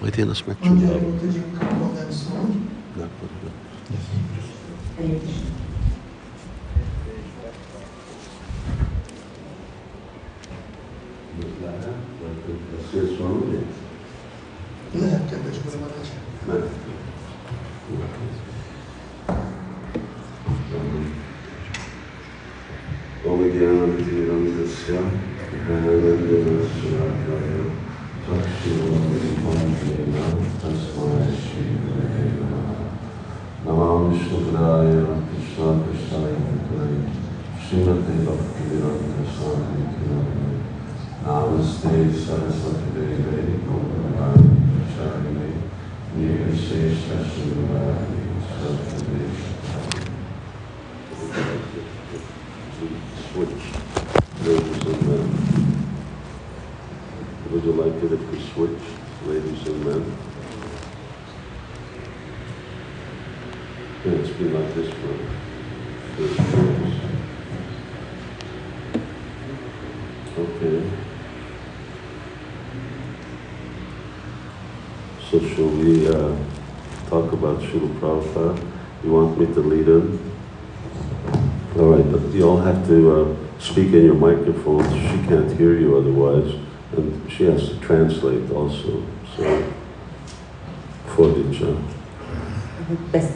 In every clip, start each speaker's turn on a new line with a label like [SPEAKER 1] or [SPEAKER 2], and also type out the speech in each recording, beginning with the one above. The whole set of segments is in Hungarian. [SPEAKER 1] Why didn't I speak to
[SPEAKER 2] On
[SPEAKER 1] you?
[SPEAKER 2] the other, could you come on that slide?
[SPEAKER 1] No, no, no.
[SPEAKER 3] Mutlara ve söz sonu değil.
[SPEAKER 2] Ne yapacağım? Böyle bakacağım.
[SPEAKER 3] Ben Come diamo di organizzazione e avendo la sua gloria, facciamo il ponte e la trasformazione Namam Shukhraya Krishna Krishnaya Mukhraya Srimati Bhakti Vedanta Swami Kirana Namaste Saraswati Devi Gopalaya Charini Nirvishesha Shivaya Saraswati
[SPEAKER 1] Switch. Ladies and men. Would you like it if we switch, ladies and men? Yeah, it's been like this for thirty years. Okay. So shall we, uh, talk about Srila Prabhupada? You want me to lead in? All right, but you all have to uh, speak in your microphones. She can't hear you otherwise, and she has to translate also. So, fordítsa.
[SPEAKER 4] Besz,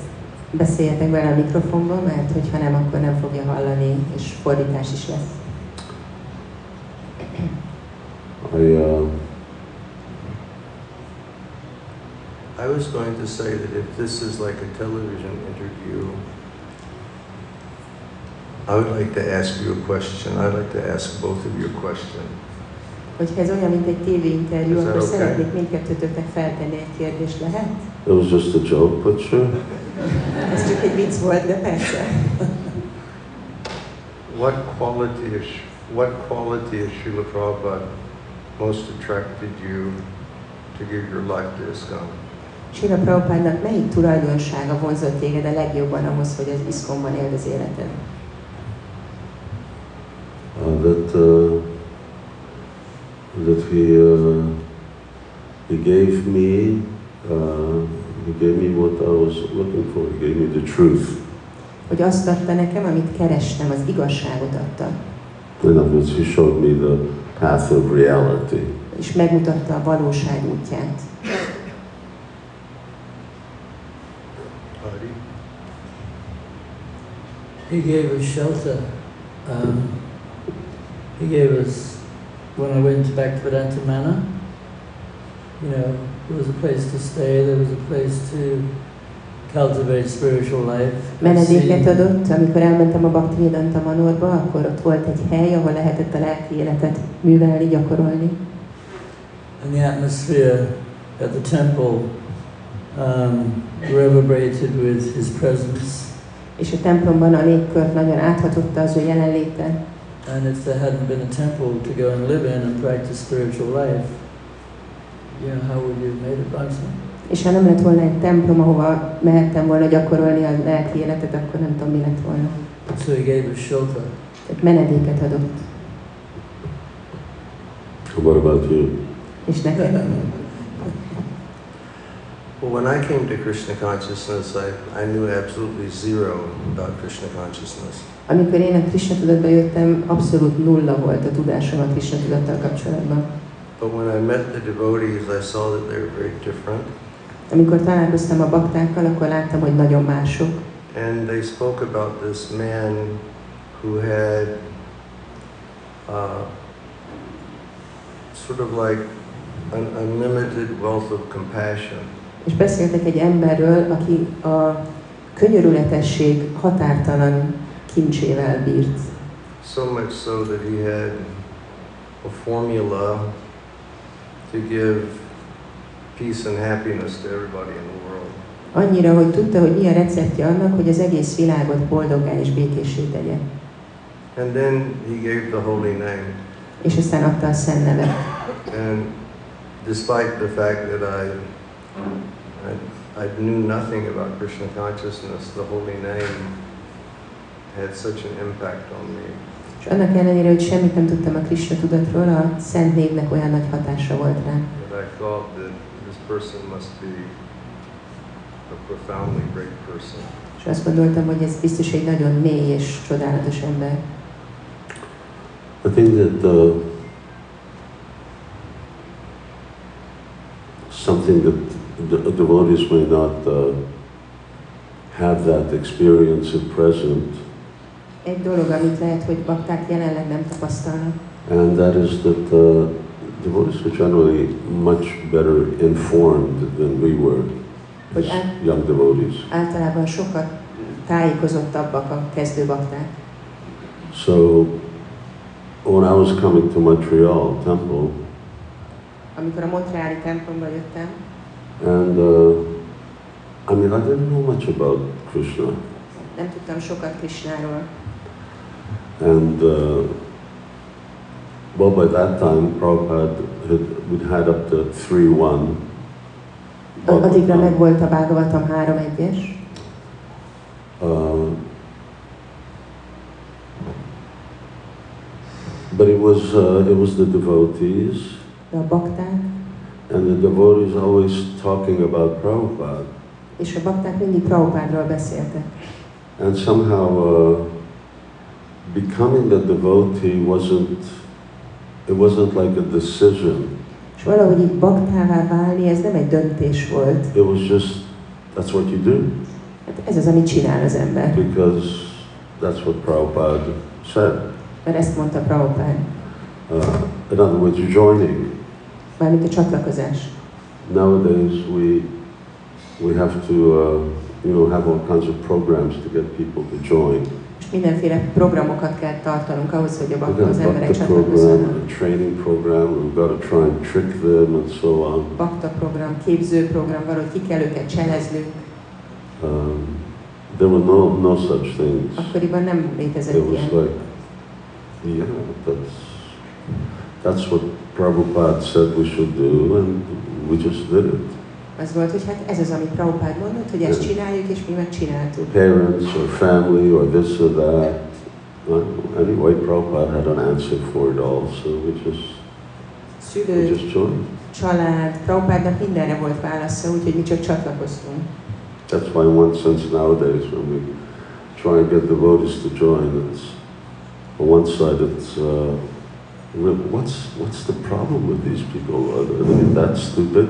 [SPEAKER 4] beszéljetek bele a mikrofonba, mert hogyha nem, akkor nem fogja hallani, és fordítás is lesz.
[SPEAKER 1] I, uh,
[SPEAKER 5] I was going to say that if this is like a television interview, I would like to ask you a question. I'd like to ask both of you a question.
[SPEAKER 4] Hogyha ez olyan, mint egy TV interjú,
[SPEAKER 5] Ez
[SPEAKER 4] akkor
[SPEAKER 5] oké.
[SPEAKER 4] szeretnék mindkettőtöknek feltenni egy kérdést, lehet?
[SPEAKER 1] it was just a joke, Butcher.
[SPEAKER 4] Ez csak egy vicc volt, de persze.
[SPEAKER 5] What quality of Sh- what quality of Srila Prabhupada most attracted you to give your life to ISKCON?
[SPEAKER 4] Sila Prabhupádnak melyik tulajdonsága vonzott téged a legjobban ahhoz, hogy az iszkomban éld az életed?
[SPEAKER 1] Uh, that uh, that he uh, he gave me uh, he gave me what I was looking for. He gave me the truth.
[SPEAKER 4] Hogy azt adta nekem, amit kerestem, az igazságot adta.
[SPEAKER 1] In other words, he showed me the path of reality.
[SPEAKER 4] És megmutatta a valóság útját.
[SPEAKER 5] Hari?
[SPEAKER 6] He gave us shelter. Um, he gave us, when I went to Bhaktivedanta Manor, you know, there was a place to stay, there was a place to cultivate spiritual life.
[SPEAKER 4] Menedéket
[SPEAKER 6] See-
[SPEAKER 4] adott, amikor elmentem a Bhaktivedanta Manorba, akkor ott volt egy hely, ahol lehetett a lelki életet művelni, gyakorolni.
[SPEAKER 6] And the atmosphere at the temple um, reverberated with his presence.
[SPEAKER 4] És a templomban a légkört nagyon áthatotta az ő jelenléte.
[SPEAKER 6] And if there hadn't been a temple to go and live in and practice spiritual life, you know, how would you have made it? I'm sorry.
[SPEAKER 4] És ha nem lett volna egy templom, ahova mehettem volna gyakorolni a lelki életet, akkor nem tudom, mi lett volna.
[SPEAKER 6] So he gave us shelter.
[SPEAKER 4] Tehát menedéket adott,
[SPEAKER 1] So what about you?
[SPEAKER 4] és nekem.
[SPEAKER 5] Well, when I came to Krishna consciousness, I, I knew absolutely zero about Krishna consciousness.
[SPEAKER 4] Amikor én a Krishna tudatba jöttem, abszolút nulla volt a tudásom a Krishna tudattal kapcsolatban.
[SPEAKER 5] But when I met the devotees, I saw that they were very different.
[SPEAKER 4] Amikor találkoztam a baktákkal, akkor láttam, hogy nagyon mások.
[SPEAKER 5] And they spoke about this man who had uh, sort of like an unlimited wealth of compassion.
[SPEAKER 4] És beszéltek egy emberről, aki a könyörületesség határtalan kincsével bírt.
[SPEAKER 5] So much so that he had a formula to give peace and happiness to everybody in the world.
[SPEAKER 4] Annyira, hogy tudta, hogy mi a receptje annak, hogy az egész világot boldoggá és békéssé tegye.
[SPEAKER 5] And then he gave the holy name.
[SPEAKER 4] És aztán adta a szent nevet.
[SPEAKER 5] And despite the fact that I, I, I knew nothing about Krishna consciousness, the holy name had such an impact on me.
[SPEAKER 4] És És annak ellenére, hogy semmit nem tudtam a Krishna tudatról, a szent névnek olyan nagy hatása volt rám.
[SPEAKER 5] But I thought that this person must be a profoundly great person.
[SPEAKER 4] És azt gondoltam, hogy ez biztos egy nagyon mély és csodálatos ember.
[SPEAKER 1] I think that uh, something that the devotees may not uh, have that experience at present,
[SPEAKER 4] Egy dolog, amit lehet, hogy bakták jelenleg nem tapasztalnak,
[SPEAKER 1] and that is that uh, devotees are generally much better informed than we were as
[SPEAKER 4] Hogy-
[SPEAKER 1] young devotees.
[SPEAKER 4] általában sokat tájékozottabbak a kezdő bakták.
[SPEAKER 1] So when I was coming to Montreal temple,
[SPEAKER 4] Amikor a Montreali templomba jöttem,
[SPEAKER 1] and uh, I mean, I didn't know much about Krishna.
[SPEAKER 4] nem tudtam sokat Krishnáról.
[SPEAKER 1] And uh, well, by that time, Prabhupada had, we'd had up to 3 1.
[SPEAKER 4] Addigra meg volt a Bhagavatam 3.1-es,
[SPEAKER 1] Um, but it was, uh, it was the devotees,
[SPEAKER 4] de a bakták,
[SPEAKER 1] and the devotees always talking about Prabhupada.
[SPEAKER 4] és a bakták mindig Prabhupádról beszéltek.
[SPEAKER 1] And somehow uh, becoming a devotee wasn't, it wasn't like a decision.
[SPEAKER 4] És valahogy így baktává válni, ez nem egy döntés volt.
[SPEAKER 1] It was just, that's what you do
[SPEAKER 4] Hát ez az, amit csinál az ember.
[SPEAKER 1] because that's what Prabhupada said.
[SPEAKER 4] Mert ezt mondta Prabhupád,
[SPEAKER 1] Uh, in other words, you're joining.
[SPEAKER 4] mármint a csatlakozás.
[SPEAKER 1] Nowadays, we, we have to, uh, you know, have all kinds of programs to get people to join.
[SPEAKER 4] És mindenféle programokat kell tartanunk ahhoz, hogy a
[SPEAKER 1] We've
[SPEAKER 4] bakta
[SPEAKER 1] got
[SPEAKER 4] az
[SPEAKER 1] a
[SPEAKER 4] emberek
[SPEAKER 1] bhakti
[SPEAKER 4] csatlakozzanak.
[SPEAKER 1] program, a training program, we've got to try and trick them and so on.
[SPEAKER 4] Bakta program, képzőprogram, valahogy ki kell őket cseleznünk.
[SPEAKER 1] Um, there were no, no such things.
[SPEAKER 4] Akkoriban nem létezett
[SPEAKER 1] It was
[SPEAKER 4] ilyen.
[SPEAKER 1] like, yeah, that's, that's what Prabhupada said we should do, and we just did it.
[SPEAKER 4] Az volt, hogy hát ez az, amit Prabhupád mondott, hogy ezt
[SPEAKER 1] Igen.
[SPEAKER 4] csináljuk, és mi megcsináltuk.
[SPEAKER 1] Parents or family or this or that. Well, Anyway, Prabhupada had an answer for it all, so we just, we
[SPEAKER 4] Szülő,
[SPEAKER 1] just joined.
[SPEAKER 4] család, Prabhupádnak mindenre volt válasza, úgyhogy mi csak csatlakoztunk.
[SPEAKER 1] That's why in one sense nowadays when we try and get devotees to join, it's, on one side it's, uh, well, what's, what's the problem with these people? Are they- are they that stupid?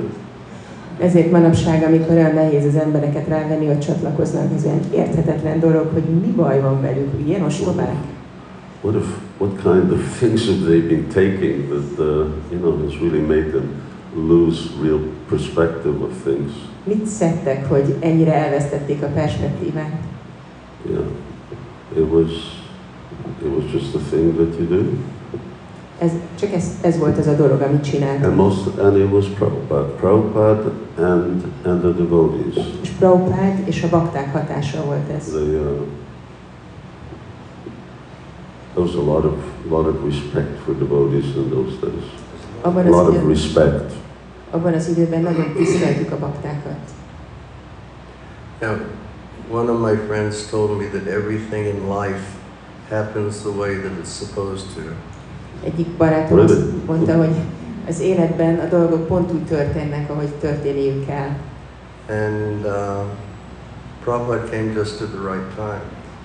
[SPEAKER 4] Ezért manapság, amikor olyan nehéz az embereket rávenni, hogy csatlakoznak, ez olyan érthetetlen dolog, hogy mi baj van velük, hogy ilyen ostobák.
[SPEAKER 1] What if, what kind of things have they been taking that, uh, you know, has really made them lose real perspective of things?
[SPEAKER 4] Mit szedtek, hogy ennyire elvesztették a perspektívát?
[SPEAKER 1] You know, it was, it was just a thing that you do.
[SPEAKER 4] Ez, csak ez, ez volt az a dolog, amit csináltam.
[SPEAKER 1] And most, and it was Prabhupada, Prabhupada and, and the devotees.
[SPEAKER 4] És Prabhupád és a bakták hatása volt ez.
[SPEAKER 1] They, uh, there was a lot of, lot of respect for devotees in those days.
[SPEAKER 4] Abban
[SPEAKER 1] A lot
[SPEAKER 4] az,
[SPEAKER 1] of
[SPEAKER 4] idő,
[SPEAKER 1] respect.
[SPEAKER 4] abban az időben nagyon tiszteltük a baktákat.
[SPEAKER 5] Now, one of my friends told me that everything in life happens the way that it's supposed to.
[SPEAKER 4] Egyik barátom azt
[SPEAKER 1] Really?
[SPEAKER 4] mondta, hogy az életben a dolgok pont úgy történnek, ahogy történniük kell.
[SPEAKER 5] And uh, Prabhupada came just at the right time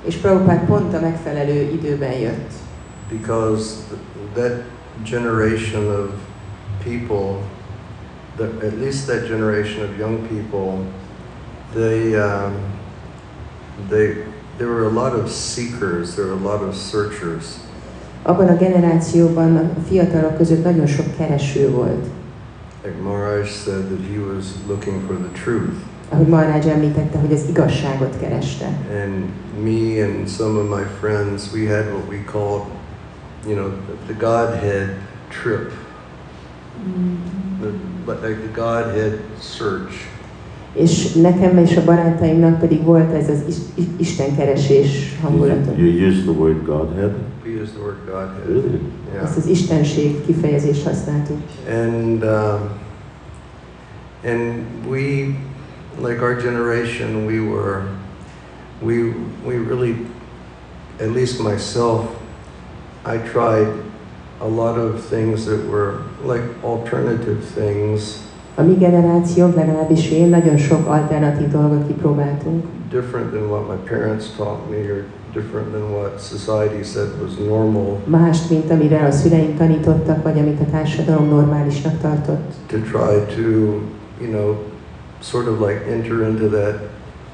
[SPEAKER 4] És Prabhupád pont a megfelelő időben jött.
[SPEAKER 5] because th- that generation of people, the, at least that generation of young people, they, um, they, there were a lot of seekers, there were a lot of searchers.
[SPEAKER 4] Abban a generációban a fiatalok között nagyon sok kereső volt.
[SPEAKER 5] Like Maharaj said that he was looking for the truth.
[SPEAKER 4] Ahogy Marács említette, hogy az igazságot kereste.
[SPEAKER 5] And me and some of my friends, we had what we called, you know, the- the Godhead trip, the, but like the Godhead search.
[SPEAKER 4] És nekem és a barátaimnak pedig volt ez az is- is- istenkeresés hangulata.
[SPEAKER 1] You use the word Godhead?
[SPEAKER 5] We use the word Godhead.
[SPEAKER 1] Really?
[SPEAKER 5] Yeah.
[SPEAKER 4] Ezt az istenség kifejezést használtuk.
[SPEAKER 5] And um, and we, like our generation, we were, we we really, at least myself, I tried a lot of things that were like alternative things,
[SPEAKER 4] A mi generációnk, legalábbis én, nagyon sok alternatív dolgot kipróbáltunk,
[SPEAKER 5] different than what my parents taught me or different than what society said was normal,
[SPEAKER 4] mást, mint amire a szüleim tanítottak, vagy amit a társadalom normálisnak tartott.
[SPEAKER 5] to try to, you know, sort of like enter into that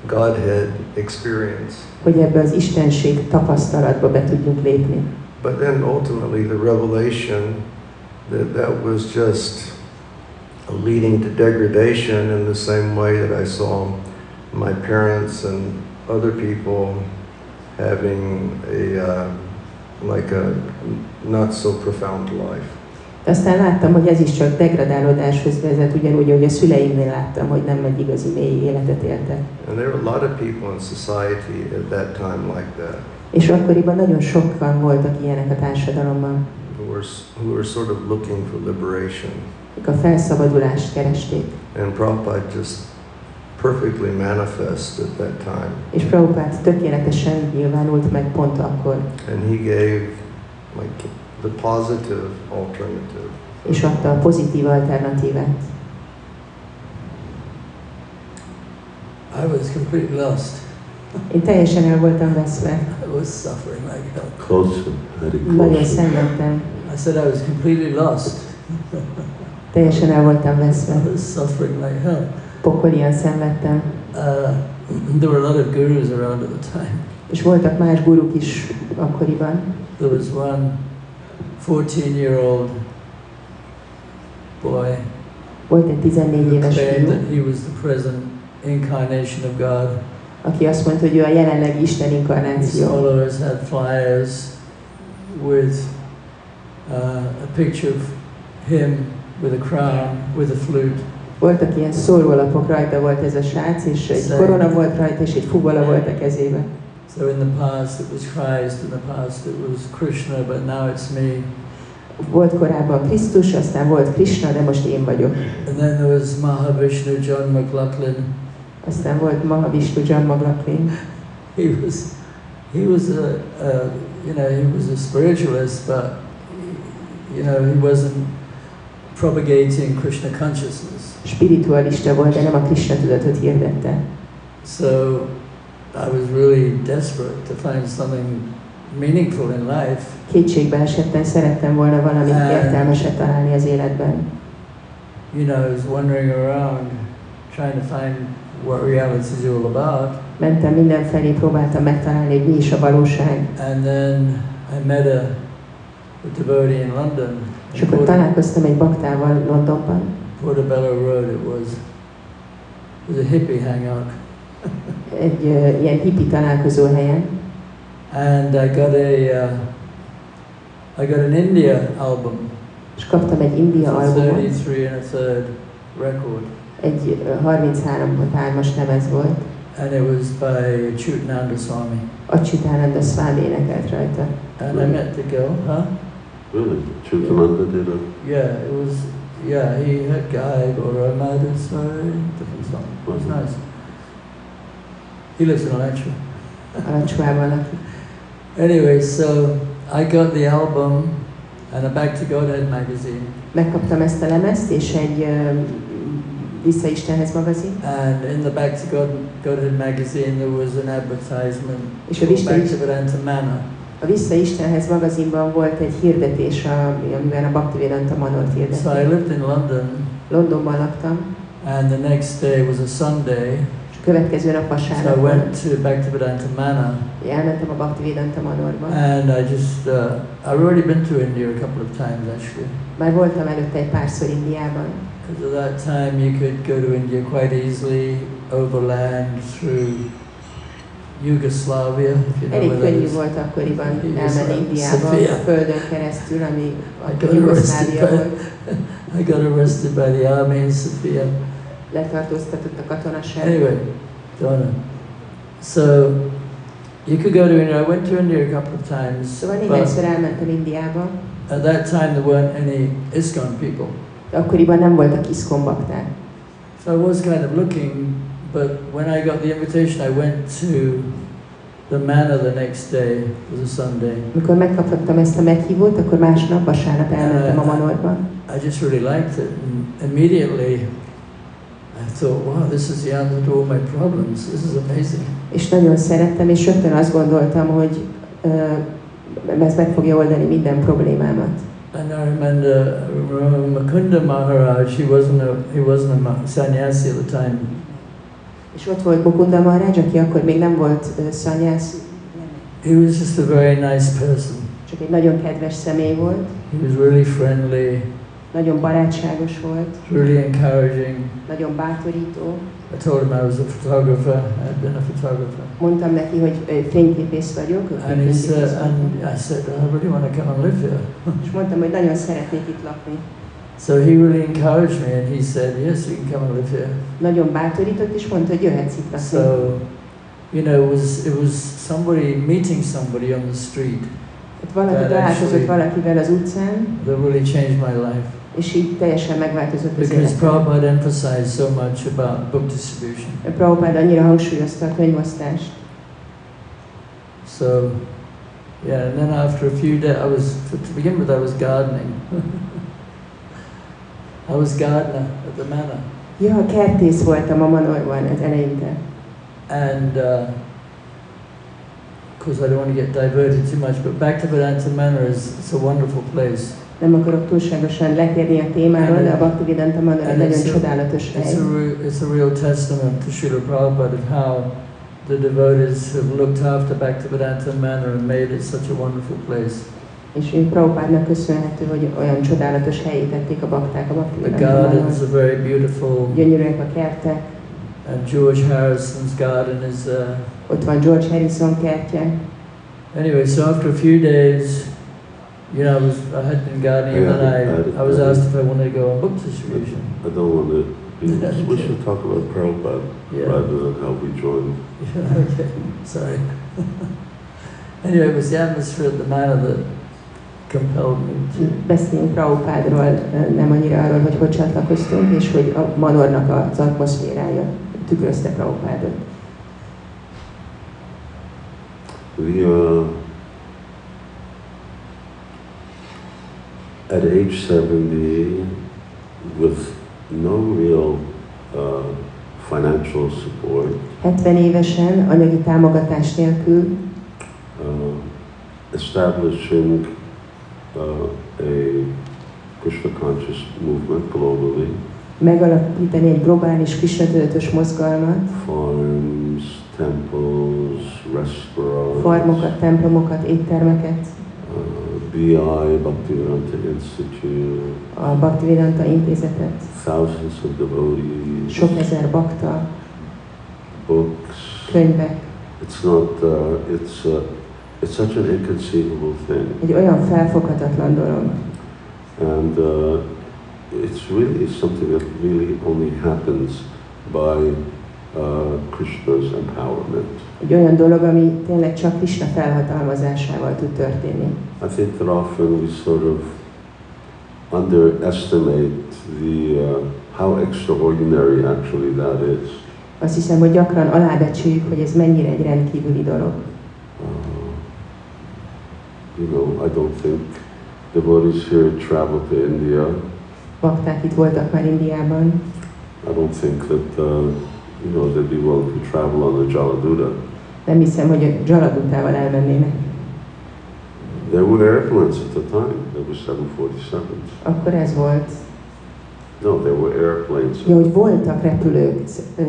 [SPEAKER 5] Godhead experience.
[SPEAKER 4] Hogy ebbe az istenség tapasztalatba be tudjunk lépni.
[SPEAKER 5] But then ultimately, the revelation that that was just leading to degradation in the same way that I saw my parents and other people having a uh, like a not so profound life.
[SPEAKER 4] De aztán láttam, hogy ez is csak degradálódáshoz vezet, ugyanúgy, ahogy a szüleimnél láttam, hogy nem egy igazi mély életet éltek.
[SPEAKER 5] And there were a lot of people in society at that time like that
[SPEAKER 4] És akkoriban nagyon sokan voltak ilyenek a társadalomban,
[SPEAKER 5] who were s- who were sort of looking for liberation.
[SPEAKER 4] akik a felszabadulást keresték.
[SPEAKER 5] And Prabhupada just perfectly manifest at that time.
[SPEAKER 4] És Prabhupát tökéletesen nyilvánult meg pont akkor,
[SPEAKER 5] And he gave like the positive alternative.
[SPEAKER 4] és adta a pozitív alternatívát.
[SPEAKER 6] I was completely lost.
[SPEAKER 4] Én teljesen el voltam veszve,
[SPEAKER 6] I was suffering like hell.
[SPEAKER 1] Closer, Hari,
[SPEAKER 4] nagyon
[SPEAKER 1] closer.
[SPEAKER 4] szenvedtem,
[SPEAKER 6] I said I was completely lost.
[SPEAKER 4] teljesen el voltam veszve,
[SPEAKER 6] I was suffering like hell.
[SPEAKER 4] pokolian szenvedtem,
[SPEAKER 6] Uh, there were a lot of gurus around at the time.
[SPEAKER 4] és voltak más guruk is akkoriban,
[SPEAKER 6] There was one 14 year old boy
[SPEAKER 4] Volt egy 14
[SPEAKER 6] who
[SPEAKER 4] éves
[SPEAKER 6] claimed
[SPEAKER 4] fiú,
[SPEAKER 6] that he was the present incarnation of God.
[SPEAKER 4] aki azt mondta, hogy ő a jelenlegi Isten
[SPEAKER 6] His
[SPEAKER 4] inkarnáció.
[SPEAKER 6] followers had flyers with uh, a picture of him with a crown, with a flute.
[SPEAKER 4] Voltak ilyen szórólapok, rajta volt ez a srác, és egy
[SPEAKER 6] Szegény.
[SPEAKER 4] korona volt rajta, és egy fuvola volt a kezébe.
[SPEAKER 6] So in the past it was Christ, in the past it was Krishna, but now it's me.
[SPEAKER 4] Volt korábban Krisztus, aztán volt Krishna, de most én vagyok.
[SPEAKER 6] And then there was Mahavishnu John McLaughlin.
[SPEAKER 4] Aztán volt Mahavishnu John McLaughlin.
[SPEAKER 6] He was, he was a, a, you know, he was a spiritualist, but you know, he wasn't propagating Krishna consciousness.
[SPEAKER 4] Spiritualista volt, de nem a Krishna tudatot hirdette.
[SPEAKER 6] So I was really desperate to find something meaningful in life,
[SPEAKER 4] Kétségbe esettem, szerettem volna valamit
[SPEAKER 6] Nem.
[SPEAKER 4] értelmeset találni az életben.
[SPEAKER 6] you know, I was wandering around trying to find what reality is all about.
[SPEAKER 4] Mentem mindenfelé, próbáltam megtalálni, hogy mi is a valóság.
[SPEAKER 6] And then I met a, a devotee in London,
[SPEAKER 4] És akkor találkoztam egy baktával Londonban,
[SPEAKER 6] Portobello Road it was. It was a hippie hangout.
[SPEAKER 4] egy ö, ilyen hippi találkozó helyen,
[SPEAKER 6] and I got a uh, I got an India album,
[SPEAKER 4] és kaptam egy India
[SPEAKER 6] for
[SPEAKER 4] albumot,
[SPEAKER 6] 33 and a third record,
[SPEAKER 4] egy ö, 33 as lemez volt,
[SPEAKER 6] and it was by Chutananda Swami.
[SPEAKER 4] Acsitáland a Swami énekelt rajta.
[SPEAKER 6] And I met the girl, huh?
[SPEAKER 1] Really, Chutananda did a,
[SPEAKER 6] Yeah, it was. Yeah, he had Guy or a different song. It was nice. He lives in Alachua.
[SPEAKER 4] Alacsóában lakik.
[SPEAKER 6] Anyway, so I got the album and a Back to Godhead magazine,
[SPEAKER 4] Megkaptam ezt a lemezt, és egy ö, Vissza Istenhez magazin,
[SPEAKER 6] and in the Back to God, Godhead magazine there was an advertisement
[SPEAKER 4] és a
[SPEAKER 6] Go
[SPEAKER 4] Vissza,
[SPEAKER 6] back to Vedanta Manor.
[SPEAKER 4] a Vissza Istenhez magazinban volt egy hirdetés, a, amiben a Bhaktivedanta Manort
[SPEAKER 6] So I
[SPEAKER 4] hirdették.
[SPEAKER 6] lived in London,
[SPEAKER 4] Londonban laktam,
[SPEAKER 6] and the next day was a Sunday.
[SPEAKER 4] és a következő nap
[SPEAKER 6] So I
[SPEAKER 4] vasárnap volt.
[SPEAKER 6] went to back to Vedanta Manor,
[SPEAKER 4] Elmentem a Bhaktivedanta Manorba.
[SPEAKER 6] and I just uh, I've already been to India a couple of times actually.
[SPEAKER 4] Már voltam előtte egy párszor Indiában,
[SPEAKER 6] Because at that time you could go to India quite easily overland through Yugoslavia, if you know
[SPEAKER 4] Elég
[SPEAKER 6] where that
[SPEAKER 4] könnyű
[SPEAKER 6] is.
[SPEAKER 4] volt akkoriban
[SPEAKER 6] Így
[SPEAKER 4] elmenni
[SPEAKER 6] van.
[SPEAKER 4] Indiába,
[SPEAKER 6] Szofia.
[SPEAKER 4] földön keresztül, ami
[SPEAKER 6] Akkor
[SPEAKER 4] akkor Jugoszlávia
[SPEAKER 6] rossz.
[SPEAKER 4] volt,
[SPEAKER 6] I got arrested by the army in Sofia.
[SPEAKER 4] letartóztatott a katonaság.
[SPEAKER 6] Anyway, Donna. So you could go to India. I went to India a couple of times.
[SPEAKER 4] Szóval
[SPEAKER 6] but-
[SPEAKER 4] néhányszor elmentem Indiába,
[SPEAKER 6] At that time, there weren't any ISKCON people.
[SPEAKER 4] de akkoriban nem voltak iszkon bakták.
[SPEAKER 6] So I was kind of looking, but when I got the invitation, I went to the manor the next day was a Sunday.
[SPEAKER 4] Amikor megkaphattam ezt a meghívót, akkor másnap, vasárnap elmentem a Manorba.
[SPEAKER 6] I just really liked it. And immediately, I thought, wow, this is the answer to all my problems. This is amazing.
[SPEAKER 4] És nagyon szerettem, és rögtön azt gondoltam, hogy ö, ez meg fogja oldani minden problémámat.
[SPEAKER 6] And I remember, remember Mukunda Maharaj, he wasn't a, he wasn't a ma- sannyasi at the time.
[SPEAKER 4] És ott volt Mukunda Maharaj, aki akkor még nem volt ö, szanyász,
[SPEAKER 6] He was just a very nice person.
[SPEAKER 4] csak egy nagyon kedves személy volt,
[SPEAKER 6] He was really friendly,
[SPEAKER 4] nagyon barátságos volt,
[SPEAKER 6] really encouraging.
[SPEAKER 4] nagyon bátorító.
[SPEAKER 6] I told him I was a photographer, I had been a photographer.
[SPEAKER 4] Mondtam neki, hogy ö, fényképész vagyok, ö,
[SPEAKER 6] And he
[SPEAKER 4] fényképész
[SPEAKER 6] said,
[SPEAKER 4] vagyok.
[SPEAKER 6] and I said, I really want to come and live here.
[SPEAKER 4] és mondtam, hogy nagyon szeretnék itt lakni.
[SPEAKER 6] So he really encouraged me and he said, yes, you can come and live here.
[SPEAKER 4] Nagyon bátorított, és mondta, hogy jöhetsz itt lakni.
[SPEAKER 6] So, you know, it was, it was somebody meeting somebody on the street
[SPEAKER 4] Ott valaki
[SPEAKER 6] That
[SPEAKER 4] találkozott
[SPEAKER 6] actually-
[SPEAKER 4] valakivel az utcán,
[SPEAKER 6] that really changed my life.
[SPEAKER 4] és így teljesen megváltozott az
[SPEAKER 6] Because
[SPEAKER 4] életem.
[SPEAKER 6] Prabhupada emphasized so much about book distribution.
[SPEAKER 4] Prabhupád annyira hangsúlyozta a könyvosztást.
[SPEAKER 6] So, yeah, and then after a few days, I was, to begin with, I was gardening. I was gardener at the manor.
[SPEAKER 4] Ja, kertész voltam a Manorban az eleinte.
[SPEAKER 6] And, uh, of course, I don't want to get diverted too much, but back to Vedanta Manor is it's a wonderful place.
[SPEAKER 4] Nem akarok túlságosan letérni a témáról, de a Bhaktivedanta Manor egy
[SPEAKER 6] Elég
[SPEAKER 4] nagyon
[SPEAKER 6] szép.
[SPEAKER 4] csodálatos
[SPEAKER 6] It's
[SPEAKER 4] hely.
[SPEAKER 6] a, re- it's a real testament to Srila Prabhupada of how the devotees have looked after Bhaktivedanta Manor and made it such a wonderful place.
[SPEAKER 4] És ő Prabhupádnak köszönhető, hogy olyan csodálatos helyé tették a bakták a
[SPEAKER 6] The
[SPEAKER 4] Bhaktivedanta
[SPEAKER 6] gardens
[SPEAKER 4] Manor.
[SPEAKER 6] are very beautiful,
[SPEAKER 4] Gyönyörűek a kertek,
[SPEAKER 6] and George Harrison's garden is uh, there.
[SPEAKER 4] ott van George Harrison kertje.
[SPEAKER 6] Anyway, so after a few days, you know, I was I had been gardening, and then I, I was asked if I wanted to go on book distribution.
[SPEAKER 1] I don't want to. Be, we should talk about Prabhupada
[SPEAKER 6] Yeah,
[SPEAKER 1] rather than how we joined.
[SPEAKER 6] yeah okay, sorry. anyway, it was the atmosphere at the manor that compelled me to.
[SPEAKER 4] Beszéljünk Prabhupádról, nem annyira arról, hogy hogy csatlakoztunk, és hogy a Manornak az atmoszférája tükrözte Prabhupádot.
[SPEAKER 1] The uh, at age seventy, with no real uh, financial support,
[SPEAKER 4] 70 évesen, anyagi támogatás nélkül
[SPEAKER 1] uh, establishing uh, a Krishna conscious movement globally,
[SPEAKER 4] megalapítani egy globális kisötötös mozgalmat,
[SPEAKER 1] farms, temples, restaurants,
[SPEAKER 4] farmokat, templomokat, éttermeket,
[SPEAKER 1] uh, BI, Bhaktivedanta Institute,
[SPEAKER 4] a Bhaktivedanta intézetet,
[SPEAKER 1] thousands of devotees,
[SPEAKER 4] sok ezer bakta,
[SPEAKER 1] books.
[SPEAKER 4] könyvek.
[SPEAKER 1] It's not, uh, it's, uh, it's such an inconceivable thing.
[SPEAKER 4] Egy olyan felfoghatatlan dolog.
[SPEAKER 1] And uh, it's really something that really only happens by uh, Krishna's empowerment.
[SPEAKER 4] Egy olyan dolog, ami tényleg csak Krishna felhatalmazásával tud történni.
[SPEAKER 1] I think that often we sort of underestimate the uh, how extraordinary actually that is.
[SPEAKER 4] Azt hiszem, hogy gyakran alábecsüljük, hogy ez mennyire egy rendkívüli dolog.
[SPEAKER 1] Uh, you know, I don't think devotees here travel to India.
[SPEAKER 4] Bakták itt voltak már Indiában.
[SPEAKER 1] I don't think that uh, you know they'd be willing to travel on the Jaladuta.
[SPEAKER 4] Nem hiszem, hogy a Jaladutával elmennének.
[SPEAKER 1] There were airplanes at the time. There were 747s.
[SPEAKER 4] Akkor ez volt.
[SPEAKER 1] No, there were airplanes.
[SPEAKER 4] Ja, hogy voltak repülők, ö,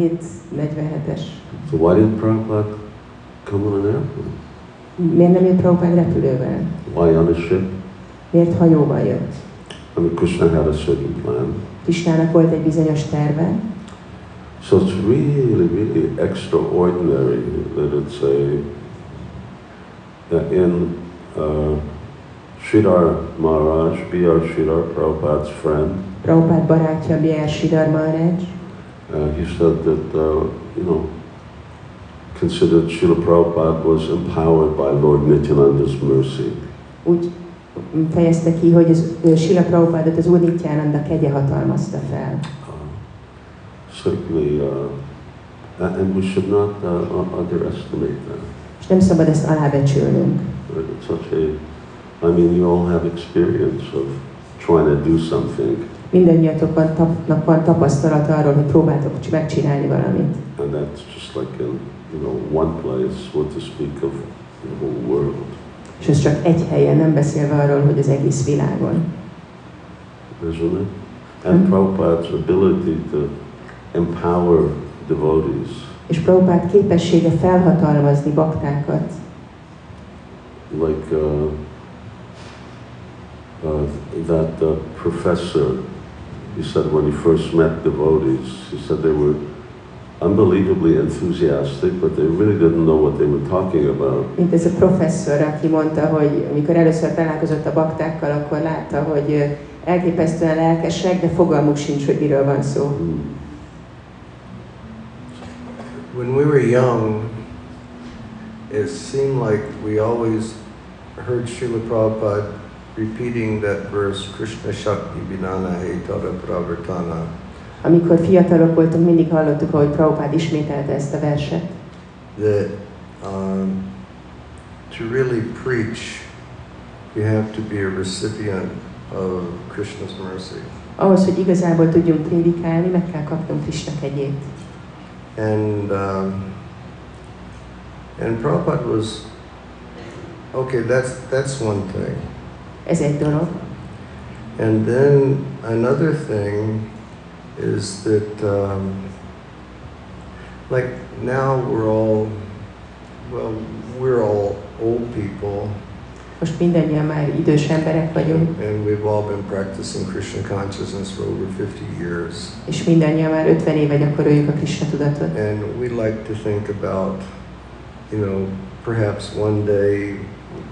[SPEAKER 4] 747-es.
[SPEAKER 1] So why didn't Prabhupada come on an airplane?
[SPEAKER 4] Miért nem jött Prabhupád repülővel?
[SPEAKER 1] Why on a ship?
[SPEAKER 4] Miért hajóval jött?
[SPEAKER 1] I mean, Krishna had a certain plan.
[SPEAKER 4] Kisnának volt egy bizonyos terve,
[SPEAKER 1] So it's really, really extraordinary that it's a that in uh, Sridhar Maharaj, B.R. Sridhar, Prabhupada's friend,
[SPEAKER 4] Prabhupád barátja B.R. Sidar Maharaj,
[SPEAKER 1] Uh, he said that, uh, you know, considered Srila Prabhupada was empowered by Lord Nityananda's mercy.
[SPEAKER 4] úgy fejezte ki, hogy az ö, Sila Prabhupádot az Úr Nityananda kegye hatalmazta fel.
[SPEAKER 1] Uh, certainly, uh, Uh, and we should not uh, u- underestimate that.
[SPEAKER 4] És nem szabad ezt alábecsülnünk.
[SPEAKER 1] Right? It's such a, I mean, you all have experience of trying to do something
[SPEAKER 4] Mindennyiatoknak tap- van tapasztalata arról, hogy próbáltok c- megcsinálni valamit.
[SPEAKER 1] And that's just like in, you know, one place, what to speak of the whole world.
[SPEAKER 4] És ez csak egy helyen, nem beszélve arról, hogy az egész világon.
[SPEAKER 1] Isn't it? And
[SPEAKER 4] Mhm.
[SPEAKER 1] Prabhupada's ability to empower devotees,
[SPEAKER 4] És Prabhupád képessége felhatalmazni baktákat.
[SPEAKER 1] like uh, uh, that uh, professor, he said when he first met devotees, he said they were unbelievably enthusiastic, but they really didn't know what they were talking about.
[SPEAKER 4] Mint ez a professzor, aki mondta, hogy amikor először találkozott a baktákkal, akkor látta, hogy ö, elképesztően lelkesek, de fogalmuk sincs, hogy miről van szó.
[SPEAKER 1] Hmm.
[SPEAKER 5] When we were young, it seemed like we always heard Srila Prabhupada repeating that verse, Krishna Shakti Binana He Tara Pravartana.
[SPEAKER 4] Amikor fiatalok voltunk, mindig hallottuk, ahogy Prabhupád ismételte ezt a verset.
[SPEAKER 5] that um, to really preach, you have to be a recipient of Krishna's mercy.
[SPEAKER 4] Ahhoz, hogy igazából tudjunk prédikálni, meg kell kapnunk Krishna kegyét.
[SPEAKER 5] And um, and Prabhupada was okay. That's that's one thing.
[SPEAKER 4] Ez egy dolog.
[SPEAKER 5] And then another thing is that um, like now we're all well we're all old people
[SPEAKER 4] Most mindannyian már idős emberek vagyunk,
[SPEAKER 5] And we've all been practicing Krishna consciousness for over 50 years.
[SPEAKER 4] és mindannyian már 50 éve gyakoroljuk a Krishna tudatot.
[SPEAKER 5] And we like to think about, you know, perhaps one day,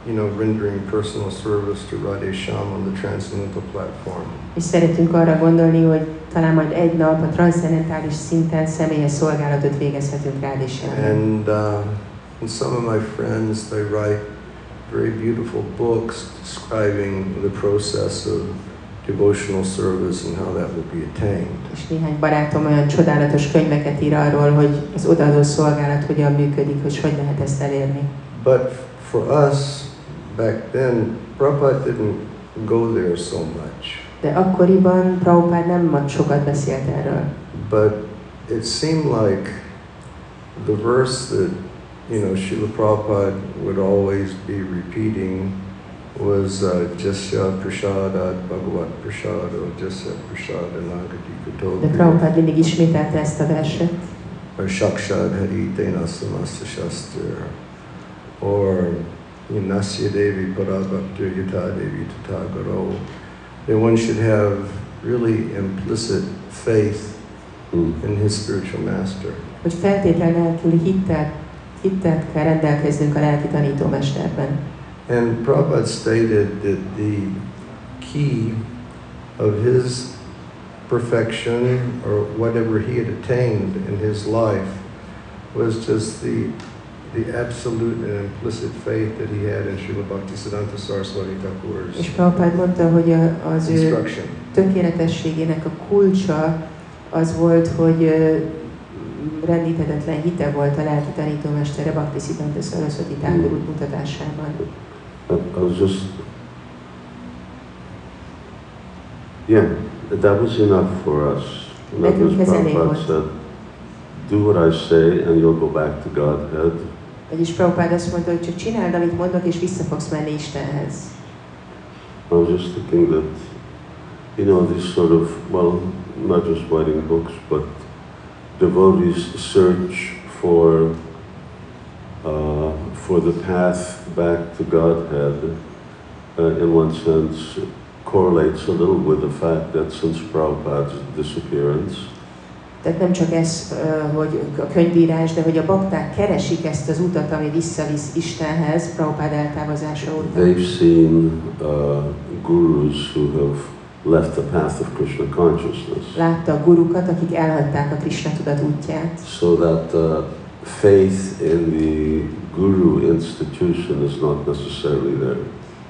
[SPEAKER 5] you know, rendering personal service to Radhe Shyam on the transcendental platform.
[SPEAKER 4] És szeretünk arra gondolni, hogy talán majd egy nap a transzcendentális szinten személyes szolgálatot végezhetünk rád és jelenleg.
[SPEAKER 5] And, uh, and some of my friends, they write very beautiful books describing the process of devotional service and how that will be attained.
[SPEAKER 4] És néhány barátom olyan csodálatos könyveket ír arról, hogy az odaadó szolgálat hogyan működik, hogy hogy lehet ezt elérni.
[SPEAKER 5] But for us, back then, Prabhupada didn't go there so much.
[SPEAKER 4] De akkoriban Prabhupád nem sokat beszélt erről.
[SPEAKER 5] But it seemed like the verse that, you know, Srila Prabhupada would always be repeating was uh, Jasya Prashadat Bhagavat Prashado Jasya Prashada Nagati
[SPEAKER 4] De
[SPEAKER 5] Kato
[SPEAKER 4] Prabhupád mindig ismételte ezt a verset.
[SPEAKER 5] or Shakshad Hari Tenasamasa Shastra or Nasya Devi Parabhaktir Yata Devi Tathagaro that one should have really implicit faith
[SPEAKER 1] Hmm.
[SPEAKER 5] in his spiritual master.
[SPEAKER 4] hogy feltétlen nélkül hittel, hittel kell rendelkeznünk a lelki tanítómesterben.
[SPEAKER 5] And Prabhupada stated that the key of his perfection or whatever he had attained in his life was just the the absolute and implicit faith that he had in Srila Bhaktisiddhanta Saraswati
[SPEAKER 4] És
[SPEAKER 5] Thakur's
[SPEAKER 4] Prabhupád mondta, hogy a- az ő
[SPEAKER 5] instruction.
[SPEAKER 4] tökéletességének a kulcsa az volt, hogy ö, rendíthetetlen hite volt a lelki tanítómestere Bhakti Siddhanta Saraswati Thakur
[SPEAKER 1] Mm.
[SPEAKER 4] útmutatásában.
[SPEAKER 1] I, I was just, yeah, that was enough for us. And That was
[SPEAKER 4] Nekünk ez elég
[SPEAKER 1] Prabhupada said, do what I say and you'll go back to Godhead.
[SPEAKER 4] Vagyis Prabhupád azt mondta, hogy csak csináld, amit mondok, és vissza fogsz menni Istenhez.
[SPEAKER 1] I was just thinking that, you know, this sort of, well, not just writing books, but devotees search for, uh, for the path back to Godhead, uh, in one sense, correlates a little with the fact that since Prabhupada's disappearance,
[SPEAKER 4] Tehát nem csak ez, ö, hogy a könyvírás, de hogy a bakták keresik ezt az utat, ami visszavisz Istenhez, Prabhupád eltávozása óta.
[SPEAKER 1] they've seen uh, gurus who have left the path of Krishna consciousness.
[SPEAKER 4] Látta a gurukat, akik elhagyták a Krishna tudat útját.
[SPEAKER 1] so that uh, faith in the guru institution is not necessarily there.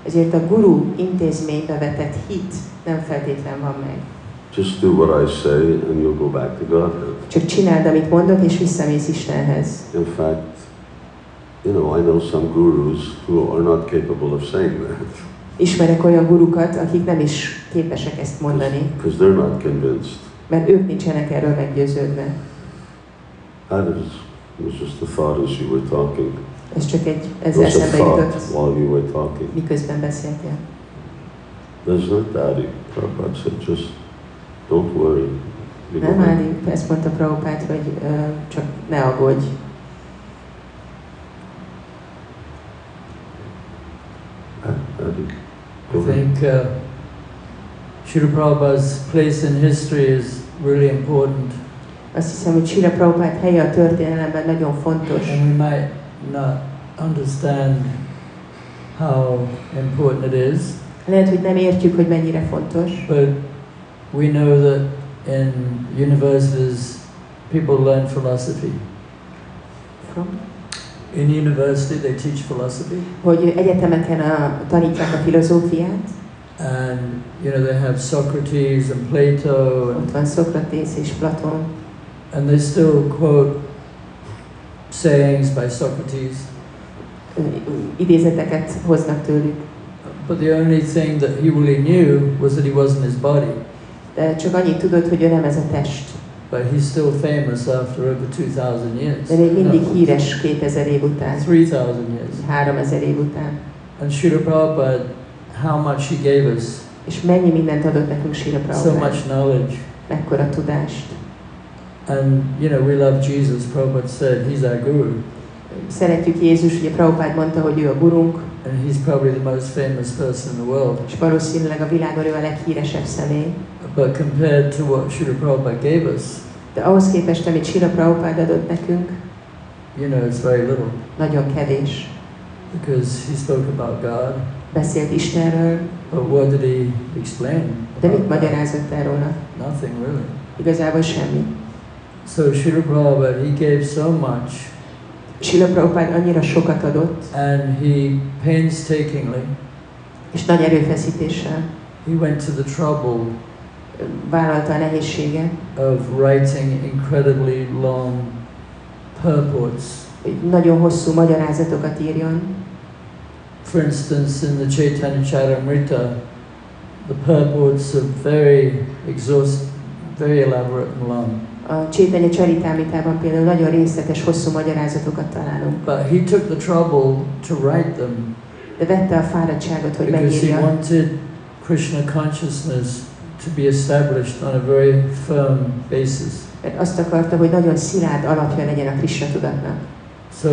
[SPEAKER 4] Ezért a guru intézménybe vetett hit nem feltétlen van meg.
[SPEAKER 1] Just do what I say and you'll go back to Godhead.
[SPEAKER 4] Csak csináld, amit mondok, és visszamész Istenhez.
[SPEAKER 1] In fact, you know, I know some gurus who are not capable of saying that
[SPEAKER 4] Ismerek olyan gurukat, akik nem is képesek ezt mondani,
[SPEAKER 1] because they're not convinced.
[SPEAKER 4] mert ők nincsenek erről meggyőződve.
[SPEAKER 1] That is, it was just a thought as you were talking.
[SPEAKER 4] Ez csak egy,
[SPEAKER 1] It
[SPEAKER 4] ez
[SPEAKER 1] was a
[SPEAKER 4] eszembe
[SPEAKER 1] thought
[SPEAKER 4] jutott,
[SPEAKER 1] while you were talking.
[SPEAKER 4] miközben beszéltél.
[SPEAKER 1] There's no doubting. Prabhupada said, just don't worry. You go
[SPEAKER 4] Nem,
[SPEAKER 1] back.
[SPEAKER 4] Ádi? Ezt mondta Prabhupát, hogy ö, csak ne aggódj.
[SPEAKER 1] Hadi.
[SPEAKER 6] I think uh, Srila Prabhupada's place in history is really important,
[SPEAKER 4] Azt hiszem, hogy Sila Prabhupát helye a történelemben nagyon fontos.
[SPEAKER 6] and we might not understand how important it is,
[SPEAKER 4] Lehet, hogy nem értjük, hogy mennyire fontos,
[SPEAKER 6] but we know that in universities people learn philosophy. In university, they teach philosophy,
[SPEAKER 4] hogy egyetemeken a, tanítják a filozófiát.
[SPEAKER 6] and you know they have Socrates and Plato, and,
[SPEAKER 4] Ott van Szokratész és Platon,
[SPEAKER 6] and they still quote sayings by Socrates.
[SPEAKER 4] ö, idézeteket hoznak tőlük.
[SPEAKER 6] But the only thing that he really knew was that he wasn't his body.
[SPEAKER 4] De csak annyit tudod, hogy ő nem ez a test.
[SPEAKER 6] But he's still famous after over 2,000 years.
[SPEAKER 4] De még mindig
[SPEAKER 6] No,
[SPEAKER 4] híres 2000 év után,
[SPEAKER 6] 3,000 years.
[SPEAKER 4] 3000 év után.
[SPEAKER 6] And Srila Prabhupada, how much he gave us,
[SPEAKER 4] És mennyi mindent adott nekünk Sila
[SPEAKER 6] so
[SPEAKER 4] Prabhupát,
[SPEAKER 6] much knowledge.
[SPEAKER 4] mekkora tudást.
[SPEAKER 6] And, you know, we love Jesus. Prabhupada said he's our guru.
[SPEAKER 4] Szeretjük Jézus, ugye Prabhupád mondta, hogy ő a gurunk,
[SPEAKER 6] And he's probably the most famous person in the world.
[SPEAKER 4] és valószínűleg a világon ő a leghíresebb személy.
[SPEAKER 6] But compared to what Srila Prabhupada gave us,
[SPEAKER 4] De ahhoz képest, amit Sila Prabhupád adott nekünk,
[SPEAKER 6] you know, it's very little.
[SPEAKER 4] nagyon kevés.
[SPEAKER 6] Because he spoke about God.
[SPEAKER 4] Beszélt Istenről,
[SPEAKER 6] But what did he explain?
[SPEAKER 4] de mit
[SPEAKER 6] about God?
[SPEAKER 4] magyarázott el róla?
[SPEAKER 6] Nothing really.
[SPEAKER 4] Igazából semmi.
[SPEAKER 6] So Srila Prabhupada, he gave so much
[SPEAKER 4] Sila Prabhupád annyira sokat adott,
[SPEAKER 6] and he painstakingly
[SPEAKER 4] és nagy erőfeszítéssel
[SPEAKER 6] he went to the trouble
[SPEAKER 4] ö, vállalta a nehézséget,
[SPEAKER 6] of writing incredibly long purports.
[SPEAKER 4] hogy nagyon hosszú magyarázatokat írjon.
[SPEAKER 6] For instance, in the Chaitanya Charitamrita, the purports are very exhaust, very elaborate and long.
[SPEAKER 4] A Csétanya Csaritámitában például nagyon részletes, hosszú magyarázatokat találunk.
[SPEAKER 6] But he took the trouble to write them
[SPEAKER 4] De vette a fáradtságot, hogy
[SPEAKER 6] because he
[SPEAKER 4] megírja,
[SPEAKER 6] wanted Krishna consciousness to be established on a very firm basis.
[SPEAKER 4] mert azt akarta, hogy nagyon szilárd alapja legyen a Krishna tudatnak.
[SPEAKER 6] So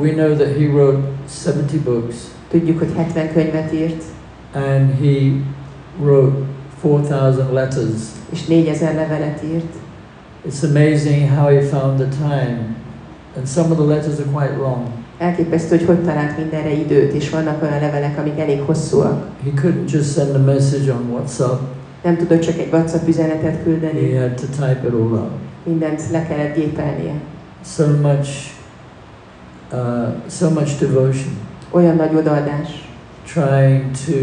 [SPEAKER 6] we know that he wrote 70 books.
[SPEAKER 4] Tudjuk, hogy 70 könyvet írt,
[SPEAKER 6] and he wrote 4,000 letters.
[SPEAKER 4] és 4000 levelet írt.
[SPEAKER 6] It's amazing how he found the time. And some of the letters are quite long.
[SPEAKER 4] Elképesztő, hogy hogy talált mindenre időt, és vannak olyan levelek, amik elég hosszúak.
[SPEAKER 6] He couldn't just send a message on WhatsApp,
[SPEAKER 4] Nem tudott csak egy WhatsApp üzenetet
[SPEAKER 6] he
[SPEAKER 4] küldeni,
[SPEAKER 6] had to type it all out.
[SPEAKER 4] mindent le kellett gépelnie.
[SPEAKER 6] So much, uh, so much devotion,
[SPEAKER 4] Olyan nagy odaadás,
[SPEAKER 6] trying to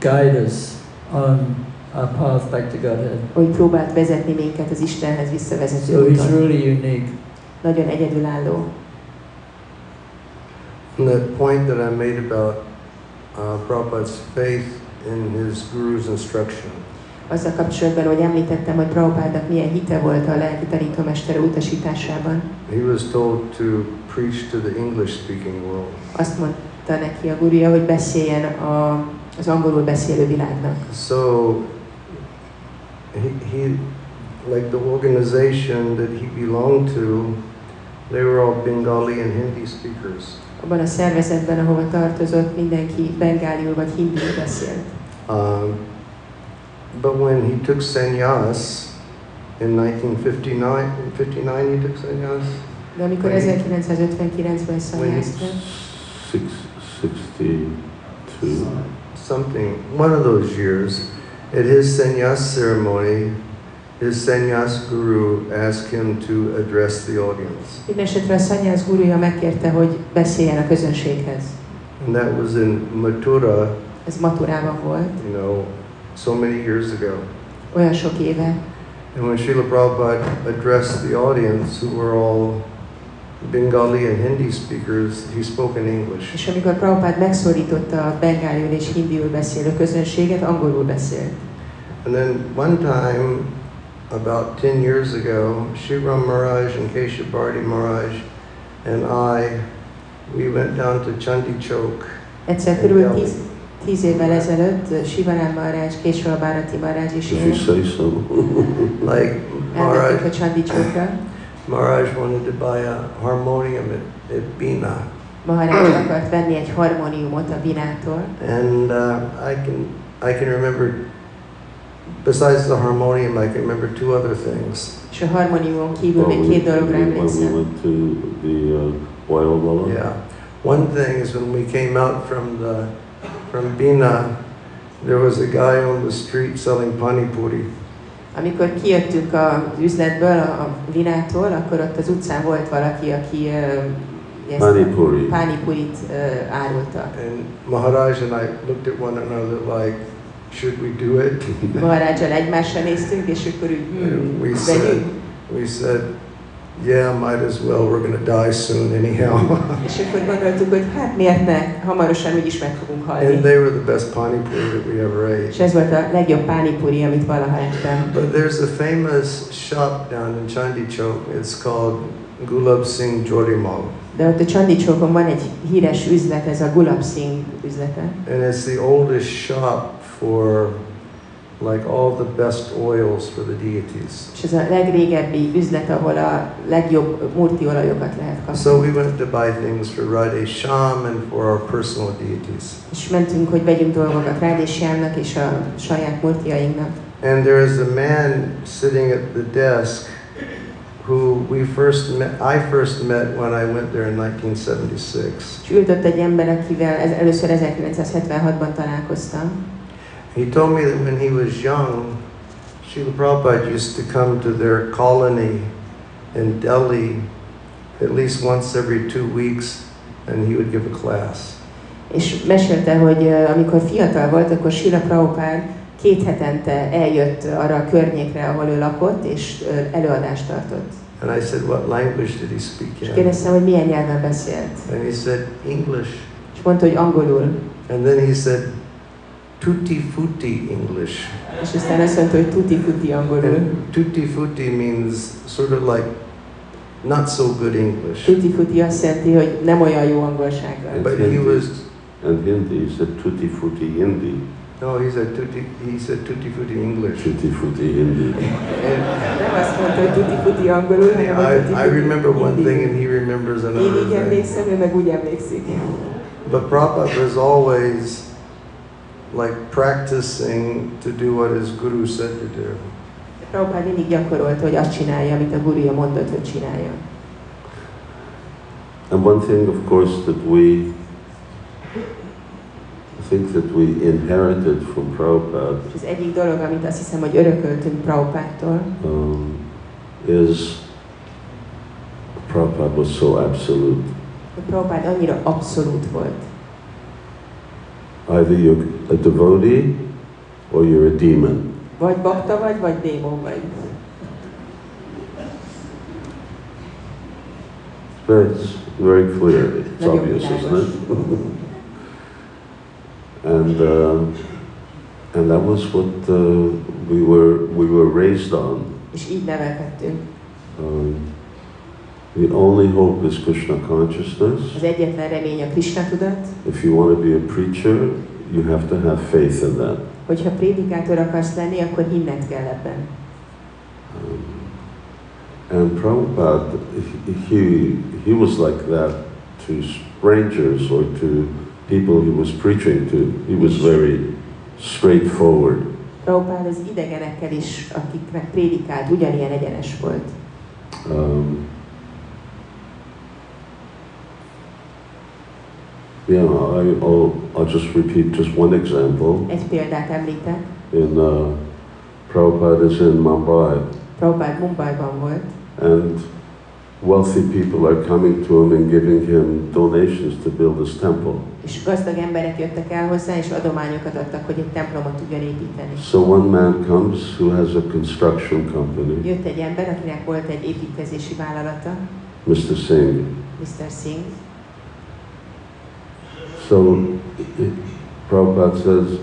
[SPEAKER 6] guide us on our path back to Godhead.
[SPEAKER 4] hogy próbált vezetni minket az Istenhez
[SPEAKER 6] So
[SPEAKER 4] visszavezető
[SPEAKER 6] he's
[SPEAKER 4] úton.
[SPEAKER 6] really unique.
[SPEAKER 4] Nagyon egyedülálló.
[SPEAKER 5] And that point that I made about uh, Prabhupada's faith in his guru's instruction.
[SPEAKER 4] Azzal kapcsolatban, hogy említettem, hogy Prabhupádnak milyen hite volt a lelki tanítómester utasításában,
[SPEAKER 5] He was told to preach to the English-speaking world.
[SPEAKER 4] azt mondta neki a gurúja, hogy beszéljen a, az angolul beszélő világnak.
[SPEAKER 5] So he, he, like the organization that he belonged to, they were all Bengali and Hindi speakers.
[SPEAKER 4] Abban a szervezetben, ahova tartozott, mindenki bengáliul vagy hindul beszélt.
[SPEAKER 5] Um, but when he took sannyas in 1959, 59 he took sannyas.
[SPEAKER 4] De amikor 1959-ben szanyázta,
[SPEAKER 1] 662.
[SPEAKER 5] something, one of those years, at his sannyas ceremony, his sannyas guru asked him to address the audience.
[SPEAKER 4] Mindenesetre a szanyász gurúja megkérte, hogy beszéljen a közönséghez.
[SPEAKER 5] And that was in Mathura,
[SPEAKER 4] Ez Maturában volt,
[SPEAKER 5] you know, so many years ago.
[SPEAKER 4] olyan sok éve,
[SPEAKER 5] And when Srila Prabhupada addressed the audience, who were all Bengali and Hindi speakers, he spoke in English.
[SPEAKER 4] és amikor Prabhupád megszólította a bengálul és hindiul beszélő közönséget, angolul beszélt.
[SPEAKER 5] And then one time, about 10 years ago, Sri Ram Maharaj and Kesha Bharti Maharaj and I, we went down to Chandi Chowk.
[SPEAKER 4] Egyszer
[SPEAKER 5] in
[SPEAKER 4] körül
[SPEAKER 5] Delhi.
[SPEAKER 4] tíz, tíz évvel ezelőtt Sivanám Maharaj, Késva Bárati Maharaj és
[SPEAKER 1] If you
[SPEAKER 4] én
[SPEAKER 1] say so.
[SPEAKER 5] Like
[SPEAKER 4] elmentünk
[SPEAKER 5] Maharaj,
[SPEAKER 4] a Csandicsokra.
[SPEAKER 5] Maharaj wanted to buy a harmonium at, at Bina.
[SPEAKER 4] Maharaj akart venni egy harmóniumot a Binától,
[SPEAKER 5] And uh, I can I can remember besides the harmonium I can remember two other things.
[SPEAKER 4] és a harmóniumon kívül
[SPEAKER 1] Well,
[SPEAKER 4] még
[SPEAKER 1] we-
[SPEAKER 4] két dologra
[SPEAKER 1] When we
[SPEAKER 4] emlékszem.
[SPEAKER 1] went to the uh, Waiobala.
[SPEAKER 5] Yeah. One thing is when we came out from the from Bina, there was a guy on the street selling pani puri.
[SPEAKER 4] Amikor kijöttünk az üzletből, a a Vinától, akkor ott az utcán volt valaki, aki ö, ezt-
[SPEAKER 1] Panipuri.
[SPEAKER 4] pánipurit ö, árulta.
[SPEAKER 5] And Maharaj and I looked at one another like, should we do it?
[SPEAKER 4] Maharajjal egymásra néztünk, és akkor úgy, hmm,
[SPEAKER 5] We said,
[SPEAKER 4] vegyünk.
[SPEAKER 5] we said, yeah, might as well. We're gonna die soon anyhow.
[SPEAKER 4] És akkor gondoltuk, hogy hát miért ne, hamarosan úgyis meg fogunk halni.
[SPEAKER 5] and they were the best pani puri that we ever ate.
[SPEAKER 4] És ez volt a legjobb pánipuri, amit valaha ettem.
[SPEAKER 5] But there's a famous shop down in Chandi Chowk. It's called Gulab Singh Jorimal.
[SPEAKER 4] De ott a Csandicsókon van egy híres üzlet, ez a Gulab Singh üzlete.
[SPEAKER 5] And it's the oldest shop for like all the best oils for the deities.
[SPEAKER 4] És ez a legrégebbi üzlet, ahol a legjobb murti olajokat lehet kapni.
[SPEAKER 5] So we went to buy things for Radhe Sham and for our personal deities.
[SPEAKER 4] És mentünk, hogy vegyünk dolgokat Rádésiámnak és a saját murtiainknak.
[SPEAKER 5] And there is a man sitting at the desk who we first met, I first met when I went there in 1976.
[SPEAKER 4] És ült ott egy ember, akivel ez, először 1976-ban találkoztam.
[SPEAKER 5] He told me that when he was young, Srila Prabhupada used to come to their colony in Delhi at least once every two weeks and he would give a class.
[SPEAKER 4] És mesélte, hogy ö, amikor fiatal volt, akkor Sila Prabhupád két hetente eljött arra a környékre, ahol ő lakott, és ö, előadást tartott.
[SPEAKER 5] And I said, What language did he speak
[SPEAKER 4] És
[SPEAKER 5] in?
[SPEAKER 4] kérdeztem, hogy milyen nyelven beszélt.
[SPEAKER 5] And he said, English.
[SPEAKER 4] És mondta, hogy angolul.
[SPEAKER 5] And then he said, Tutti Futti English.
[SPEAKER 4] És aztán azt mondta, hogy tuti futi angolul.
[SPEAKER 5] And Tutti Futti means sort of like not so good English.
[SPEAKER 4] Tuti futi azt jelenti, hogy nem olyan jó angolsággal.
[SPEAKER 5] But he was,
[SPEAKER 1] And Hindi, you said tutti frutti Hindi.
[SPEAKER 5] no, he said Tutti, he said Tutti Futti English.
[SPEAKER 1] Tutti frutti Hindi.
[SPEAKER 5] And
[SPEAKER 4] Nem azt mondta, hogy tuti futi angolul, hanem hogy
[SPEAKER 5] I,
[SPEAKER 4] tutti
[SPEAKER 5] I
[SPEAKER 4] futi
[SPEAKER 5] remember one
[SPEAKER 4] hindi.
[SPEAKER 5] thing and he remembers
[SPEAKER 4] Én így
[SPEAKER 5] another thing.
[SPEAKER 4] emlékszem, ő meg úgy emlékszik.
[SPEAKER 5] But Prabhupada was always like practicing to do what his guru said to do.
[SPEAKER 4] Prabhupád mindig gyakorolta, hogy azt csinálja, amit a guruja mondott, hogy csinálja.
[SPEAKER 1] And one thing, of course, that we, I think that we inherited from Prabhupada
[SPEAKER 4] És az egyik dolog, amit azt hiszem, hogy örököltünk Prabhupádtól,
[SPEAKER 1] um, is Prabhupada was so absolute.
[SPEAKER 4] hogy Prabhupád annyira abszolút volt.
[SPEAKER 1] Either you're a devotee or you're a demon.
[SPEAKER 4] Vagy bakta vagy, vagy démon vagy.
[SPEAKER 1] Very, it's very clear. It's
[SPEAKER 4] Nagyon
[SPEAKER 1] obvious, isn't
[SPEAKER 4] világos.
[SPEAKER 1] it? And um and that was what uh, we were we were raised on.
[SPEAKER 4] És így nevelkedtünk.
[SPEAKER 1] Um, the only hope is Krishna consciousness.
[SPEAKER 4] Az egyetlen remény a Krishna tudat,
[SPEAKER 1] If you want to be a preacher, you have to have faith in that.
[SPEAKER 4] hogyha prédikátor akarsz lenni, akkor hinned kell ebben.
[SPEAKER 1] Um, and Prabhupada, he, he was like that to strangers or to people he was preaching to. He was very straightforward.
[SPEAKER 4] Prabhupád az idegenekkel is, akiknek prédikált, ugyanilyen egyenes volt.
[SPEAKER 1] Um, yeah, I, I'll, I'll just repeat just one example.
[SPEAKER 4] Egy példát említek,
[SPEAKER 1] in uh, Prabhupada is in Mumbai,
[SPEAKER 4] Prabhupád Mumbai-ban volt,
[SPEAKER 1] and wealthy people are coming to him and giving him donations to build his temple.
[SPEAKER 4] És gazdag emberek jöttek el hozzá, és adományokat adtak, hogy egy templomot tudjon építeni.
[SPEAKER 1] So one man comes who has a construction company,
[SPEAKER 4] Jött egy ember, akinek volt egy építkezési vállalata,
[SPEAKER 1] Mr. Singh.
[SPEAKER 4] Mr. Singh,
[SPEAKER 1] So it, Prabhupada says,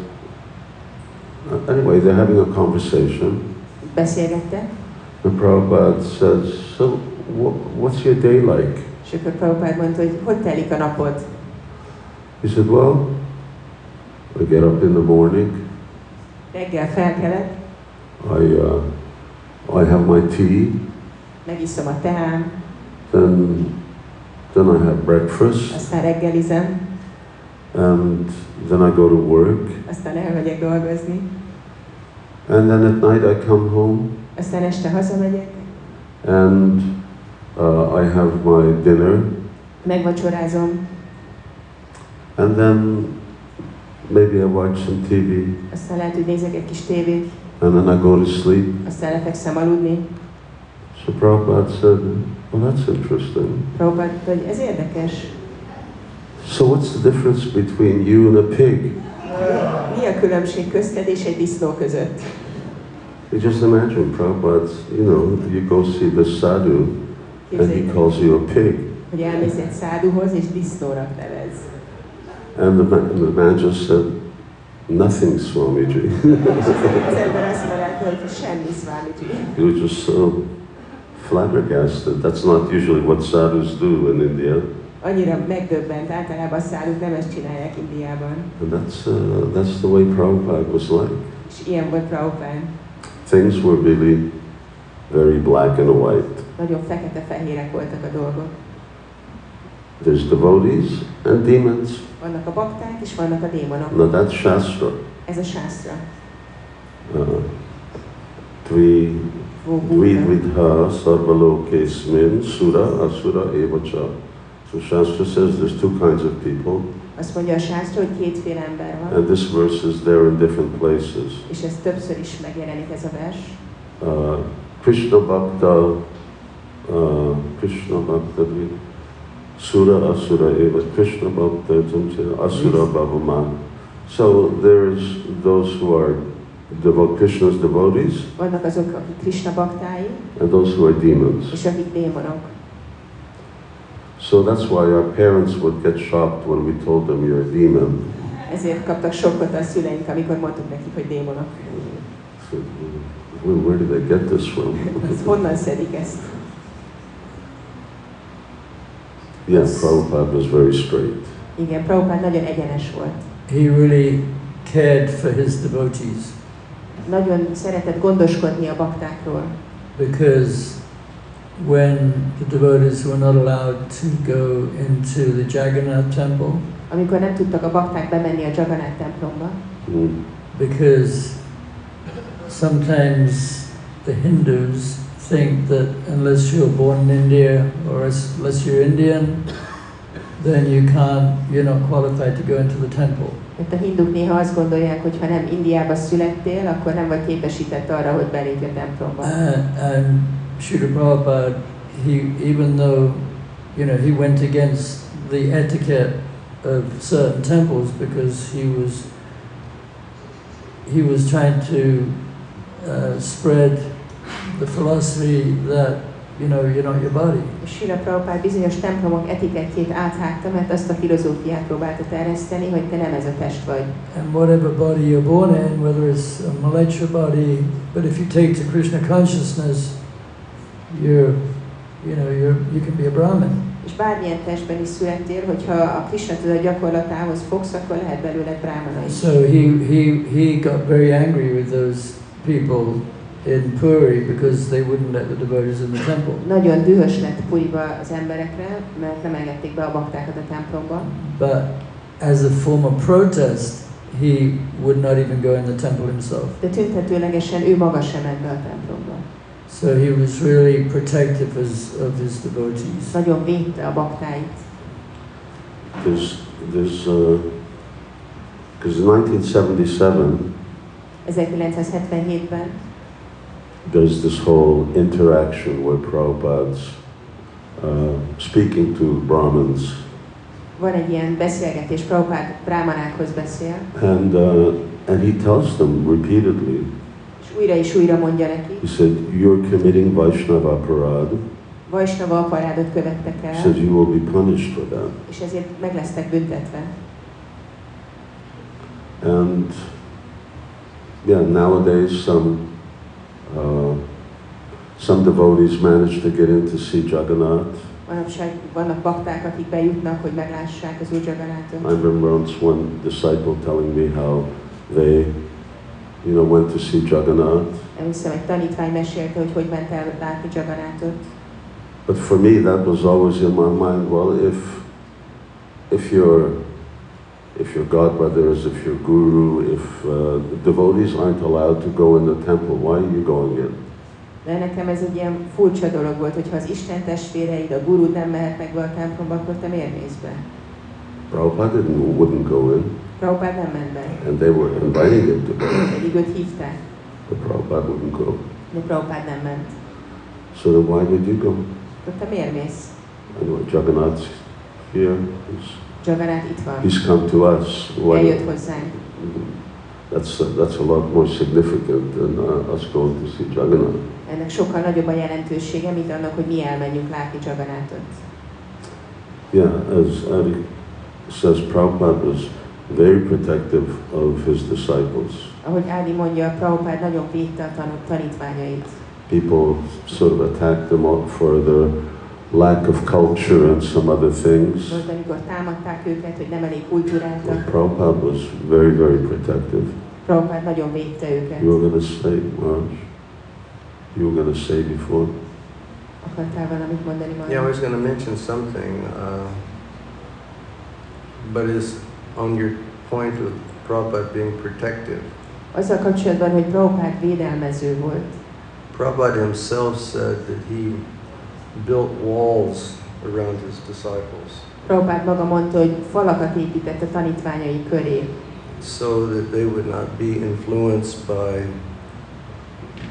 [SPEAKER 1] uh, anyway, they're having a conversation,
[SPEAKER 4] beszélgettek,
[SPEAKER 1] and Prabhupada says, so wh- what's your day like?
[SPEAKER 4] és akkor Prabhupád mondta, hogy hogy telik a napod?
[SPEAKER 1] He said, well, I get up in the morning,
[SPEAKER 4] Reggel felkelek,
[SPEAKER 1] I, uh, I have my tea,
[SPEAKER 4] megiszom a teám,
[SPEAKER 1] then, then I have breakfast,
[SPEAKER 4] aztán reggelizem,
[SPEAKER 1] and then I go to work,
[SPEAKER 4] aztán elmegyek dolgozni,
[SPEAKER 1] and then at night I come home,
[SPEAKER 4] aztán este hazamegyek,
[SPEAKER 1] and uh, I have my dinner,
[SPEAKER 4] megvacsorázom,
[SPEAKER 1] and then maybe I watch some TV,
[SPEAKER 4] aztán lehet, hogy nézek egy kis tévét,
[SPEAKER 1] and then I go to sleep.
[SPEAKER 4] aztán lefekszem aludni.
[SPEAKER 1] So Prabhupada said, Well, that's interesting.
[SPEAKER 4] Prabhupád mondta, hogy ez érdekes.
[SPEAKER 1] So, what's the difference between you and a pig?
[SPEAKER 4] Mi a különbség közted és egy disznó között?
[SPEAKER 1] You just imagine Prabhupada's, you know, you go see the sadhu, and he
[SPEAKER 4] Képzeljük,
[SPEAKER 1] calls you a pig.
[SPEAKER 4] hogy elmész egy száduhoz és disznónak nevez.
[SPEAKER 1] And the man, the man just said, Nothing, Swamiji.
[SPEAKER 4] És az ember azt találta, hogy semmi Swamiji.
[SPEAKER 1] He was just so flabbergasted. That's not usually what sadhus do in India.
[SPEAKER 4] Annyira megdöbbent, általában a száluk nem ezt csinálják Indiában.
[SPEAKER 1] And that's, uh, that's the way Prabhupada was like.
[SPEAKER 4] És ilyen volt Prabhupán.
[SPEAKER 1] Things were really very black and white.
[SPEAKER 4] Nagyon fekete-fehérek voltak a dolgok.
[SPEAKER 1] There's devotees and demons.
[SPEAKER 4] Vannak a bakták és vannak a démonok.
[SPEAKER 1] Now that's Shastra.
[SPEAKER 4] Ez a sászra.
[SPEAKER 1] Uh, Dvi dvi dvidha sarvalokesmin sura asura evacha. So Shastra says there's two kinds of people.
[SPEAKER 4] Azt mondja a sászra, hogy kétféle ember van.
[SPEAKER 1] And this verse is there in different places.
[SPEAKER 4] És ez többször is megjelenik ez a vers.
[SPEAKER 1] Uh, Krishna Bhakta, uh, Krishna Bhakta Dvi- Sura Asura Eva, Krishna Bhakta Tumse, Asura Bhavaman. So there's those who are devo- Krishna's devotees
[SPEAKER 4] Vannak azok, akik Krishna baktái,
[SPEAKER 1] and those who are demons.
[SPEAKER 4] és akik démonok.
[SPEAKER 1] So that's why our parents would get shocked when we told them you're a demon.
[SPEAKER 4] Ezért kaptak sokkot a szüleink, amikor mondtuk nekik, hogy démonok.
[SPEAKER 1] So, where, where did they get this from?
[SPEAKER 4] Ez honnan szedik ezt?
[SPEAKER 1] Yeah, Prabhupada was very straight.
[SPEAKER 4] Igen, Prabhupád nagyon egyenes volt.
[SPEAKER 6] He really cared for his devotees
[SPEAKER 4] Nagyon szeretett gondoskodni a baktákról.
[SPEAKER 6] because when the devotees were not allowed to go into the Jagannath temple
[SPEAKER 4] Amikor nem tudtak a bakták bemenni a Jagannath templomba,
[SPEAKER 1] Mm.
[SPEAKER 6] because sometimes the Hindus think that unless you're born in India or as- unless you're Indian, then you can't, you're not qualified to go into the temple.
[SPEAKER 4] mert a hinduk néha azt gondolják, hogy ha nem Indiába születtél, akkor nem vagy képesített arra, hogy belépj a templomba.
[SPEAKER 6] And, and Srila Prabhupada, he, even though, you know, he went against the etiquette of certain temples because he was, he was trying to uh, spread the philosophy that, you know, you're not your body.
[SPEAKER 4] Sila Prabhupád bizonyos templomok etikettjét áthágta, mert azt a filozófiát próbálta terjeszteni, hogy te nem ez a test vagy.
[SPEAKER 6] And whatever body you're born in, whether it's a malecha body, but if you take to Krishna consciousness, you're, you know, you're, you can be a Brahmin.
[SPEAKER 4] És bármilyen testben is születtél, hogyha a Krishna tudat gyakorlatához fogsz, akkor lehet belőled brámana is.
[SPEAKER 6] So he, he, he got very angry with those people in Puri because they wouldn't let the devotees in the temple.
[SPEAKER 4] Nagyon dühös lett Puriba az emberekre, mert nem engedték be a baktákat a templomba.
[SPEAKER 6] But as a form of protest, he would not even go in the temple himself.
[SPEAKER 4] De tüntetőlegesen ő maga sem ment be a templomba.
[SPEAKER 6] So he was really protective as, of his devotees.
[SPEAKER 4] Nagyon védte a baktáit.
[SPEAKER 1] There's, there's, because in 1977,
[SPEAKER 4] 1977-ben
[SPEAKER 1] there's this whole interaction where Prabhupada's uh, speaking to Brahmins.
[SPEAKER 4] Van egy ilyen beszélgetés, Prabhupád brámanákhoz beszél,
[SPEAKER 1] And, uh, and he tells them repeatedly,
[SPEAKER 4] és újra és újra mondja neki,
[SPEAKER 1] he said, You're committing Vaishnava Parad.
[SPEAKER 4] Vajsnava aparádot követtek
[SPEAKER 1] He
[SPEAKER 4] el,
[SPEAKER 1] says, You will be punished for that.
[SPEAKER 4] és ezért meg lesztek büntetve.
[SPEAKER 1] And yeah, nowadays some uh, some devotees manage to get in to see Jagannath.
[SPEAKER 4] Manapság vannak bakták, akik bejutnak, hogy meglássák az Úr
[SPEAKER 1] I
[SPEAKER 4] Jaganatot.
[SPEAKER 1] remember once one disciple telling me how they, you know, went to see Jagannath.
[SPEAKER 4] Emlékszem, egy tanítvány mesélte, hogy hogy ment el látni Jaganatot.
[SPEAKER 1] But for me, that was always in my mind. Well, if if your if your godbrothers, if your guru, if uh, the devotees aren't allowed to go in the temple, why are you going in?
[SPEAKER 4] De nekem ez egy ilyen furcsa dolog volt, hogy ha az Isten testvéreid, a gurú nem mehet meg be a templomba, akkor te miért mész be?
[SPEAKER 1] Prabhupada didn't, wouldn't go in,
[SPEAKER 4] Prabhupád nem ment be,
[SPEAKER 1] and they were inviting him to go.
[SPEAKER 4] pedig őt hívták,
[SPEAKER 1] But Prabhupada wouldn't go.
[SPEAKER 4] de Prabhupád nem ment.
[SPEAKER 1] So then why would you go?
[SPEAKER 4] Akkor te miért mész?
[SPEAKER 1] Anyway, Jagannath's here. He's,
[SPEAKER 4] Jaganát itt van,
[SPEAKER 1] he's come to us.
[SPEAKER 4] eljött hozzánk.
[SPEAKER 1] that's, that's a lot more significant than uh, us going to see Jagannath.
[SPEAKER 4] Ennek sokkal nagyobb a jelentősége, mint annak, hogy mi elmenjünk látni Jaganatot.
[SPEAKER 1] Yeah, as Ari says, Prabhupada was very protective of his disciples.
[SPEAKER 4] Ahogy Ádi mondja, Prabhupád nagyon védte a tanú- tanítványait.
[SPEAKER 1] People sort of attacked them all for their lack of culture and some other things.
[SPEAKER 4] Most amikor támadták őket, hogy nem elég
[SPEAKER 1] But
[SPEAKER 4] kultúráltak,
[SPEAKER 1] Prabhupada was very, very protective.
[SPEAKER 4] Prabhupád nagyon védte őket.
[SPEAKER 1] You were going to say, Maharaj? You were going to say before?
[SPEAKER 4] Akartál valamit mondani majd?
[SPEAKER 5] Yeah, I was going to mention something, uh, but is on your point with Prabhupada being protective.
[SPEAKER 4] Azzal kapcsolatban, hogy Prabhupád védelmező volt.
[SPEAKER 5] Prabhupada himself said that he built walls around his disciples
[SPEAKER 4] Prabhupád maga mondta, hogy falakat épített a tanítványai köré,
[SPEAKER 5] so that they would not be influenced by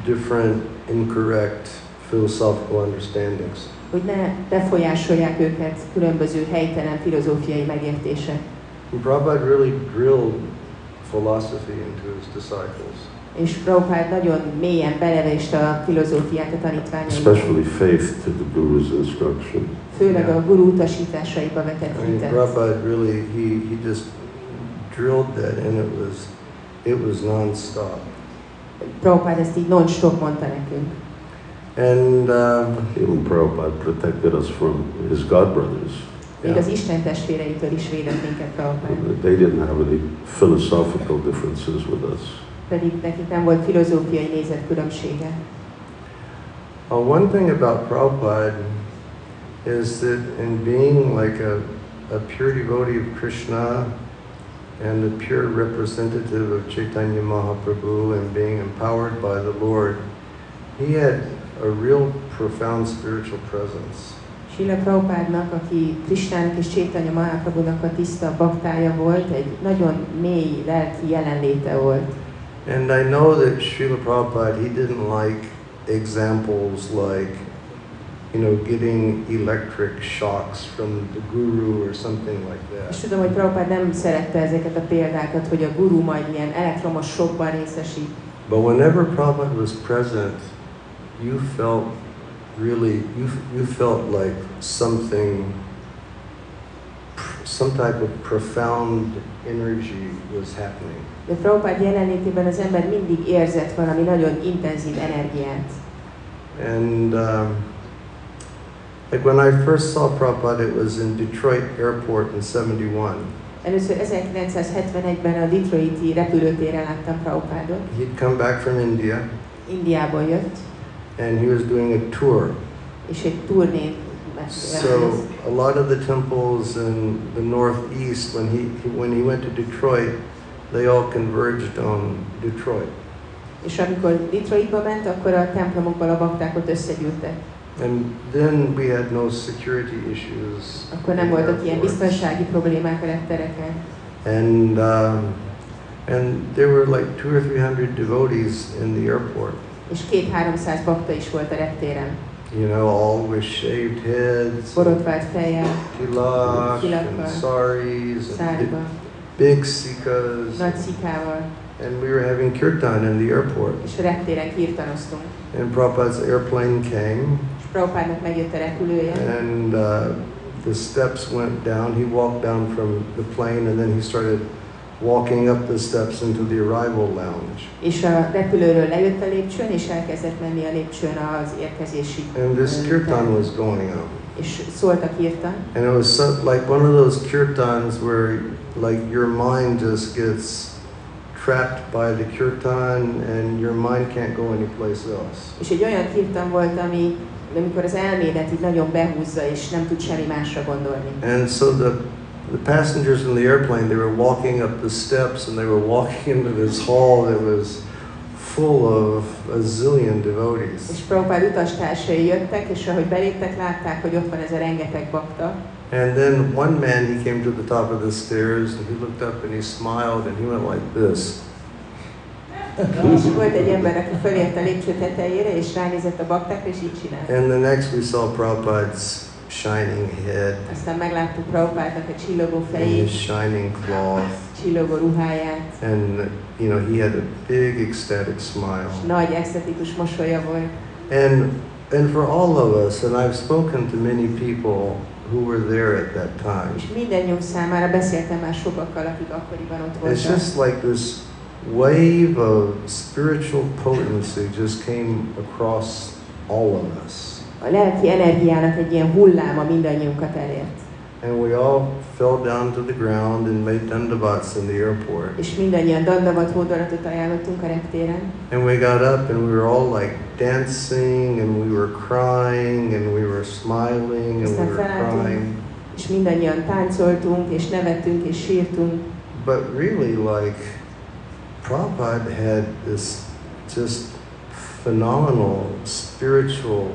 [SPEAKER 5] different incorrect philosophical understandings.
[SPEAKER 4] hogy ne befolyásolják őket különböző helytelen filozófiai megértések.
[SPEAKER 5] And Prabhupada really drilled philosophy into his disciples,
[SPEAKER 4] És Prabhupád nagyon mélyen belevést a filozófiát a tanítványaiba.
[SPEAKER 1] Especially faith to the Guru's instruction.
[SPEAKER 4] Főleg a guru utasításaiba vetett
[SPEAKER 5] I mean,
[SPEAKER 4] hitet.
[SPEAKER 5] Prabhupada really, he, he just drilled that and it was, it was nonstop.
[SPEAKER 4] Prabhupád ezt így non-stop mondta nekünk.
[SPEAKER 5] And, uh,
[SPEAKER 1] Even Prabhupada protected us from his godbrothers.
[SPEAKER 4] Még
[SPEAKER 5] Yeah.
[SPEAKER 4] az Isten testvéreitől is védett minket Prabhupád.
[SPEAKER 1] They didn't have any philosophical differences with us.
[SPEAKER 4] Pedig nekik nem volt filozófiai nézet különbsége.
[SPEAKER 5] uh, one thing about Prabhupada is that in being like a, a pure devotee of Krishna and a pure representative of Chaitanya Mahaprabhu and being empowered by the Lord, he had a real profound spiritual presence.
[SPEAKER 4] Sila Prabhupádnak, aki Kristának és Csétanya Mahaprabhunak a tiszta baktája volt, egy nagyon mély lelki jelenléte volt.
[SPEAKER 5] And I know that Srila Prabhupada, he didn't like examples like, you know, getting electric shocks from the guru or something like
[SPEAKER 4] És
[SPEAKER 5] that.
[SPEAKER 4] tudom, hogy Prabhupád nem szerette ezeket a példákat, hogy a guru majd ilyen elektromos sokban részesít.
[SPEAKER 5] But whenever Prabhupada was present, you felt really, you, you felt like something, some type of profound energy was happening.
[SPEAKER 4] De Prabhupád jelenlétében az ember mindig érzett valami nagyon intenzív energiát.
[SPEAKER 5] And um, like when I first saw Prabhupada, it was in Detroit Airport in 71.
[SPEAKER 4] Először 1971-ben a Detroiti repülőtéren láttam Prabhupádot.
[SPEAKER 5] He'd come back from India
[SPEAKER 4] Indiából jött,
[SPEAKER 5] and he was doing a tour.
[SPEAKER 4] és egy turnét
[SPEAKER 5] So a lot of the temples in the Northeast, when he when he went to Detroit, they all converged on Detroit.
[SPEAKER 4] És amikor Detroitba ment, akkor a templomokból a bakták ott összegyűltek.
[SPEAKER 5] And then we had no security issues.
[SPEAKER 4] Akkor nem
[SPEAKER 5] in
[SPEAKER 4] voltak ilyen
[SPEAKER 5] airports.
[SPEAKER 4] biztonsági problémák a reptereken.
[SPEAKER 5] And um, and there were like two or three hundred devotees in the airport.
[SPEAKER 4] És két-háromszáz bakta is volt a reptéren.
[SPEAKER 5] you know, all with shaved heads, and
[SPEAKER 4] borotvált fejjel,
[SPEAKER 5] tilak, and
[SPEAKER 4] Tilaka.
[SPEAKER 5] saris, and
[SPEAKER 4] szárba,
[SPEAKER 5] big sikas.
[SPEAKER 4] nagy szikával,
[SPEAKER 5] And we were having kirtan in the airport.
[SPEAKER 4] és a reptéren kirtanoztunk.
[SPEAKER 5] And Prabhupada's airplane came,
[SPEAKER 4] És Prabhupádnak megjött a repülője,
[SPEAKER 5] and uh, the steps went down. He walked down from the plane, and then he started walking up the steps into the arrival lounge.
[SPEAKER 4] és a repülőről lejött a lépcsőn, és elkezdett menni a lépcsőn az érkezésig.
[SPEAKER 5] And this
[SPEAKER 4] Mm.
[SPEAKER 5] kirtan was going on.
[SPEAKER 4] És szólt a kirtan,
[SPEAKER 5] And it was so, like one of those kirtans where like your mind just gets trapped by the kirtan and your mind can't go anyplace else.
[SPEAKER 4] és egy olyan kirtan volt, ami amikor az elmédet így nagyon behúzza, és nem tud semmi másra gondolni.
[SPEAKER 5] And so the the passengers in the airplane they were walking up the steps and they were walking into this hall that was full of a zillion
[SPEAKER 4] És
[SPEAKER 5] devotees.
[SPEAKER 4] Prabhupád utastársai jöttek, és ahogy beléptek, látták, hogy ott van ez a rengeteg bakta,
[SPEAKER 5] And then one man he came to the top of the stairs and he looked up and he smiled and he went like this.
[SPEAKER 4] És volt egy ember, aki felért a lépcső tetejére, és ránézett a baktákra, és így csinált.
[SPEAKER 5] And the next we saw Prabhupada's shining head.
[SPEAKER 4] Aztán megláttuk Prabhupádnak a csillogó
[SPEAKER 5] and his
[SPEAKER 4] fejét,
[SPEAKER 5] shining cloth.
[SPEAKER 4] csillogó ruháját,
[SPEAKER 5] And, you know, he had a big ecstatic
[SPEAKER 4] és
[SPEAKER 5] smile.
[SPEAKER 4] nagy esztetikus mosolya volt.
[SPEAKER 5] And, and for all of us, and I've spoken to many people who were there at that time,
[SPEAKER 4] És mindannyiunk számára beszéltem már sokakkal, akik akkoriban ott
[SPEAKER 5] it's
[SPEAKER 4] voltak.
[SPEAKER 5] just like this wave of spiritual potency just came across all of us.
[SPEAKER 4] A lelki energiának egy ilyen hulláma mindannyiunkat elért.
[SPEAKER 5] And we all fell down to the ground and made dandavats in the airport.
[SPEAKER 4] És mindannyian dandavat hódolatot ajánlottunk a reptéren,
[SPEAKER 5] And we got up and we were all like dancing and we were crying and we were smiling and we were crying.
[SPEAKER 4] és mindannyian táncoltunk, és nevettünk, és sírtunk.
[SPEAKER 5] But really, like, Prabhupada had this just phenomenal spiritual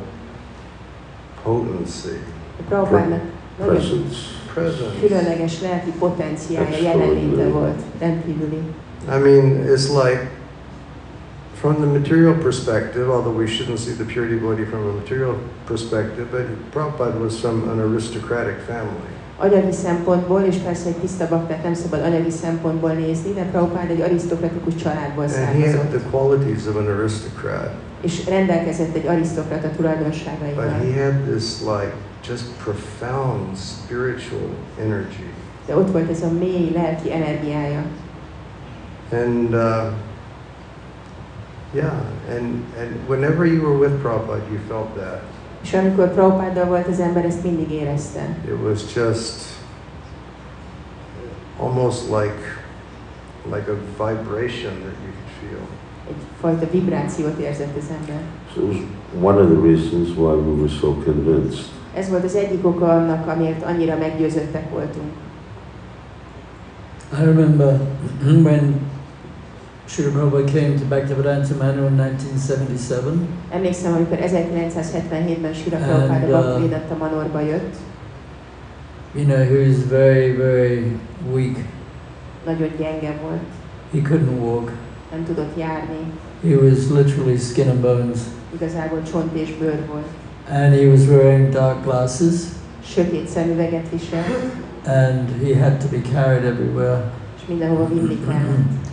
[SPEAKER 5] potency,
[SPEAKER 4] A Prabhupádnak nagyon
[SPEAKER 1] Presence.
[SPEAKER 5] presence.
[SPEAKER 4] különleges lelki potenciálja, jelenléte volt, rendkívüli.
[SPEAKER 5] I mean, it's like, from the material perspective, although we shouldn't see the pure devotee from a material perspective, but Prabhupada was from an aristocratic family.
[SPEAKER 4] Anyagi szempontból, és persze egy tiszta baktát nem szabad anyagi szempontból nézni, de Prabhupád egy arisztokratikus családból
[SPEAKER 5] And he had
[SPEAKER 4] származott,
[SPEAKER 5] the qualities of an aristocrat.
[SPEAKER 4] és rendelkezett egy arisztokrata
[SPEAKER 5] But
[SPEAKER 4] tulajdonságaival.
[SPEAKER 5] he had this like just profound spiritual energy,
[SPEAKER 4] De ott volt ez a mély lelki energiája.
[SPEAKER 5] and uh, yeah, and and whenever you were with Prabhupada, you felt that
[SPEAKER 4] És amikor Prabhupáddal volt az ember, ezt mindig érezte.
[SPEAKER 5] it was just almost like like a vibration that you could feel.
[SPEAKER 4] Egyfajta vibrációt érzett az ember.
[SPEAKER 1] So it was one of the reasons why we were so convinced.
[SPEAKER 4] Ez volt az egyik oka annak, amiért annyira meggyőzöttek voltunk.
[SPEAKER 6] I remember when Srila Prabhupada came to Bhaktivedanta Manor in 1977.
[SPEAKER 4] Emlékszem, amikor 1977-ben Sira
[SPEAKER 6] And,
[SPEAKER 4] Prabhupád
[SPEAKER 6] uh,
[SPEAKER 4] a Bhaktivedanta Manorba jött,
[SPEAKER 6] You know, he was very, very weak.
[SPEAKER 4] nagyon gyenge volt,
[SPEAKER 6] He couldn't walk.
[SPEAKER 4] nem tudott járni,
[SPEAKER 6] He was literally skin and bones.
[SPEAKER 4] igazából csont és bőr volt.
[SPEAKER 6] And he was wearing dark glasses
[SPEAKER 4] Sötét szemüveget viselt,
[SPEAKER 6] and he had to be carried everywhere.
[SPEAKER 4] és mindenhova vinni kellett.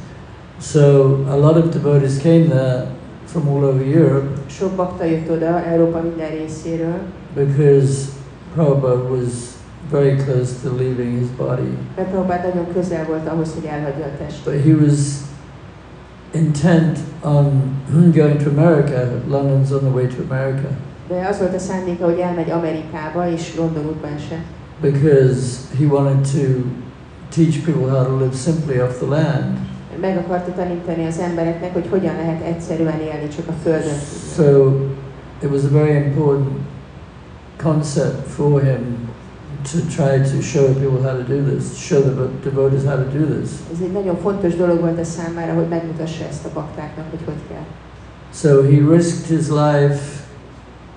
[SPEAKER 6] So a lot of devotees came there from all over Europe
[SPEAKER 4] Sok bakta jött oda, Európa minden részéről,
[SPEAKER 6] because Prabhupada was very close to leaving his body.
[SPEAKER 4] mert Prabhupád nagyon közel volt ahhoz, hogy elhagyja a
[SPEAKER 6] But
[SPEAKER 4] testet.
[SPEAKER 6] he was intent on going to America. London's on the way to America
[SPEAKER 4] De az volt a szándéka, hogy elmegy Amerikába, és London útban se.
[SPEAKER 6] because he wanted to teach people how to live simply off the land.
[SPEAKER 4] Meg akarta tanítani az embereknek, hogy hogyan lehet egyszerűen élni csak a földön.
[SPEAKER 6] So it was a very important concept for him to try to show people how to do this, show the devotees how to do this.
[SPEAKER 4] Ez egy nagyon fontos dolog volt a számára, hogy megmutassa ezt a baktáknak, hogy hogy kell.
[SPEAKER 6] So he risked his life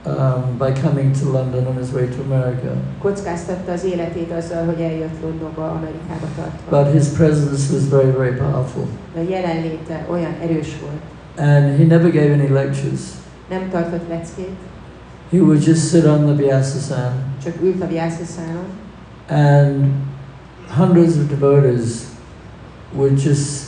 [SPEAKER 6] um, by coming to London on his way to America.
[SPEAKER 4] Kockáztatta az életét azzal, hogy eljött Londonba, Amerikába tartva.
[SPEAKER 6] But his presence was very, very powerful.
[SPEAKER 4] A jelenléte olyan erős volt.
[SPEAKER 6] And he never gave any lectures.
[SPEAKER 4] Nem tartott leckét,
[SPEAKER 6] He would just sit on the Vyasa-san
[SPEAKER 4] Csak ült a Vyászaszálon,
[SPEAKER 6] and hundreds of devotees would just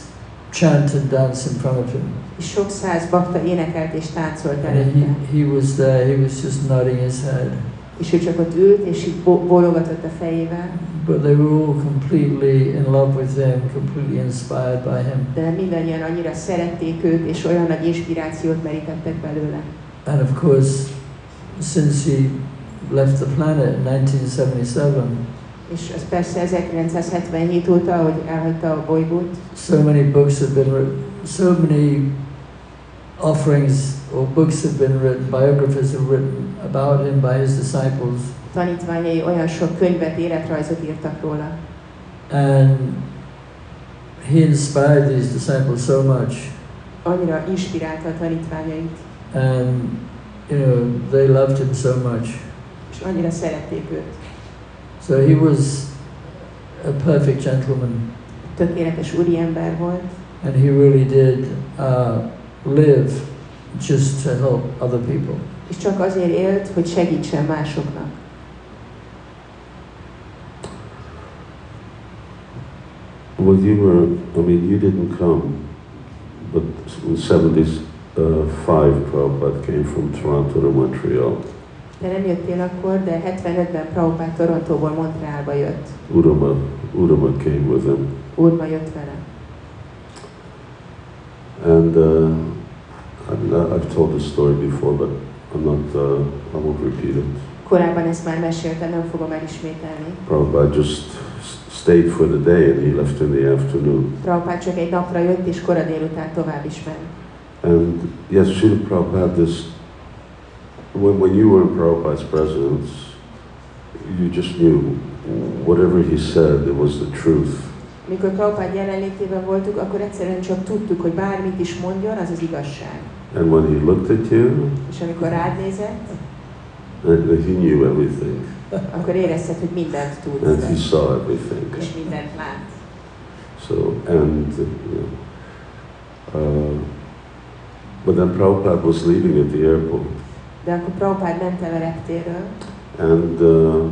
[SPEAKER 6] chant and dance in front of him.
[SPEAKER 4] és sok száz bakta énekelt és táncolt
[SPEAKER 6] And
[SPEAKER 4] előtte.
[SPEAKER 6] he, he was there, he was just nodding his head.
[SPEAKER 4] És ő csak ott ült, és így bo- bólogatott a fejével,
[SPEAKER 6] But they were all completely in love with him, completely inspired by him.
[SPEAKER 4] de mindannyian annyira szerették őt, és olyan nagy inspirációt merítettek belőle.
[SPEAKER 6] And of course, since he left the planet in 1977,
[SPEAKER 4] És az persze 1977 óta, hogy elhagyta a bolygót,
[SPEAKER 6] so many books have been written, so many offerings or books have been written, biographies have written about him by his disciples.
[SPEAKER 4] tanítványai olyan sok könyvet, életrajzot írtak róla.
[SPEAKER 6] And he inspired these disciples so much.
[SPEAKER 4] Annyira inspirálta a tanítványait,
[SPEAKER 6] And, you know, they loved him so much.
[SPEAKER 4] és annyira szerették őt.
[SPEAKER 6] So he was a perfect gentleman.
[SPEAKER 4] Tökéletes úriember volt,
[SPEAKER 6] And he really did uh, live just to help other people.
[SPEAKER 4] és csak azért élt, hogy segítsen másoknak.
[SPEAKER 1] Well, you were, I mean, you didn't come, but in 75 Prabhupada came from Toronto to Montreal.
[SPEAKER 4] Te nem jöttél akkor, de 75-ben Prabhupád Torontóból Montrealba jött.
[SPEAKER 1] Udama, Udama came with him.
[SPEAKER 4] Urma jött vele.
[SPEAKER 1] And uh, I'm not, I've told this story before, but I'm not. Uh, I won't repeat it.
[SPEAKER 4] Korábban ezt már meséltem, nem fogom elismételni.
[SPEAKER 1] Prabhupada just s- stayed for the day and he left in the afternoon.
[SPEAKER 4] Prabhupád csak egy napra jött, és kora délután tovább is ment.
[SPEAKER 1] And yes, Srila Prabhupada, this when, when you were in Prabhupada's presence, you just knew whatever he said, it was the truth.
[SPEAKER 4] Mikor Prabhupád jelenlétében voltuk, akkor egyszerűen csak tudtuk, hogy bármit is mondjon, az az igazság.
[SPEAKER 1] And when he looked at you,
[SPEAKER 4] És amikor rád nézett,
[SPEAKER 1] and he knew everything
[SPEAKER 4] akkor érezted, hogy mindent
[SPEAKER 1] and he
[SPEAKER 4] tudsz,
[SPEAKER 1] saw everything.
[SPEAKER 4] és mindent lát.
[SPEAKER 1] So, and, you know, uh, but then Prabhupada was leaving at the airport,
[SPEAKER 4] De akkor Prabhupád ment el a reptéről,
[SPEAKER 1] and uh,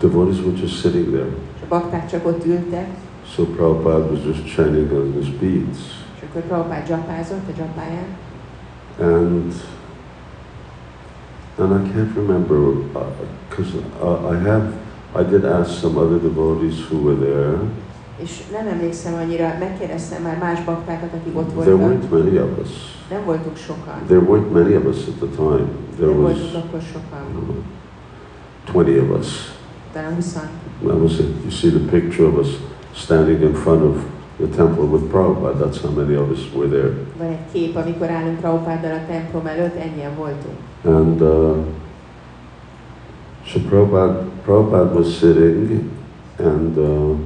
[SPEAKER 1] devotees were just sitting there.
[SPEAKER 4] és a bakták csak ott ültek,
[SPEAKER 1] So Prabhupada was just chanting on his beads.
[SPEAKER 4] és akkor Prabhupád csapázott a csapáján,
[SPEAKER 1] And, and I can't remember, because I, I have, I did ask some other devotees who were there.
[SPEAKER 4] és nem emlékszem annyira, megkérdeztem már más baktákat, akik ott
[SPEAKER 1] There
[SPEAKER 4] voltak.
[SPEAKER 1] weren't many of us.
[SPEAKER 4] Nem voltunk sokan.
[SPEAKER 1] There weren't many of us at the time. There
[SPEAKER 4] Nem
[SPEAKER 1] was
[SPEAKER 4] voltunk
[SPEAKER 1] I
[SPEAKER 4] akkor sokan.
[SPEAKER 1] don't know, 20 of us.
[SPEAKER 4] Talán 20
[SPEAKER 1] That was it. You see the picture of us standing in front of the temple with Prabhupada. That's how many of us were there.
[SPEAKER 4] Van egy kép, amikor állunk Prabhupáddal a templom előtt, ennyien voltunk.
[SPEAKER 1] And uh, so Prabhupada, Prabhupada was sitting, and uh,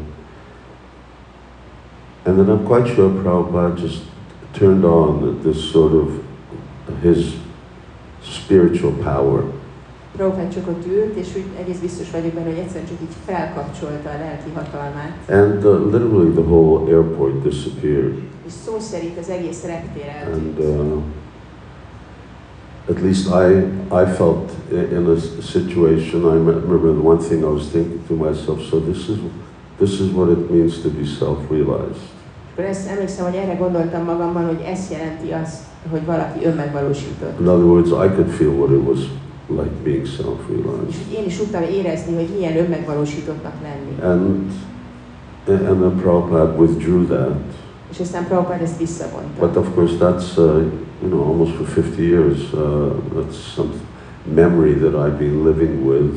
[SPEAKER 1] and then I'm quite sure Prabhupada just turned on this sort of his spiritual power.
[SPEAKER 4] Prabhupád csak ott ült, és úgy egész biztos vagyok benne, hogy egyszerűen csak így felkapcsolta a lelki hatalmát.
[SPEAKER 1] And uh, literally the whole airport disappeared.
[SPEAKER 4] És szó szerint az egész reptér
[SPEAKER 1] And
[SPEAKER 4] eltűnt.
[SPEAKER 1] uh, at least I, I felt i- in a s- situation, I me- remember the one thing I was thinking to myself, so this is, this is what it means to be self-realized.
[SPEAKER 4] Akkor ezt emlékszem, hogy erre gondoltam magamban, hogy ez jelenti azt, hogy valaki önmegvalósított.
[SPEAKER 1] In other words, I could feel what it was like being
[SPEAKER 4] És
[SPEAKER 1] self-realized.
[SPEAKER 4] így én is tudtam érezni, hogy milyen önmegvalósítottnak lenni.
[SPEAKER 1] And, and then Prabhupada withdrew that.
[SPEAKER 4] És aztán Prabhupád ezt visszavonta.
[SPEAKER 1] But of course, that's, uh, you know, almost for 50 years, uh, that's some memory that I've been living with.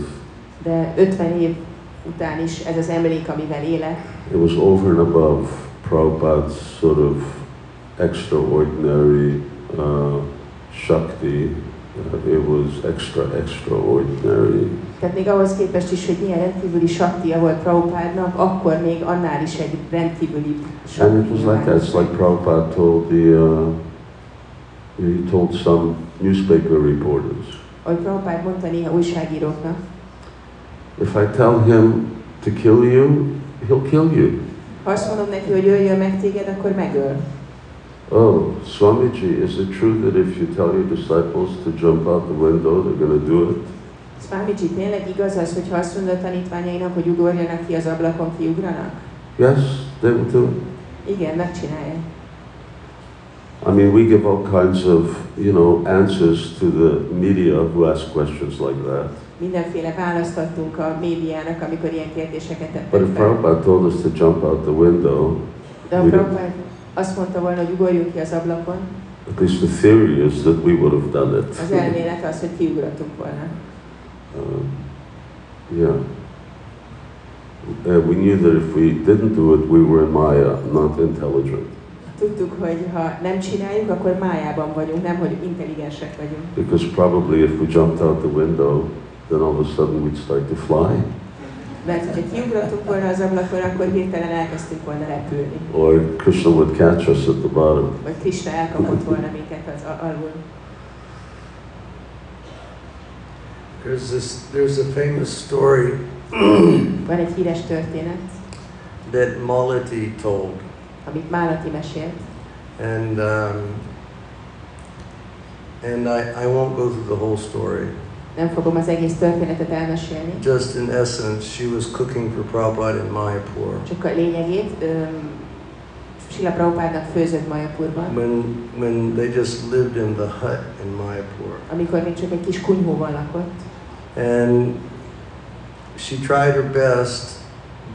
[SPEAKER 4] De 50 év után is ez az emlék, amivel élek,
[SPEAKER 1] It was over and above Prabhupada's sort of extraordinary uh, Shakti. Uh, it was extra, extraordinary.
[SPEAKER 4] Tehát még ahhoz képest is, hogy milyen rendkívüli saktia volt Prabhupádnak, akkor még annál is egy rendkívüli
[SPEAKER 1] And it was like that. It's like Prabhupada told the, uh, he told some newspaper reporters,
[SPEAKER 4] Ahogy Prabhupád mondta néha újságíróknak,
[SPEAKER 1] if I tell him to kill you, he'll kill you.
[SPEAKER 4] ha azt mondom neki, hogy öljön meg téged, akkor megöl.
[SPEAKER 1] Oh, Swamiji, is it true that if you tell your disciples to jump out the window, they're going to do it?
[SPEAKER 4] Swamiji, tényleg igaz az, hogyha azt mondod tanítványainak, hogy ugorjanak ki az ablakon, kiugranak?
[SPEAKER 1] Yes, they will do
[SPEAKER 4] Igen, megcsinálják.
[SPEAKER 1] it. I mean, we give all kinds of, you know, answers to the media who ask questions like that.
[SPEAKER 4] Mindenféle választ adtunk a médiának, amikor ilyen kérdéseket
[SPEAKER 1] But if
[SPEAKER 4] tettek fel.
[SPEAKER 1] Prabhupada told us to jump out the window,
[SPEAKER 4] De a
[SPEAKER 1] Ugye.
[SPEAKER 4] Prabhupád azt mondta volna, hogy ugorjunk ki az ablakon,
[SPEAKER 1] at least the theory is that we would have done
[SPEAKER 4] az
[SPEAKER 1] it.
[SPEAKER 4] elmélet az, hogy kiugrottunk volna.
[SPEAKER 1] Um, yeah. Uh, we knew that if we didn't do it, we were in Maya, not intelligent.
[SPEAKER 4] Tudtuk, hogy ha nem csináljuk, akkor májában vagyunk, nem, hogy intelligensek vagyunk.
[SPEAKER 1] Because probably if we jumped out the window, then all of a sudden we'd start to fly,
[SPEAKER 4] Mert hogyha kiugrottunk volna az ablakon, akkor hirtelen elkezdtünk volna repülni.
[SPEAKER 1] or Krishna would catch us at the bottom.
[SPEAKER 4] Vagy Krista elkapott volna minket az a- alul.
[SPEAKER 5] There's this, there's a famous story
[SPEAKER 4] Van egy híres történet,
[SPEAKER 5] that Malati told,
[SPEAKER 4] amit Málati mesélt,
[SPEAKER 5] and um, and I, I won't go through the whole story.
[SPEAKER 4] nem fogom az egész történetet elmesélni,
[SPEAKER 5] Just in essence, she was cooking for Prabhupada in Mayapur.
[SPEAKER 4] csak a lényegét öm, Sila Prabhupádnak főzött Majapurban,
[SPEAKER 5] When when they just lived in the hut in Mayapur,
[SPEAKER 4] amikor még csak egy kis kunyhóban lakott.
[SPEAKER 5] and she tried her best,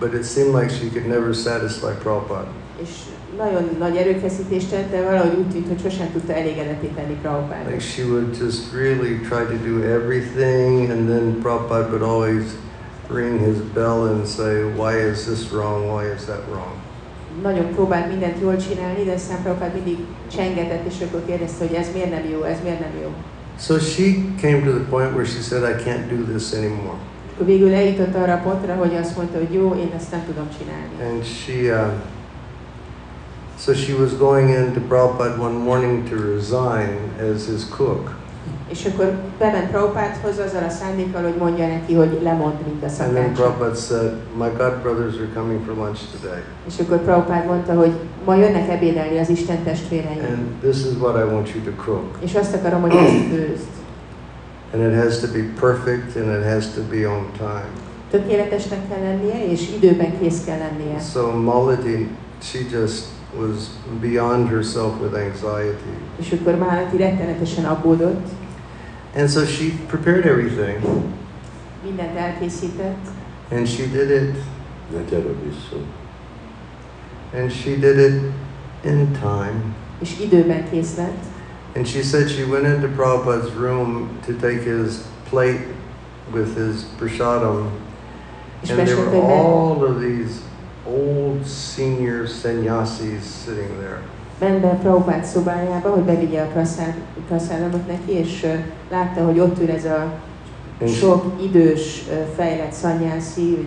[SPEAKER 5] but it seemed like she could never satisfy Prabhupada.
[SPEAKER 4] És nagyon nagy erőfeszítést tett, de valahogy úgy tűnt, hogy sosem tudta elégedetté tenni Prabhupádot.
[SPEAKER 5] Like she would just really try to do everything, and then Prabhupada would always ring his bell and say, Why is this wrong? Why is that wrong?
[SPEAKER 4] Nagyon próbált mindent jól csinálni, de aztán Prabhupád mindig csengetett, és akkor kérdezte, hogy ez miért nem jó, ez miért nem jó.
[SPEAKER 5] So she came to the point where she said, I can't do this anymore.
[SPEAKER 4] Akkor végül eljutott arra a pontra, hogy azt mondta, hogy jó, én ezt nem tudom csinálni.
[SPEAKER 5] And she, uh, so she was going into Prabhupada one morning to resign as his cook.
[SPEAKER 4] És akkor bement Prabhupádhoz azzal a szándékkal, hogy mondja neki, hogy lemond mind a
[SPEAKER 5] And then
[SPEAKER 4] szakácsot.
[SPEAKER 5] Prabhupada said, My god brothers are coming for lunch today,
[SPEAKER 4] És akkor Prabhupád mondta, hogy ma jönnek ebédelni az Isten testvéreim.
[SPEAKER 5] and this is what I want you to cook.
[SPEAKER 4] És azt akarom, hogy ezt főzd.
[SPEAKER 5] And it has to be perfect and it has to be on time.
[SPEAKER 4] Tökéletesnek kell lennie, és időben kész kell lennie.
[SPEAKER 5] So Malati, she just was beyond herself with anxiety.
[SPEAKER 4] És akkor Málati rettenetesen aggódott,
[SPEAKER 5] And so she prepared everything
[SPEAKER 4] mindent elkészített,
[SPEAKER 5] and she did it
[SPEAKER 1] That gotta be so.
[SPEAKER 5] and she did it in time.
[SPEAKER 4] és időben kész lett.
[SPEAKER 5] And she said she went into Prabhupada's room to take his plate with his prasadam.
[SPEAKER 4] És
[SPEAKER 5] And there
[SPEAKER 4] mesélte,
[SPEAKER 5] were
[SPEAKER 4] hogy ben-
[SPEAKER 5] all of these old senior sannyasis sitting there.
[SPEAKER 4] ment be Prabhupád szobájába, hogy bevigye a praszán- praszánamot neki, és ö, látta, hogy ott ül ez a
[SPEAKER 5] And she,
[SPEAKER 4] sok idős, ö, fejlett szanyászi, vagy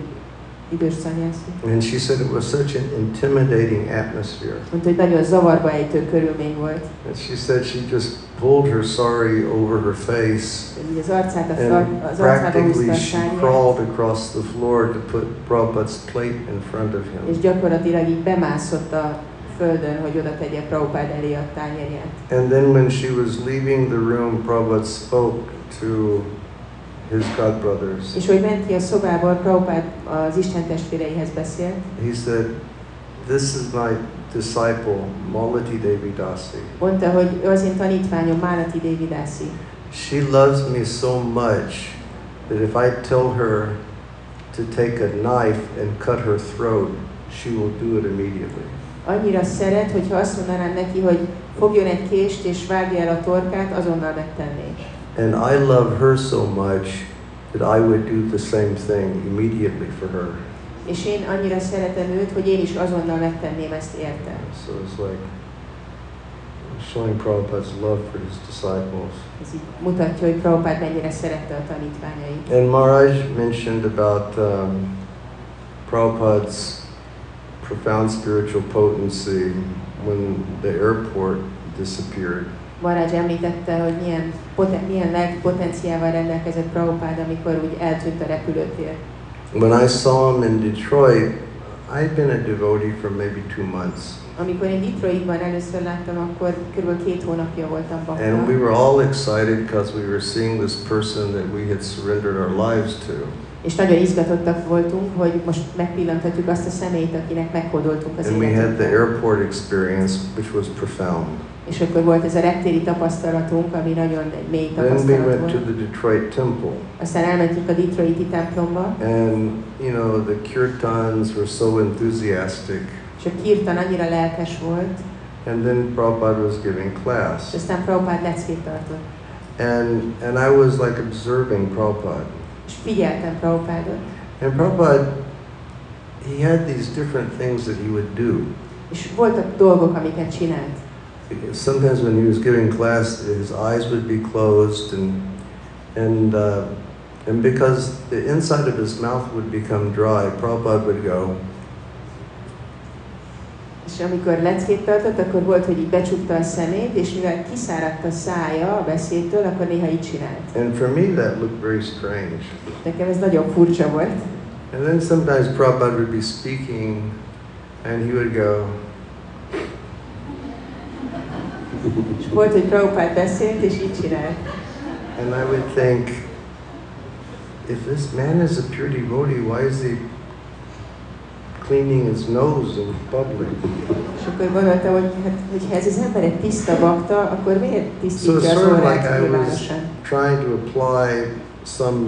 [SPEAKER 4] idős szanyászi.
[SPEAKER 5] and she said it was such an intimidating atmosphere.
[SPEAKER 4] Mondta, hogy nagyon zavarba ejtő körülmény volt,
[SPEAKER 5] And she said she just pulled her sari over her face
[SPEAKER 4] hogy így az arcát a
[SPEAKER 5] and
[SPEAKER 4] far, az arcába húzta
[SPEAKER 5] practically
[SPEAKER 4] a
[SPEAKER 5] she
[SPEAKER 4] sárját,
[SPEAKER 5] crawled across the floor to put Prabhupada's plate in front of
[SPEAKER 4] és
[SPEAKER 5] him.
[SPEAKER 4] gyakorlatilag így bemászott a földön, hogy oda tegye Prabhupád elé a tányérját.
[SPEAKER 5] And then when she was leaving the room, Prabhupada spoke to his god brothers.
[SPEAKER 4] És hogy ment ki a szobából, Prabhupád az Isten testvéreihez beszélt,
[SPEAKER 5] He said, This is my disciple, Malati Devi Dasi.
[SPEAKER 4] mondta, hogy ő az én tanítványom Málati Dévidászi.
[SPEAKER 5] She loves me so much that if I tell her to take a knife and cut her throat, she will do it immediately.
[SPEAKER 4] Annyira szeret, hogyha azt mondanám neki, hogy fogjon egy kést és vágja el a torkát, azonnal megtenné.
[SPEAKER 5] And I love her so much that I would do the same thing immediately for her.
[SPEAKER 4] És én annyira szeretem őt, hogy én is azonnal megtenném ezt érte.
[SPEAKER 5] So it's like showing Prabhupada's love for his disciples.
[SPEAKER 4] Ez így mutatja, hogy Prabhupád mennyire szerette a tanítványait.
[SPEAKER 5] And Maharaj mentioned about um, Prabhupada's profound spiritual potency when the airport disappeared.
[SPEAKER 4] Marács említette, hogy milyen, poten- milyen lelkpotenciával rendelkezett Prabhupád, amikor úgy eltűnt a repülőtér.
[SPEAKER 5] When I saw him in Detroit, I'd been a devotee for maybe two months,
[SPEAKER 4] Amikor én Detroitban először láttam, akkor kb. két hónapja voltam
[SPEAKER 5] and we
[SPEAKER 4] bakta,
[SPEAKER 5] were all excited because we were seeing this person that we had surrendered our lives to.
[SPEAKER 4] és nagyon izgatottak voltunk, hogy most megpillanthatjuk azt a személyt, akinek meghódoltunk az
[SPEAKER 5] And we had the
[SPEAKER 4] életünket.
[SPEAKER 5] airport experience, which was profound.
[SPEAKER 4] És akkor volt ez a reptéri tapasztalatunk, ami nagyon egy mély
[SPEAKER 5] Then we
[SPEAKER 4] tapasztalat
[SPEAKER 5] went to
[SPEAKER 4] volt.
[SPEAKER 5] the Detroit Temple,
[SPEAKER 4] Aztán elmentünk a Detroiti templomba,
[SPEAKER 5] and you know the kirtans were so enthusiastic.
[SPEAKER 4] és a kirtan annyira lelkes volt,
[SPEAKER 5] And then Prabhupada was giving
[SPEAKER 4] és
[SPEAKER 5] class,
[SPEAKER 4] aztán Prabhupád leckét tartott.
[SPEAKER 5] and and I was like observing Prabhupada.
[SPEAKER 4] És figyeltem Prabhupádot.
[SPEAKER 5] And Prabhupada, he had these different things that he would do.
[SPEAKER 4] És voltak dolgok, amiket csinált.
[SPEAKER 5] Sometimes when he was giving class, his eyes would be closed, and and uh, and because the inside of his mouth would become dry, Prabhupada would go,
[SPEAKER 4] És amikor leckét tartott, akkor volt, hogy így becsukta a szemét, és mivel kiszáradt a szája a beszédtől, akkor néha így csinált.
[SPEAKER 5] and for me that looked very strange.
[SPEAKER 4] Nekem ez nagyon furcsa volt.
[SPEAKER 5] And then sometimes Prabhupada would be speaking, and he would go,
[SPEAKER 4] És volt, hogy Prabhupád beszélt, és így csinált.
[SPEAKER 5] and I would think, if this man is a pure devotee, why is he cleaning his nose in public?
[SPEAKER 4] És akkor gondoltam, hogy hát, hogyha ez az ember egy tiszta bakta, akkor miért
[SPEAKER 5] So
[SPEAKER 4] tisztítja
[SPEAKER 5] it's
[SPEAKER 4] az
[SPEAKER 5] sort of like I was-
[SPEAKER 4] órát nyilvánosan?
[SPEAKER 5] trying to apply some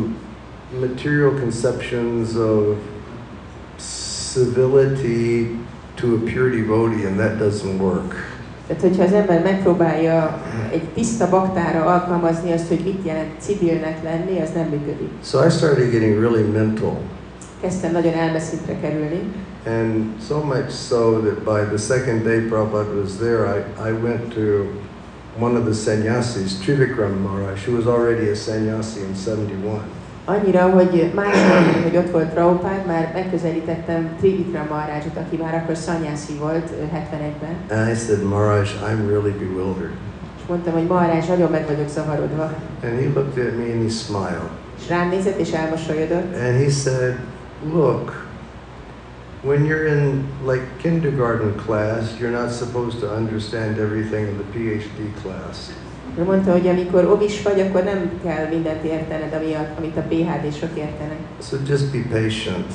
[SPEAKER 5] material conceptions of civility to a pure devotee, and that doesn't work.
[SPEAKER 4] Tehát, hogyha az ember megpróbálja egy tiszta baktára alkalmazni azt, hogy mit jelent civilnek lenni, az nem működik.
[SPEAKER 5] So I started getting really mental,
[SPEAKER 4] Kezdtem nagyon elmeszintre kerülni,
[SPEAKER 5] and so much so that by the second day Prabhupada was there, I, I went to one of the sannyasis, Trivikram Maharaj, who was already a sannyasi in 71.
[SPEAKER 4] annyira, hogy másnap, hogy ott volt Prabhupád, már megközelítettem Trivitra Maharajot, aki már akkor szanyászi volt ö, 71-ben,
[SPEAKER 5] And I said, Maharaj, I'm really bewildered.
[SPEAKER 4] és mondtam, hogy Maharaj, nagyon meg vagyok zavarodva.
[SPEAKER 5] And he looked at me and he smiled.
[SPEAKER 4] És rám nézett és elmosolyodott,
[SPEAKER 5] And he said, Look, when you're in like kindergarten class, you're not supposed to understand everything in the PhD class.
[SPEAKER 4] Ő mondta, hogy amikor ovis vagy, akkor nem kell mindent értened, ami a, amit a PHD-sok értenek
[SPEAKER 5] So just be patient.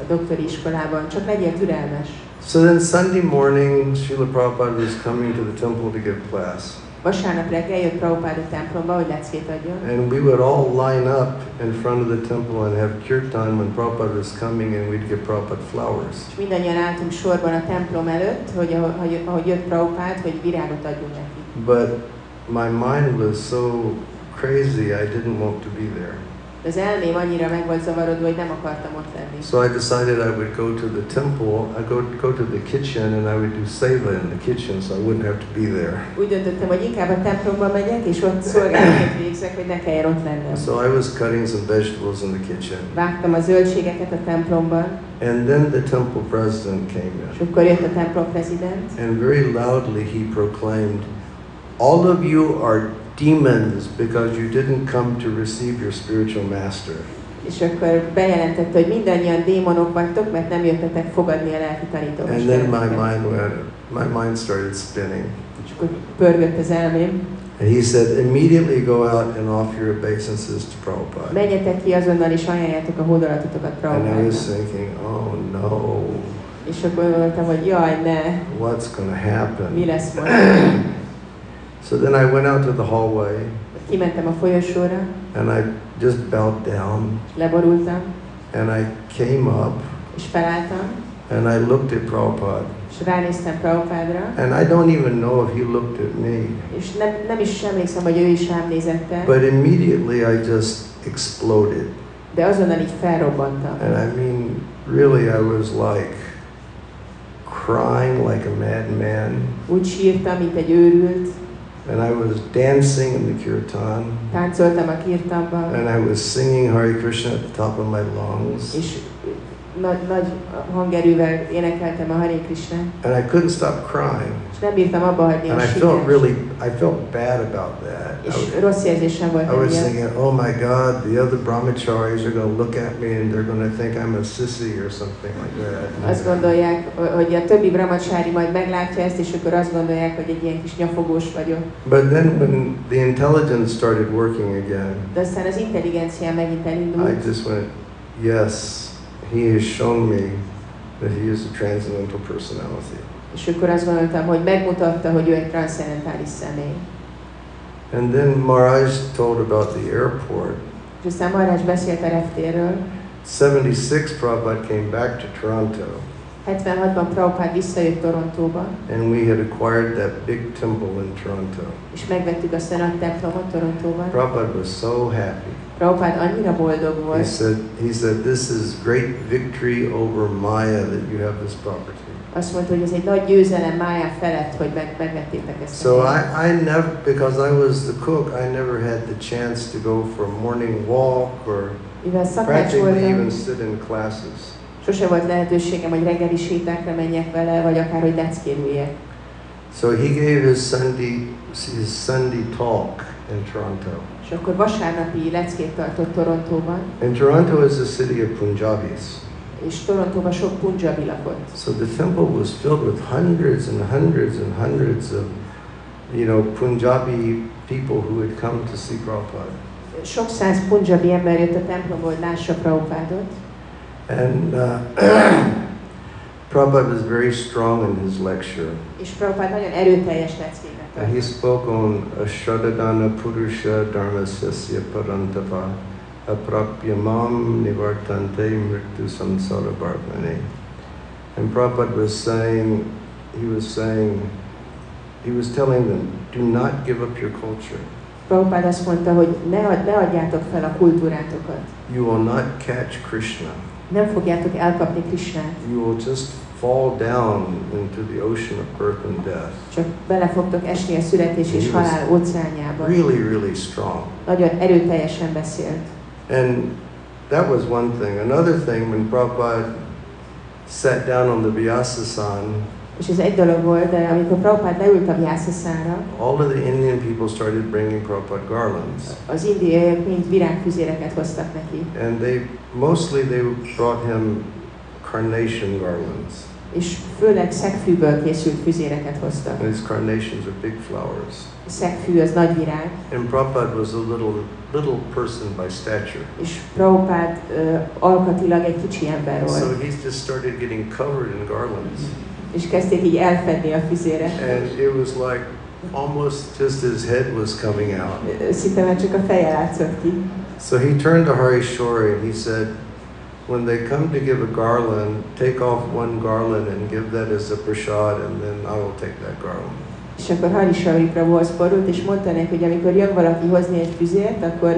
[SPEAKER 4] a doktori iskolában, csak legyél türelmes.
[SPEAKER 5] So then Sunday morning, Srila Prabhupada was coming to the temple to give class.
[SPEAKER 4] Vasárnap reggel jött Prabhupád a templomba, hogy leckét adjon,
[SPEAKER 5] And we would all line up in front of the temple and have kirtan when Prabhupada was coming, and we'd give Prabhupada flowers.
[SPEAKER 4] és mindannyian álltunk sorban a templom előtt, hogy ahogy, ahogy- ahogy jött Prabhupád, hogy virágot adjunk neki.
[SPEAKER 5] But my mind was so crazy, I didn't want to be there.
[SPEAKER 4] De Az elmém annyira meg volt zavarodva, hogy nem akartam ott lenni.
[SPEAKER 5] So I decided I would go to the temple, I go go to the kitchen, and I would do seva in the kitchen, so I wouldn't have to be there.
[SPEAKER 4] Úgy döntöttem, hogy inkább a templomba megyek, és ott szolgálatot végzek, hogy ne kelljen ott lennem.
[SPEAKER 5] So I was cutting some vegetables in the kitchen,
[SPEAKER 4] Vágtam a zöldségeket a templomban,
[SPEAKER 5] and then the temple president came
[SPEAKER 4] és
[SPEAKER 5] in,
[SPEAKER 4] akkor jött a templom prezident,
[SPEAKER 5] and very loudly he proclaimed, "All of you are demons because you didn't come to receive your spiritual master."
[SPEAKER 4] és akkor bejelentette, hogy mindannyian démonok vagytok, mert nem jöttetek fogadni a lelki
[SPEAKER 5] And then my
[SPEAKER 4] tanítómestereket.
[SPEAKER 5] mind went, my mind started spinning.
[SPEAKER 4] És akkor pörgött az elmém.
[SPEAKER 5] And he said, "Immediately go out and offer your obeisances to Prabhupada."
[SPEAKER 4] Menjetek ki azonnal, és ajánljátok a hódolatotokat
[SPEAKER 5] And I
[SPEAKER 4] Prabhupádnak.
[SPEAKER 5] was thinking, oh no,
[SPEAKER 4] És akkor mondtam, hogy jaj, ne,
[SPEAKER 5] what's going to
[SPEAKER 4] mi
[SPEAKER 5] happen?
[SPEAKER 4] lesz most?
[SPEAKER 5] So then I went out to the hallway
[SPEAKER 4] Kimentem a folyosóra,
[SPEAKER 5] and I just bowed down
[SPEAKER 4] leborultam,
[SPEAKER 5] and I came up
[SPEAKER 4] és felálltam,
[SPEAKER 5] and I looked at Prabhupada.
[SPEAKER 4] és ránéztem Prabhupádra,
[SPEAKER 5] And I don't even know if he looked at me,
[SPEAKER 4] és nem, nem is emlékszem, hogy ő is rám nézett el,
[SPEAKER 5] but immediately I just exploded.
[SPEAKER 4] de azonnal így felrobbantam.
[SPEAKER 5] And I mean, really, I was like crying like a madman.
[SPEAKER 4] Úgy sírtam, mint egy őrült,
[SPEAKER 5] And I was dancing in the kirtan
[SPEAKER 4] táncoltam a kirtamban,
[SPEAKER 5] and I was singing Hare Krishna at the top of my lungs.
[SPEAKER 4] és nagy, nagy hangerővel énekeltem a Hare Krishna,
[SPEAKER 5] And I couldn't stop crying.
[SPEAKER 4] és nem bírtam abba hagyni
[SPEAKER 5] And
[SPEAKER 4] a
[SPEAKER 5] I felt
[SPEAKER 4] sikert.
[SPEAKER 5] really, I felt bad about that. I was-
[SPEAKER 4] És rossz érzésem volt
[SPEAKER 5] I was
[SPEAKER 4] emiatt.
[SPEAKER 5] thinking, oh my God, the other brahmacharis are going to look at me and they're going to think I'm a sissy or something like
[SPEAKER 4] Azt
[SPEAKER 5] that.
[SPEAKER 4] gondolják, hogy a többi brahmacsári majd meglátja ezt, és akkor azt gondolják, hogy egy ilyen kis nyafogós vagyok.
[SPEAKER 5] But then when the intelligence started working again,
[SPEAKER 4] De aztán az intelligenciám megint
[SPEAKER 5] I
[SPEAKER 4] elindult,
[SPEAKER 5] just went, yes, he has shown me that he is a transcendental personality.
[SPEAKER 4] és akkor azt gondoltam, hogy megmutatta, hogy ő egy transzendentális személy.
[SPEAKER 5] And then Maharaj told about the airport.
[SPEAKER 4] És aztán Marás beszélt a reptérről.
[SPEAKER 5] 76, Prabhupada came back to Toronto
[SPEAKER 4] 76-ban Prabhupád visszajött Torontóba,
[SPEAKER 5] and we had acquired that big temple in Toronto.
[SPEAKER 4] és megvettük azt a nagy templomot Torontóban.
[SPEAKER 5] Prabhupada was so happy.
[SPEAKER 4] Prabhupád annyira boldog
[SPEAKER 5] He
[SPEAKER 4] volt,
[SPEAKER 5] said, he said, this is great victory over Maya that you have this property.
[SPEAKER 4] azt mondta, hogy ez egy nagy győzelem májá felett, hogy meg, megvettétek ezt. a
[SPEAKER 5] So
[SPEAKER 4] helyet.
[SPEAKER 5] I, I never, because I was the cook, I never had the chance to go for a morning walk or
[SPEAKER 4] Mivel szakács
[SPEAKER 5] practically
[SPEAKER 4] voltam,
[SPEAKER 5] even sit in classes.
[SPEAKER 4] sose volt lehetőségem, hogy reggeli sétákra menjek vele, vagy akár, hogy leckérüljek.
[SPEAKER 5] So he gave his Sunday, his Sunday talk in Toronto.
[SPEAKER 4] És akkor vasárnapi leckét tartott Torontóban,
[SPEAKER 5] And Toronto is the city of Punjabis.
[SPEAKER 4] és Torontóban sok punjabi lakott.
[SPEAKER 5] So the temple was filled with hundreds and hundreds and hundreds of, you know, Punjabi people who had come to see Prabhupada.
[SPEAKER 4] Sok száz punjabi ember jött a templomba, hogy lássa Prabhupádot,
[SPEAKER 5] And uh, Prabhupada was very strong in his lecture.
[SPEAKER 4] és Prabhupád nagyon erőteljes leckének
[SPEAKER 5] And
[SPEAKER 4] tartott.
[SPEAKER 5] he spoke on Ashradadana Purusha Dharma Sasya Parantapa Aprapyamam Nivartante Mritu Samsara Bharmane. And Prabhupada was saying, he was saying, he was telling them, do not give up your culture.
[SPEAKER 4] Prabhupád azt mondta, hogy ne, ad- ne adjátok fel a kultúrátokat.
[SPEAKER 5] You will not catch Krishna.
[SPEAKER 4] Nem fogjátok elkapni Krisnát,
[SPEAKER 5] You will just fall down into the ocean of birth and death.
[SPEAKER 4] csak bele fogtok esni a születés és halál óceánjába.
[SPEAKER 5] Really, really strong.
[SPEAKER 4] Nagyon erőteljesen beszélt.
[SPEAKER 5] And that was one thing. Another thing, when Prabhupada sat down on the Vyasasan,
[SPEAKER 4] És ez egy dolog volt, de amikor Prabhupád leült a vyászaszára,
[SPEAKER 5] all of the Indian people started bringing Prabhupada garlands.
[SPEAKER 4] az indiaiak mind virágfüzéreket hoztak neki,
[SPEAKER 5] And they mostly they brought him carnation garlands.
[SPEAKER 4] és főleg szegfűből készült füzéreket hoztak.
[SPEAKER 5] And these carnations are big flowers.
[SPEAKER 4] A szegfű az nagy virág,
[SPEAKER 5] And Prabhupada was a little little person by stature.
[SPEAKER 4] és Prabhupád ö, alkatilag egy kicsi ember
[SPEAKER 5] So
[SPEAKER 4] volt,
[SPEAKER 5] he just started getting covered in garlands.
[SPEAKER 4] és kezdték így elfedni a füzére.
[SPEAKER 5] And it was like almost just his head was coming out.
[SPEAKER 4] Ö, Szinte már csak a feje látszott ki.
[SPEAKER 5] So he turned to Hari Shori and he said, When they come to give a garland, take off one garland and give that as a prashad, and then I will take that garland.
[SPEAKER 4] És akkor Hari Sauri Prabhuhoz fordult, és mondta neki, hogy amikor jön valaki hozni egy füzért, akkor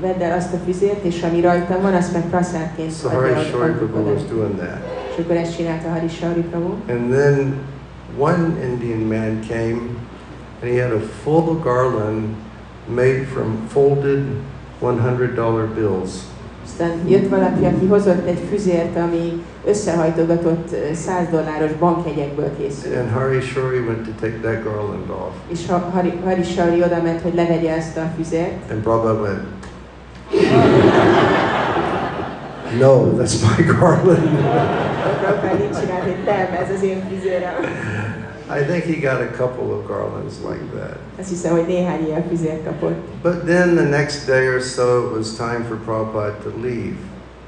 [SPEAKER 4] vedd el azt a füzért, és ami rajta van, azt meg praszátként
[SPEAKER 5] So
[SPEAKER 4] adja
[SPEAKER 5] Szóval Hari
[SPEAKER 4] a-
[SPEAKER 5] Shori
[SPEAKER 4] adjuk
[SPEAKER 5] Prabhu was
[SPEAKER 4] oda.
[SPEAKER 5] doing that.
[SPEAKER 4] És akkor ezt csinálta Hari Sauri Prabhu.
[SPEAKER 5] And then one Indian man came and he had a full garland made from folded $100 bills.
[SPEAKER 4] Aztán jött valaki, aki hozott egy füzért, ami összehajtogatott ö, 100 dolláros bankjegyekből készült.
[SPEAKER 5] And Hari Shori went to take that garland off.
[SPEAKER 4] És ha- Hari, Hari Sauri oda ment, hogy levegye ezt a füzért,
[SPEAKER 5] And Prabhupada went, No, that's my garland.
[SPEAKER 4] akkor így csinált, hogy nem, ez az én füzérem.
[SPEAKER 5] I think he got a couple of garlands like that.
[SPEAKER 4] Azt hiszem, hogy néhány ilyen füzért kapott.
[SPEAKER 5] But then the next day or so, it was time for Prabhupada to leave.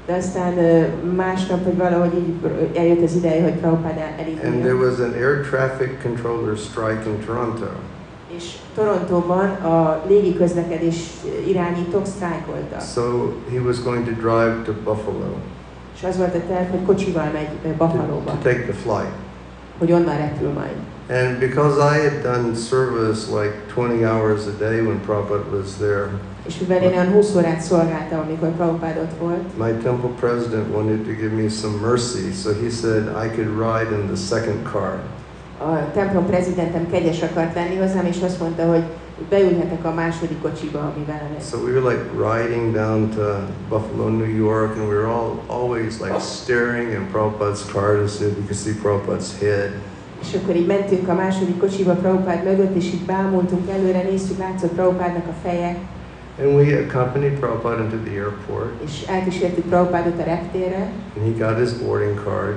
[SPEAKER 4] De aztán ö, másnap, hogy valahogy így eljött az ideje, hogy Prabhupád el-
[SPEAKER 5] And there
[SPEAKER 4] elinduljon.
[SPEAKER 5] was an air traffic controller strike in Toronto.
[SPEAKER 4] És Torontóban a légiközlekedés irányítók sztrájkoltak.
[SPEAKER 5] So he was going to drive to Buffalo
[SPEAKER 4] És az volt a terv, hogy kocsival megy ö,
[SPEAKER 5] to,
[SPEAKER 4] Buffalóba,
[SPEAKER 5] to take the flight.
[SPEAKER 4] hogy onnan repül majd.
[SPEAKER 5] And because I had done service like 20 hours a day when Prabhupada was there,
[SPEAKER 4] És mivel én olyan 20 órát szolgáltam, amikor Prabhupád ott volt,
[SPEAKER 5] my temple president wanted to give me some mercy, so he said I could ride in the second car.
[SPEAKER 4] a templom prezidentem kegyes akart lenni hozzám, és azt mondta, hogy beülhetek a második kocsiba, amivel a
[SPEAKER 5] So we were like riding down to Buffalo, New York, and we were all always like staring in Prabhupada's car to see if we could see Prabhupada's head.
[SPEAKER 4] És akkor így mentünk a második kocsiba Prabhupád mögött, és így bámultunk előre, néztük, látszott Prabhupádnak a feje,
[SPEAKER 5] And we accompanied Prabhupada into the airport,
[SPEAKER 4] és elkísértük Prabhupádot a reptérre,
[SPEAKER 5] and he got his boarding card.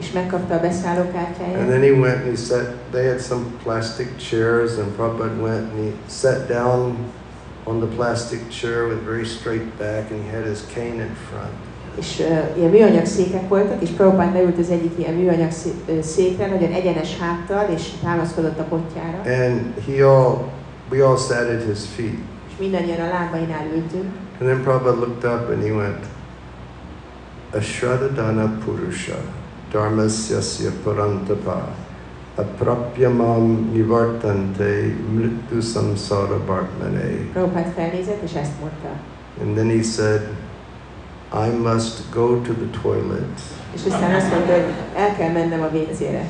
[SPEAKER 4] és megkapta a
[SPEAKER 5] And
[SPEAKER 4] beszállókártyáját.
[SPEAKER 5] then he went and he sat, they had some plastic chairs, and Prabhupada went and he sat down on the plastic chair with very straight back, and he had his cane in front.
[SPEAKER 4] És uh, ilyen műanyag székek voltak, és Prabhupád leült az egyik ilyen műanyag szé- ö, székre, nagyon egyenes háttal, és támaszkodott a botjára,
[SPEAKER 5] E- And he all, we all sat at his feet.
[SPEAKER 4] és mindannyian a lábainál ültünk.
[SPEAKER 5] And then Prabhupada looked up and he went, Ashradadana Purusha, Dharmasyasya Parantapa, Aprapyamam Nivartante, Mritu Samsara Bhartmane.
[SPEAKER 4] Prabhupád felnézett, és ezt mondta.
[SPEAKER 5] And then he said, I must go to the toilet,
[SPEAKER 4] És aztán azt mondta, hogy el kell mennem a WC-re.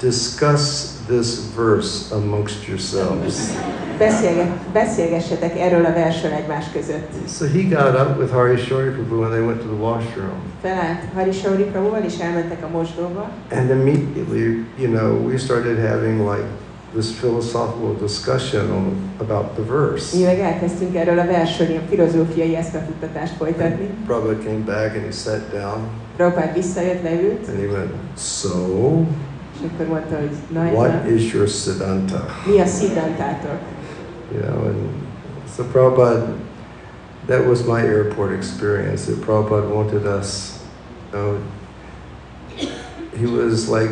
[SPEAKER 5] discuss this verse amongst yourselves.
[SPEAKER 4] Beszélget, beszélgessetek erről a versről egymás között.
[SPEAKER 5] so he got up with Hari Shori Prabhu when they went to the washroom.
[SPEAKER 4] Felállt Harisauri Prabhuval, és elmentek a mosdóba,
[SPEAKER 5] And immediately, you know, we started having like this philosophical discussion on, about the verse.
[SPEAKER 4] mi meg elkezdtünk erről a versről ilyen filozófiai eszmefuttatást folytatni.
[SPEAKER 5] Prabhupada came back and he sat down
[SPEAKER 4] Prabhupád visszajött, leült,
[SPEAKER 5] and he went, So,
[SPEAKER 4] és akkor mondta, hogy na, ez
[SPEAKER 5] what
[SPEAKER 4] a-
[SPEAKER 5] is your Siddhanta?
[SPEAKER 4] mi a szidantátok?
[SPEAKER 5] You know, and so Prabhupada, that was my airport experience that Prabhupada wanted us, you know, he was like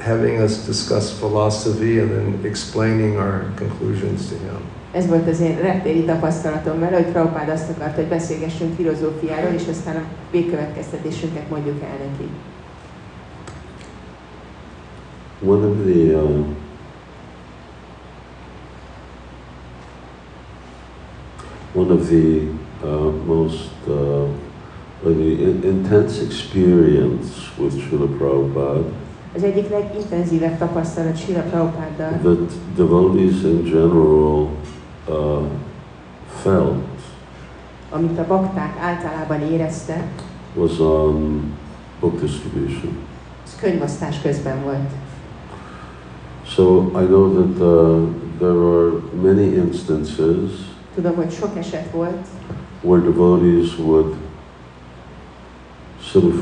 [SPEAKER 5] having us discuss philosophy and then explaining our conclusions to him.
[SPEAKER 4] Ez volt az én reptéri tapasztalatom vele, hogy Prabhupád azt akarta, hogy beszélgessünk filozófiáról, és aztán a végkövetkeztetésünket mondjuk el neki.
[SPEAKER 1] One of the uh, one of the uh, most uh, or the in- intense experience with Srila Prabhupada
[SPEAKER 4] Az egyik legintenzívebb tapasztalat Sila Prabhupáddal,
[SPEAKER 1] that devotees in general uh, felt
[SPEAKER 4] amit a bakták általában éreztek,
[SPEAKER 1] was on book distribution.
[SPEAKER 4] az könyvosztás közben volt.
[SPEAKER 1] So I know that uh, there are many instances
[SPEAKER 4] Tudom, hogy sok eset volt,
[SPEAKER 1] where devotees would sort of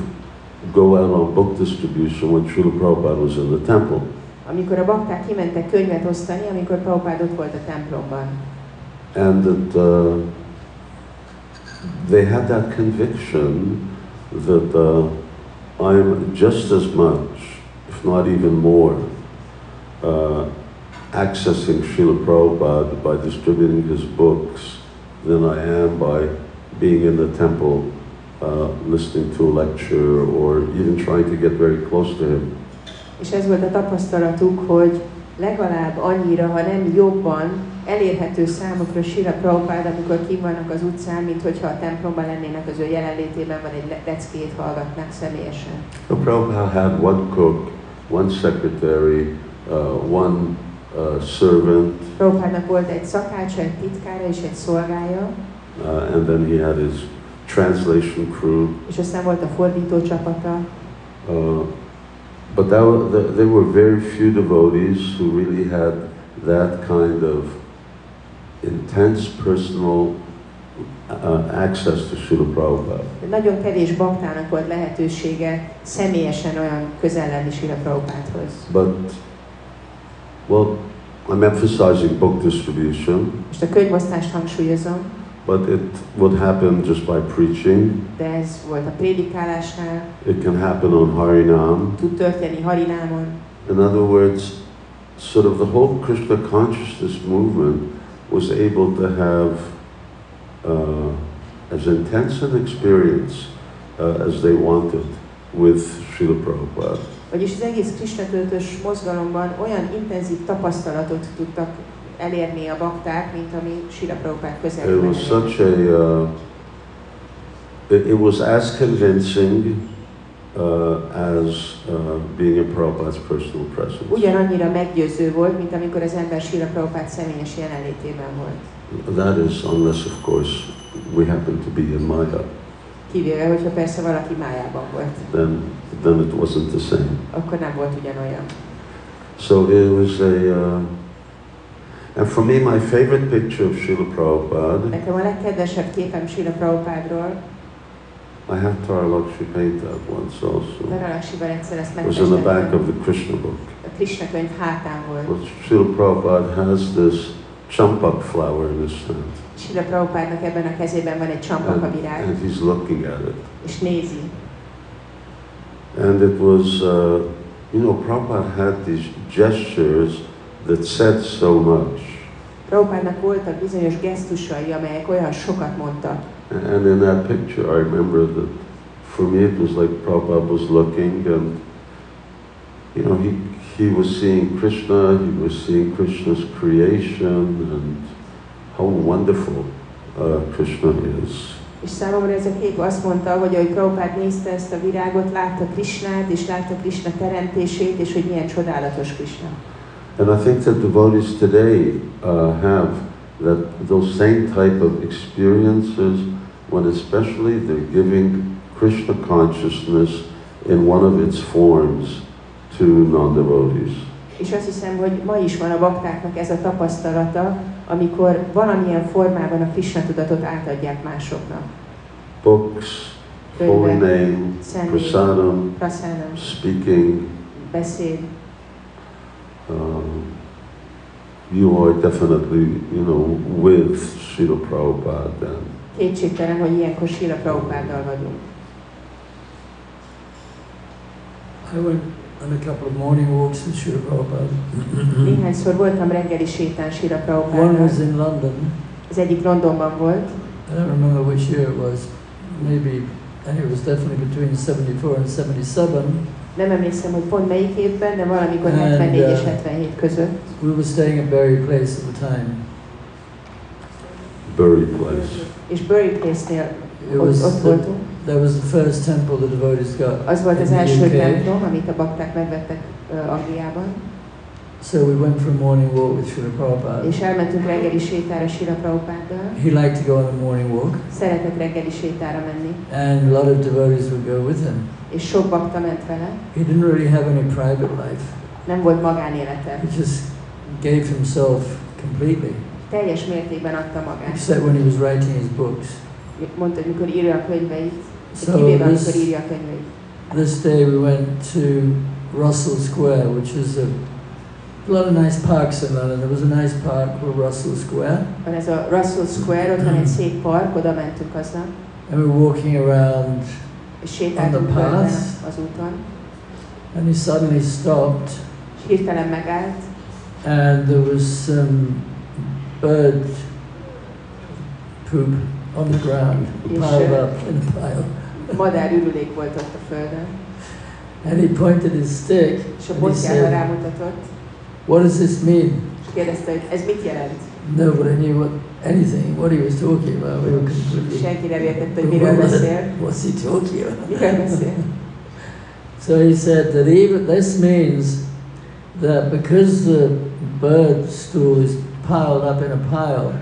[SPEAKER 1] go out on book distribution when Srila Prabhupada was in the temple.
[SPEAKER 4] amikor a bakták kimentek könyvet osztani, amikor Prabhupád ott volt a templomban.
[SPEAKER 1] And that uh, they had that conviction that uh, I'm just as much, if not even more, uh, accessing Srila Prabhupada by distributing his books than I am by being in the temple uh, listening to a lecture or even trying to get very close to him.
[SPEAKER 4] És ez volt a tapasztalatuk, hogy legalább annyira, ha nem jobban elérhető számokra Sila Prabhupád, amikor kim vannak az utcán, mint hogyha a templomban lennének az ő jelenlétében, van egy le- leckét hallgatnák személyesen.
[SPEAKER 1] So Prabhupada had one cook, one secretary, uh, one uh, servant,
[SPEAKER 4] Prabhupádnak volt egy szakácsa, egy titkára és egy szolgája,
[SPEAKER 1] uh, and then he had his translation crew.
[SPEAKER 4] és aztán volt a fordító csapata,
[SPEAKER 1] Uh, but that, wa- th- there were very few devotees who really had that kind of intense personal uh, access to Srila Prabhupada.
[SPEAKER 4] Nagyon kevés baktának volt lehetősége személyesen olyan közel lenni Sila Prabhupádhoz.
[SPEAKER 1] But, well, I'm emphasizing book distribution,
[SPEAKER 4] Most a könyvosztást hangsúlyozom,
[SPEAKER 1] but it would happen just by preaching.
[SPEAKER 4] de ez volt a prédikálásnál,
[SPEAKER 1] It can happen on Harinam.
[SPEAKER 4] tud történni Harinámon.
[SPEAKER 1] In other words, sort of the whole Krishna consciousness movement was able to have uh, as intense an experience uh, as they wanted with Srila Prabhupada.
[SPEAKER 4] Vagyis az egész Krisnatöltös mozgalomban olyan intenzív tapasztalatot tudtak elérni a bakták, mint ami Sila Prabhupád
[SPEAKER 1] It
[SPEAKER 4] közelében.
[SPEAKER 1] was
[SPEAKER 4] elért.
[SPEAKER 1] such a, uh, it, it was as convincing uh, as uh, being in Prabhupada's personal presence.
[SPEAKER 4] Ugyanannyira meggyőző volt, mint amikor az ember Sila Prabhupád személyes jelenlétében volt.
[SPEAKER 1] That is, unless of course we happen to be in Maya,
[SPEAKER 4] Kivéve, hogyha persze valaki májában volt,
[SPEAKER 1] then then it wasn't the same.
[SPEAKER 4] akkor nem volt ugyanolyan.
[SPEAKER 1] So it was a. Uh, and for me, my favorite picture of Srila Prabhupada,
[SPEAKER 4] Nekem a legkedvesebb képem Sila Prabhupádról,
[SPEAKER 1] I had Taralakshi paint that once also.
[SPEAKER 4] Daralaksiban egyszer ezt
[SPEAKER 1] It was in the back
[SPEAKER 4] megfestettem.
[SPEAKER 1] of the Krishna book.
[SPEAKER 4] A Krishna könyv hátán volt.
[SPEAKER 1] But Srila Prabhupada has this champak flower in his hand,
[SPEAKER 4] Sila Prabhupádnak ebben a kezében van egy csampaka virág,
[SPEAKER 1] and he's looking at it.
[SPEAKER 4] és nézi.
[SPEAKER 1] And it was, uh, you know, Prabhupada had these gestures that said so much.
[SPEAKER 4] Prabhupádnak voltak bizonyos gesztusai, amelyek olyan sokat mondtak.
[SPEAKER 1] And in that picture, I remember that for me it was like Prabhupada was looking and, you know, he, he was seeing Krishna, he was seeing Krishna's creation and how wonderful uh, Krishna is.
[SPEAKER 4] És számomra ez a kép azt mondta, hogy ahogy Prabhupád nézte ezt a virágot, látta Krisnát, és látta Krishna teremtését, és hogy milyen csodálatos Krishna.
[SPEAKER 1] And I think that devotees today uh, have that those same type of experiences when especially they're giving Krishna consciousness in one of its forms to non-devotees.
[SPEAKER 4] És azt hiszem, hogy ma is van a baktáknak ez a tapasztalata, amikor valamilyen formában a Krishna tudatot átadják másoknak.
[SPEAKER 1] Books, holy
[SPEAKER 4] Könyvek,
[SPEAKER 1] name,
[SPEAKER 4] személy,
[SPEAKER 1] prasadam,
[SPEAKER 4] prasánam,
[SPEAKER 1] speaking,
[SPEAKER 4] beszéd.
[SPEAKER 1] um, you are definitely, you know, with Srila Prabhupada then.
[SPEAKER 4] Kétségtelen, hogy ilyenkor Sila Prabhupáddal vagyunk.
[SPEAKER 6] I went on a couple of morning walks with Srila Prabhupada.
[SPEAKER 4] Néhányszor voltam reggeli sétán Sila
[SPEAKER 6] One
[SPEAKER 4] Prabhupáddal.
[SPEAKER 6] was in London.
[SPEAKER 4] Az egyik Londonban volt,
[SPEAKER 6] I don't remember which year it was. Maybe, and it was definitely between 74 and 77.
[SPEAKER 4] nem emlékszem, hogy pont melyik évben, de valamikor 74 és 77 között.
[SPEAKER 6] We were staying at Berry Place at the time.
[SPEAKER 1] Buried place.
[SPEAKER 4] És Bury Place-nél
[SPEAKER 6] It
[SPEAKER 4] ott,
[SPEAKER 6] was
[SPEAKER 4] ott
[SPEAKER 6] the,
[SPEAKER 4] voltunk.
[SPEAKER 6] that was the first temple the devotees got.
[SPEAKER 4] Az volt az
[SPEAKER 6] in the
[SPEAKER 4] első
[SPEAKER 6] UK.
[SPEAKER 4] templom, amit a bakták megvettek ö, Angliában.
[SPEAKER 6] So we went for a morning walk with Srila Prabhupada.
[SPEAKER 4] És elmentünk reggeli sétára Sila Prabhupáddal.
[SPEAKER 6] He liked to go on a morning walk,
[SPEAKER 4] Szeretett reggeli sétára menni,
[SPEAKER 6] and a lot of devotees would go with him.
[SPEAKER 4] és sok bakta ment vele.
[SPEAKER 6] He didn't really have any private life.
[SPEAKER 4] Nem volt magánélete.
[SPEAKER 6] He just gave himself completely,
[SPEAKER 4] Teljes mértékben adta magát.
[SPEAKER 6] except when he was writing his books.
[SPEAKER 4] Mondta, hogy mikor írja a könyveit,
[SPEAKER 6] So
[SPEAKER 4] kivéve amikor
[SPEAKER 6] this,
[SPEAKER 4] írja a könyveit.
[SPEAKER 6] this day we went to Russell Square, which is a, a lot of nice parks in London. There was a nice park called Russell Square,
[SPEAKER 4] Van ez a Russell Square, ott van
[SPEAKER 6] Hmm.
[SPEAKER 4] egy szép park, oda mentünk aznap,
[SPEAKER 6] and we were walking around,
[SPEAKER 4] és sétáltunk
[SPEAKER 6] On the
[SPEAKER 4] körben
[SPEAKER 6] path.
[SPEAKER 4] az úton.
[SPEAKER 6] and he suddenly stopped,
[SPEAKER 4] És hirtelen megállt,
[SPEAKER 6] and there was some bird poop on the ground,
[SPEAKER 4] Yes,
[SPEAKER 6] piled
[SPEAKER 4] sir.
[SPEAKER 6] up in a pile.
[SPEAKER 4] madár ürülék volt ott a földön,
[SPEAKER 6] And he pointed his stick,
[SPEAKER 4] és a
[SPEAKER 6] And he
[SPEAKER 4] botjával
[SPEAKER 6] said-
[SPEAKER 4] rámutatott,
[SPEAKER 6] what does this mean?
[SPEAKER 4] és kérdezte, hogy ez mit jelent?
[SPEAKER 6] Nobody knew what anything what he was talking about. We were completely
[SPEAKER 4] Senki nem értette, hogy miről beszél.
[SPEAKER 6] what's he talking about?
[SPEAKER 4] Miről beszél?
[SPEAKER 6] So he said that even this means that because the bird stool is piled up in a pile,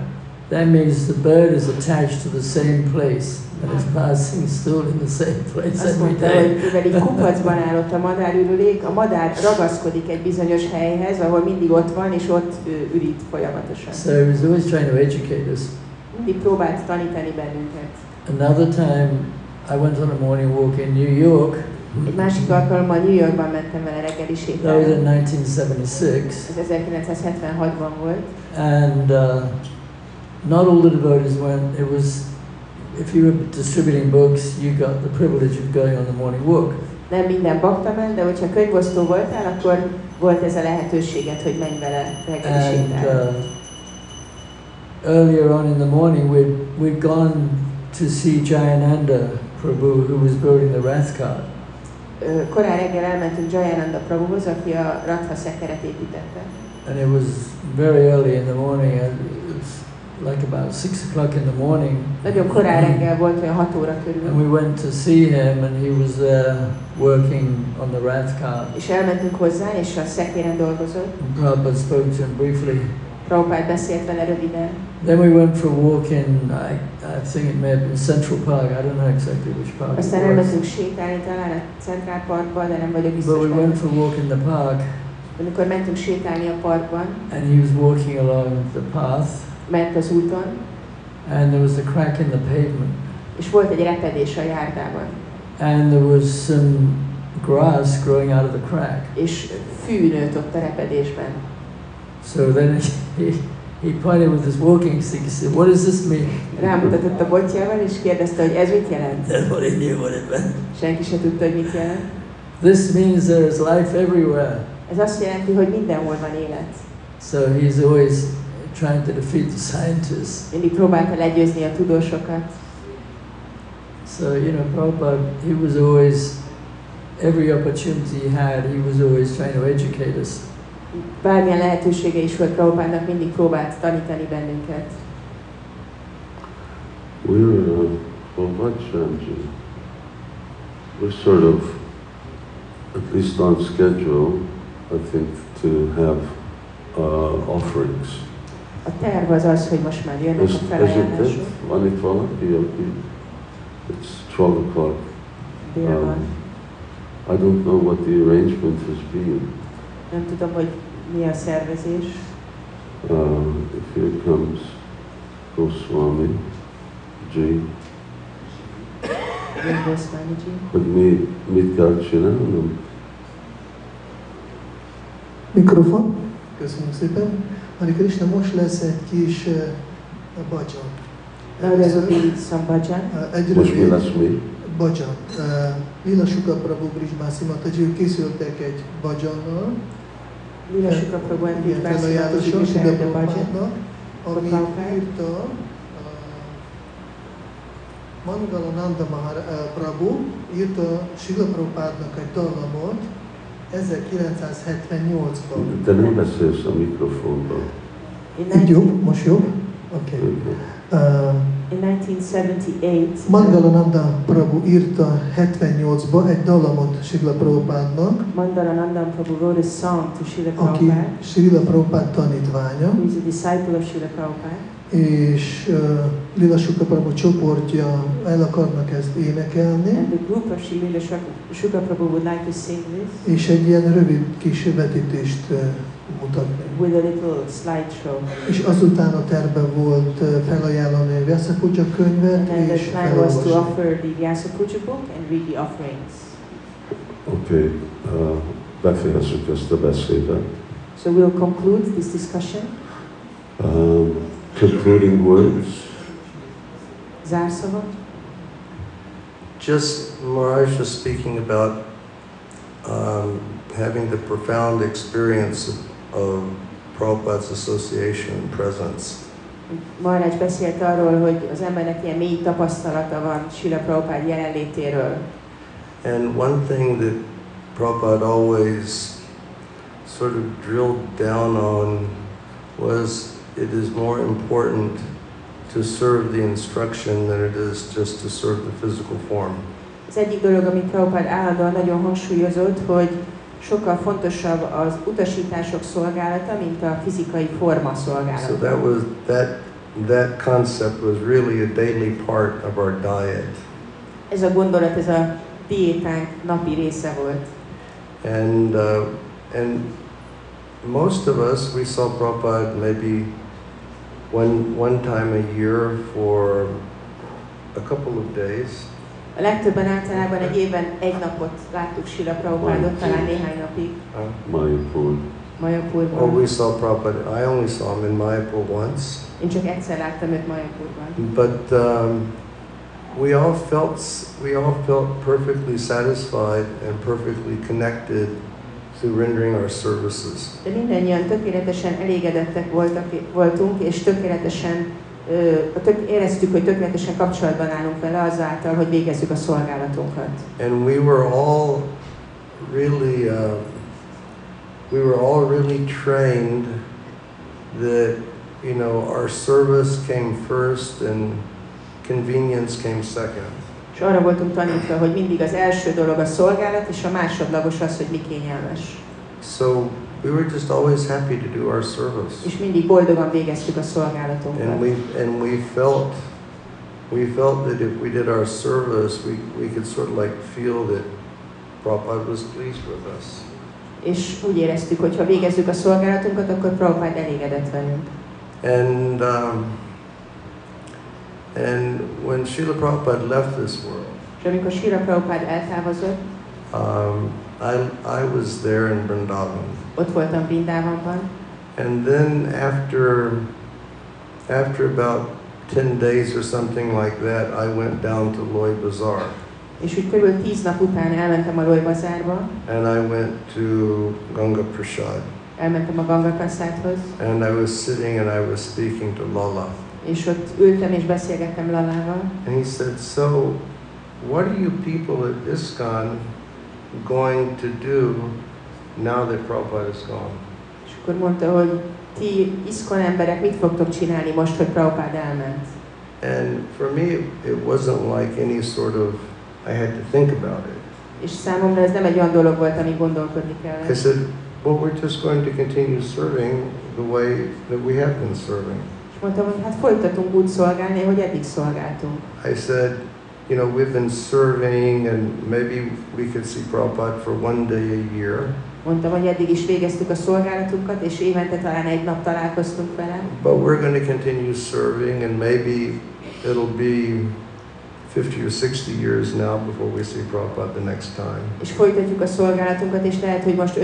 [SPEAKER 6] that means the bird is attached to the same place and is passing stool in the same place
[SPEAKER 4] Azt
[SPEAKER 6] every
[SPEAKER 4] mondta,
[SPEAKER 6] day.
[SPEAKER 4] hogy mivel egy kupacban áll ott a madárürülék, a madár ragaszkodik egy bizonyos helyhez, ahol mindig ott van, és ott ő, ürít folyamatosan.
[SPEAKER 6] So he was always trying to educate us.
[SPEAKER 4] Mindig próbált tanítani bennünket.
[SPEAKER 6] Another time, I went on a morning walk in New York.
[SPEAKER 4] Egy másik alkalommal New Yorkban mentem vele reggeli
[SPEAKER 6] That was in
[SPEAKER 4] sétálni.
[SPEAKER 6] 1976.
[SPEAKER 4] Ez 1976-ban volt,
[SPEAKER 6] and uh, not all the devotees went. It was, if you were distributing books, you got the privilege of going on the morning walk.
[SPEAKER 4] nem minden bakta ment, de hogyha könyvosztó voltál, akkor volt ez a lehetőséget, hogy menj vele reggeli
[SPEAKER 6] And
[SPEAKER 4] sétálni.
[SPEAKER 6] uh, earlier on in the morning, we'd, we'd gone to see Jayananda Prabhu, who was building the Rath cart.
[SPEAKER 4] Ö, Korán reggel elmentünk Jayananda Prabhuhoz, aki a Ratha szekeret építette.
[SPEAKER 6] And it was very early in the morning, and it was, like about six o'clock in the morning.
[SPEAKER 4] Nagyon korán reggel volt, olyan 6 óra körül.
[SPEAKER 6] And we went to see him, and he was there working on the Rath card.
[SPEAKER 4] És elmentünk hozzá, és a szekéren dolgozott.
[SPEAKER 6] And Prabhupada spoke to him briefly.
[SPEAKER 4] Prabhupád beszélt vele röviden.
[SPEAKER 6] Then we went for a walk in, I, I think it may have been Central Park, I don't know exactly which park it
[SPEAKER 4] Aztán
[SPEAKER 6] was.
[SPEAKER 4] elmentünk sétálni talán a Central Parkba, de nem vagyok
[SPEAKER 6] But
[SPEAKER 4] biztos
[SPEAKER 6] we
[SPEAKER 4] benne.
[SPEAKER 6] went for a walk in the park,
[SPEAKER 4] Amikor mentünk sétálni a parkban,
[SPEAKER 6] and he was walking along the path,
[SPEAKER 4] ment az úton,
[SPEAKER 6] and there was a crack in the pavement,
[SPEAKER 4] és volt egy repedés a járdában.
[SPEAKER 6] and there was some grass growing out of the crack.
[SPEAKER 4] És fű nőtt ott a repedésben.
[SPEAKER 6] So then he, he pointed with his walking stick, he said, What does this mean?
[SPEAKER 4] Rámutatott a botjával, és kérdezte, hogy ez mit jelent.
[SPEAKER 6] Nobody knew what it meant.
[SPEAKER 4] Senki se tudta, hogy mit jelent.
[SPEAKER 6] This means there is life everywhere.
[SPEAKER 4] Ez azt jelenti, hogy mindenhol van élet.
[SPEAKER 6] So he's always trying to defeat the scientists.
[SPEAKER 4] Mindig próbálta legyőzni a tudósokat.
[SPEAKER 6] So, you know, Prabhupada, he was always, every opportunity he had, he was always trying to educate us.
[SPEAKER 4] Bármilyen lehetősége is volt Prabhupádnak, mindig próbált tanítani bennünket.
[SPEAKER 1] We're, uh, well, Vajchandji, we're sort of, at least on schedule, I think, to have uh, offerings.
[SPEAKER 4] A terv az az, hogy most már jönnek a
[SPEAKER 1] Is, is it
[SPEAKER 4] felajánlások.
[SPEAKER 1] it? One in front of you, It's 12 o'clock.
[SPEAKER 4] Dél van.
[SPEAKER 1] Um, I don't know what the arrangement has been.
[SPEAKER 4] Nem tudom, hogy mi a szervezés.
[SPEAKER 1] Um, if here comes Goswami Ji,
[SPEAKER 4] Jön Goszmányi
[SPEAKER 1] hogy mi mit kell csinálnunk?
[SPEAKER 2] Mikrofon. Köszönöm szépen. Hani Krishna, most lesz egy kis uh, bajan.
[SPEAKER 4] Nagyazodi Szambadzsán.
[SPEAKER 2] Uh, Egy
[SPEAKER 1] Most mi
[SPEAKER 2] rövid
[SPEAKER 1] lesz mi?
[SPEAKER 2] bajan. Uh, Lila Suka Prabhu Brismászimata, hogy ők készültek egy bajannal.
[SPEAKER 4] Lila Sukra Prabhu Endrik Bászlát, és
[SPEAKER 2] felajánláson Sida
[SPEAKER 4] Viselhető Badzsán.
[SPEAKER 2] Prabhupádnak, ami
[SPEAKER 4] Prabhupád.
[SPEAKER 2] írta uh, Mangala Nanda Mahar, uh, Prabhu írta Sida Prabhupádnak egy dallamot 1978-ban.
[SPEAKER 1] Te nem beszélsz a mikrofonban.
[SPEAKER 4] In
[SPEAKER 2] Így
[SPEAKER 4] 19-
[SPEAKER 2] jobb? Most jobb? Oké. Okay. Uh,
[SPEAKER 4] in 1978,
[SPEAKER 2] Mangalananda Prabhu írta 78-ba egy dallamot Sila Prabhupádnak,
[SPEAKER 4] Mandala Nandan Prabhu wrote a song to Srila
[SPEAKER 2] aki
[SPEAKER 4] Prabhupada,
[SPEAKER 2] Sila Prabhupád tanítványa,
[SPEAKER 4] who is a disciple of Srila Prabhupada.
[SPEAKER 2] és uh, Lila Suka Prabhu csoportja el akarnak ezt énekelni,
[SPEAKER 4] And the group of Sri Lila Shuk- Shuka Prabhu would like to sing this
[SPEAKER 2] és egy ilyen rövid kis vetítést uh, mutatni.
[SPEAKER 4] with a little slideshow.
[SPEAKER 2] És azután a terben volt uh, felajánlani a Vyasapuja
[SPEAKER 4] And
[SPEAKER 2] könyvet,
[SPEAKER 4] then the
[SPEAKER 2] és
[SPEAKER 4] plan was to
[SPEAKER 2] felolvasni.
[SPEAKER 4] offer the Vyasa Puja book and read the offerings.
[SPEAKER 1] Oké, uh, befejezzük ezt a beszédet.
[SPEAKER 4] So we'll conclude this discussion.
[SPEAKER 1] Um, concluding words.
[SPEAKER 4] Zársava.
[SPEAKER 5] Just Maharaj was speaking about um, having the profound experience of, of Prabhupada's association and presence.
[SPEAKER 4] Marács beszélt arról, hogy az embernek ilyen mély tapasztalata van Sila Prabhupád jelenlétéről.
[SPEAKER 5] And one thing that Prabhupada always sort of drilled down on was it is more important to serve the instruction than it is just to serve the physical form.
[SPEAKER 4] Az egyik dolog, amit Prabhupád állandóan nagyon hangsúlyozott, hogy sokkal fontosabb az utasítások szolgálata, mint a fizikai forma
[SPEAKER 5] So
[SPEAKER 4] szolgálata.
[SPEAKER 5] that was that that concept was really a daily part of our diet.
[SPEAKER 4] Ez a gondolat, ez a diétánk napi része volt.
[SPEAKER 5] And uh, and most of us we saw Prabhupada maybe one one time a year for a couple of days.
[SPEAKER 4] A legtöbben általában egy évben egy napot láttuk Sila Prabhupádot, talán néhány napig
[SPEAKER 5] Uh,
[SPEAKER 1] Mayapur.
[SPEAKER 5] Or
[SPEAKER 4] Majapurban.
[SPEAKER 5] we saw Prabhupada. I only saw him in Mayapur once.
[SPEAKER 4] Én csak egyszer láttam őt Majapurban.
[SPEAKER 5] But um, we all felt s- we all felt perfectly satisfied and perfectly connected through rendering our services.
[SPEAKER 4] De mindannyian tökéletesen elégedettek voltak, voltunk, és tökéletesen ö, a tök, éreztük, hogy tökéletesen kapcsolatban állunk vele azáltal, hogy végezzük a szolgálatunkat.
[SPEAKER 5] And we were all really um, uh, we were all really trained that you know, our service came first and convenience came second.
[SPEAKER 4] És arra voltunk tanítva, hogy mindig az első dolog a szolgálat, és a másodlagos az, hogy mi kényelmes.
[SPEAKER 5] So we were just always happy to do our service.
[SPEAKER 4] És mindig boldogan végeztük a
[SPEAKER 5] And
[SPEAKER 4] szolgálatunkat.
[SPEAKER 5] we, and we felt, we felt that if we did our service, we, we could sort of like feel that Prabhupada was pleased with us.
[SPEAKER 4] És úgy éreztük, hogy ha végezzük a szolgálatunkat, akkor Prabhupád elégedett velünk.
[SPEAKER 5] And, um, and when Srila Prabhupada left this world,
[SPEAKER 4] És amikor Sira Prabhupád eltávozott,
[SPEAKER 5] um, I, I was there in Vrindavan.
[SPEAKER 4] ott voltam Brindávanban,
[SPEAKER 5] And then after, after about 10 days or something like that, I went down to Lloyd Bazaar.
[SPEAKER 4] és úgy körülbelül tíz nap után elmentem a Loly Bazárba,
[SPEAKER 5] And I went to Ganga Prasad.
[SPEAKER 4] elmentem a Ganga Kasszáthoz,
[SPEAKER 5] And I was sitting and I was speaking to Lala.
[SPEAKER 4] és ott ültem és beszélgettem Lalával,
[SPEAKER 5] And he said, So, what are you people at ISKCON going to do now that Prabhupada is gone?
[SPEAKER 4] és akkor mondta, hogy ti iszkon emberek mit fogtok csinálni most, hogy Prabhupád elment?
[SPEAKER 5] And for me, it wasn't like any sort of, I had to think about it.
[SPEAKER 4] És számomra ez nem egy olyan dolog volt, ami gondolkodni
[SPEAKER 5] I
[SPEAKER 4] kellett.
[SPEAKER 5] said, well, we're just going to continue serving the way that we have been serving.
[SPEAKER 4] És mondtam, hogy hát folytatunk úgy szolgálni, hogy eddig szolgáltunk.
[SPEAKER 5] I said, you know, we've been serving and maybe we could see Prabhupada for one day a year,
[SPEAKER 4] Mondtam, hogy eddig is végeztük a szolgálatunkat, és évente talán egy nap találkoztunk vele,
[SPEAKER 5] but we're going to continue serving and maybe it'll be 50 or 60 years now before we see Prabhupada the next time.
[SPEAKER 4] és folytatjuk a szolgálatunkat, és lehet, hogy most 50-60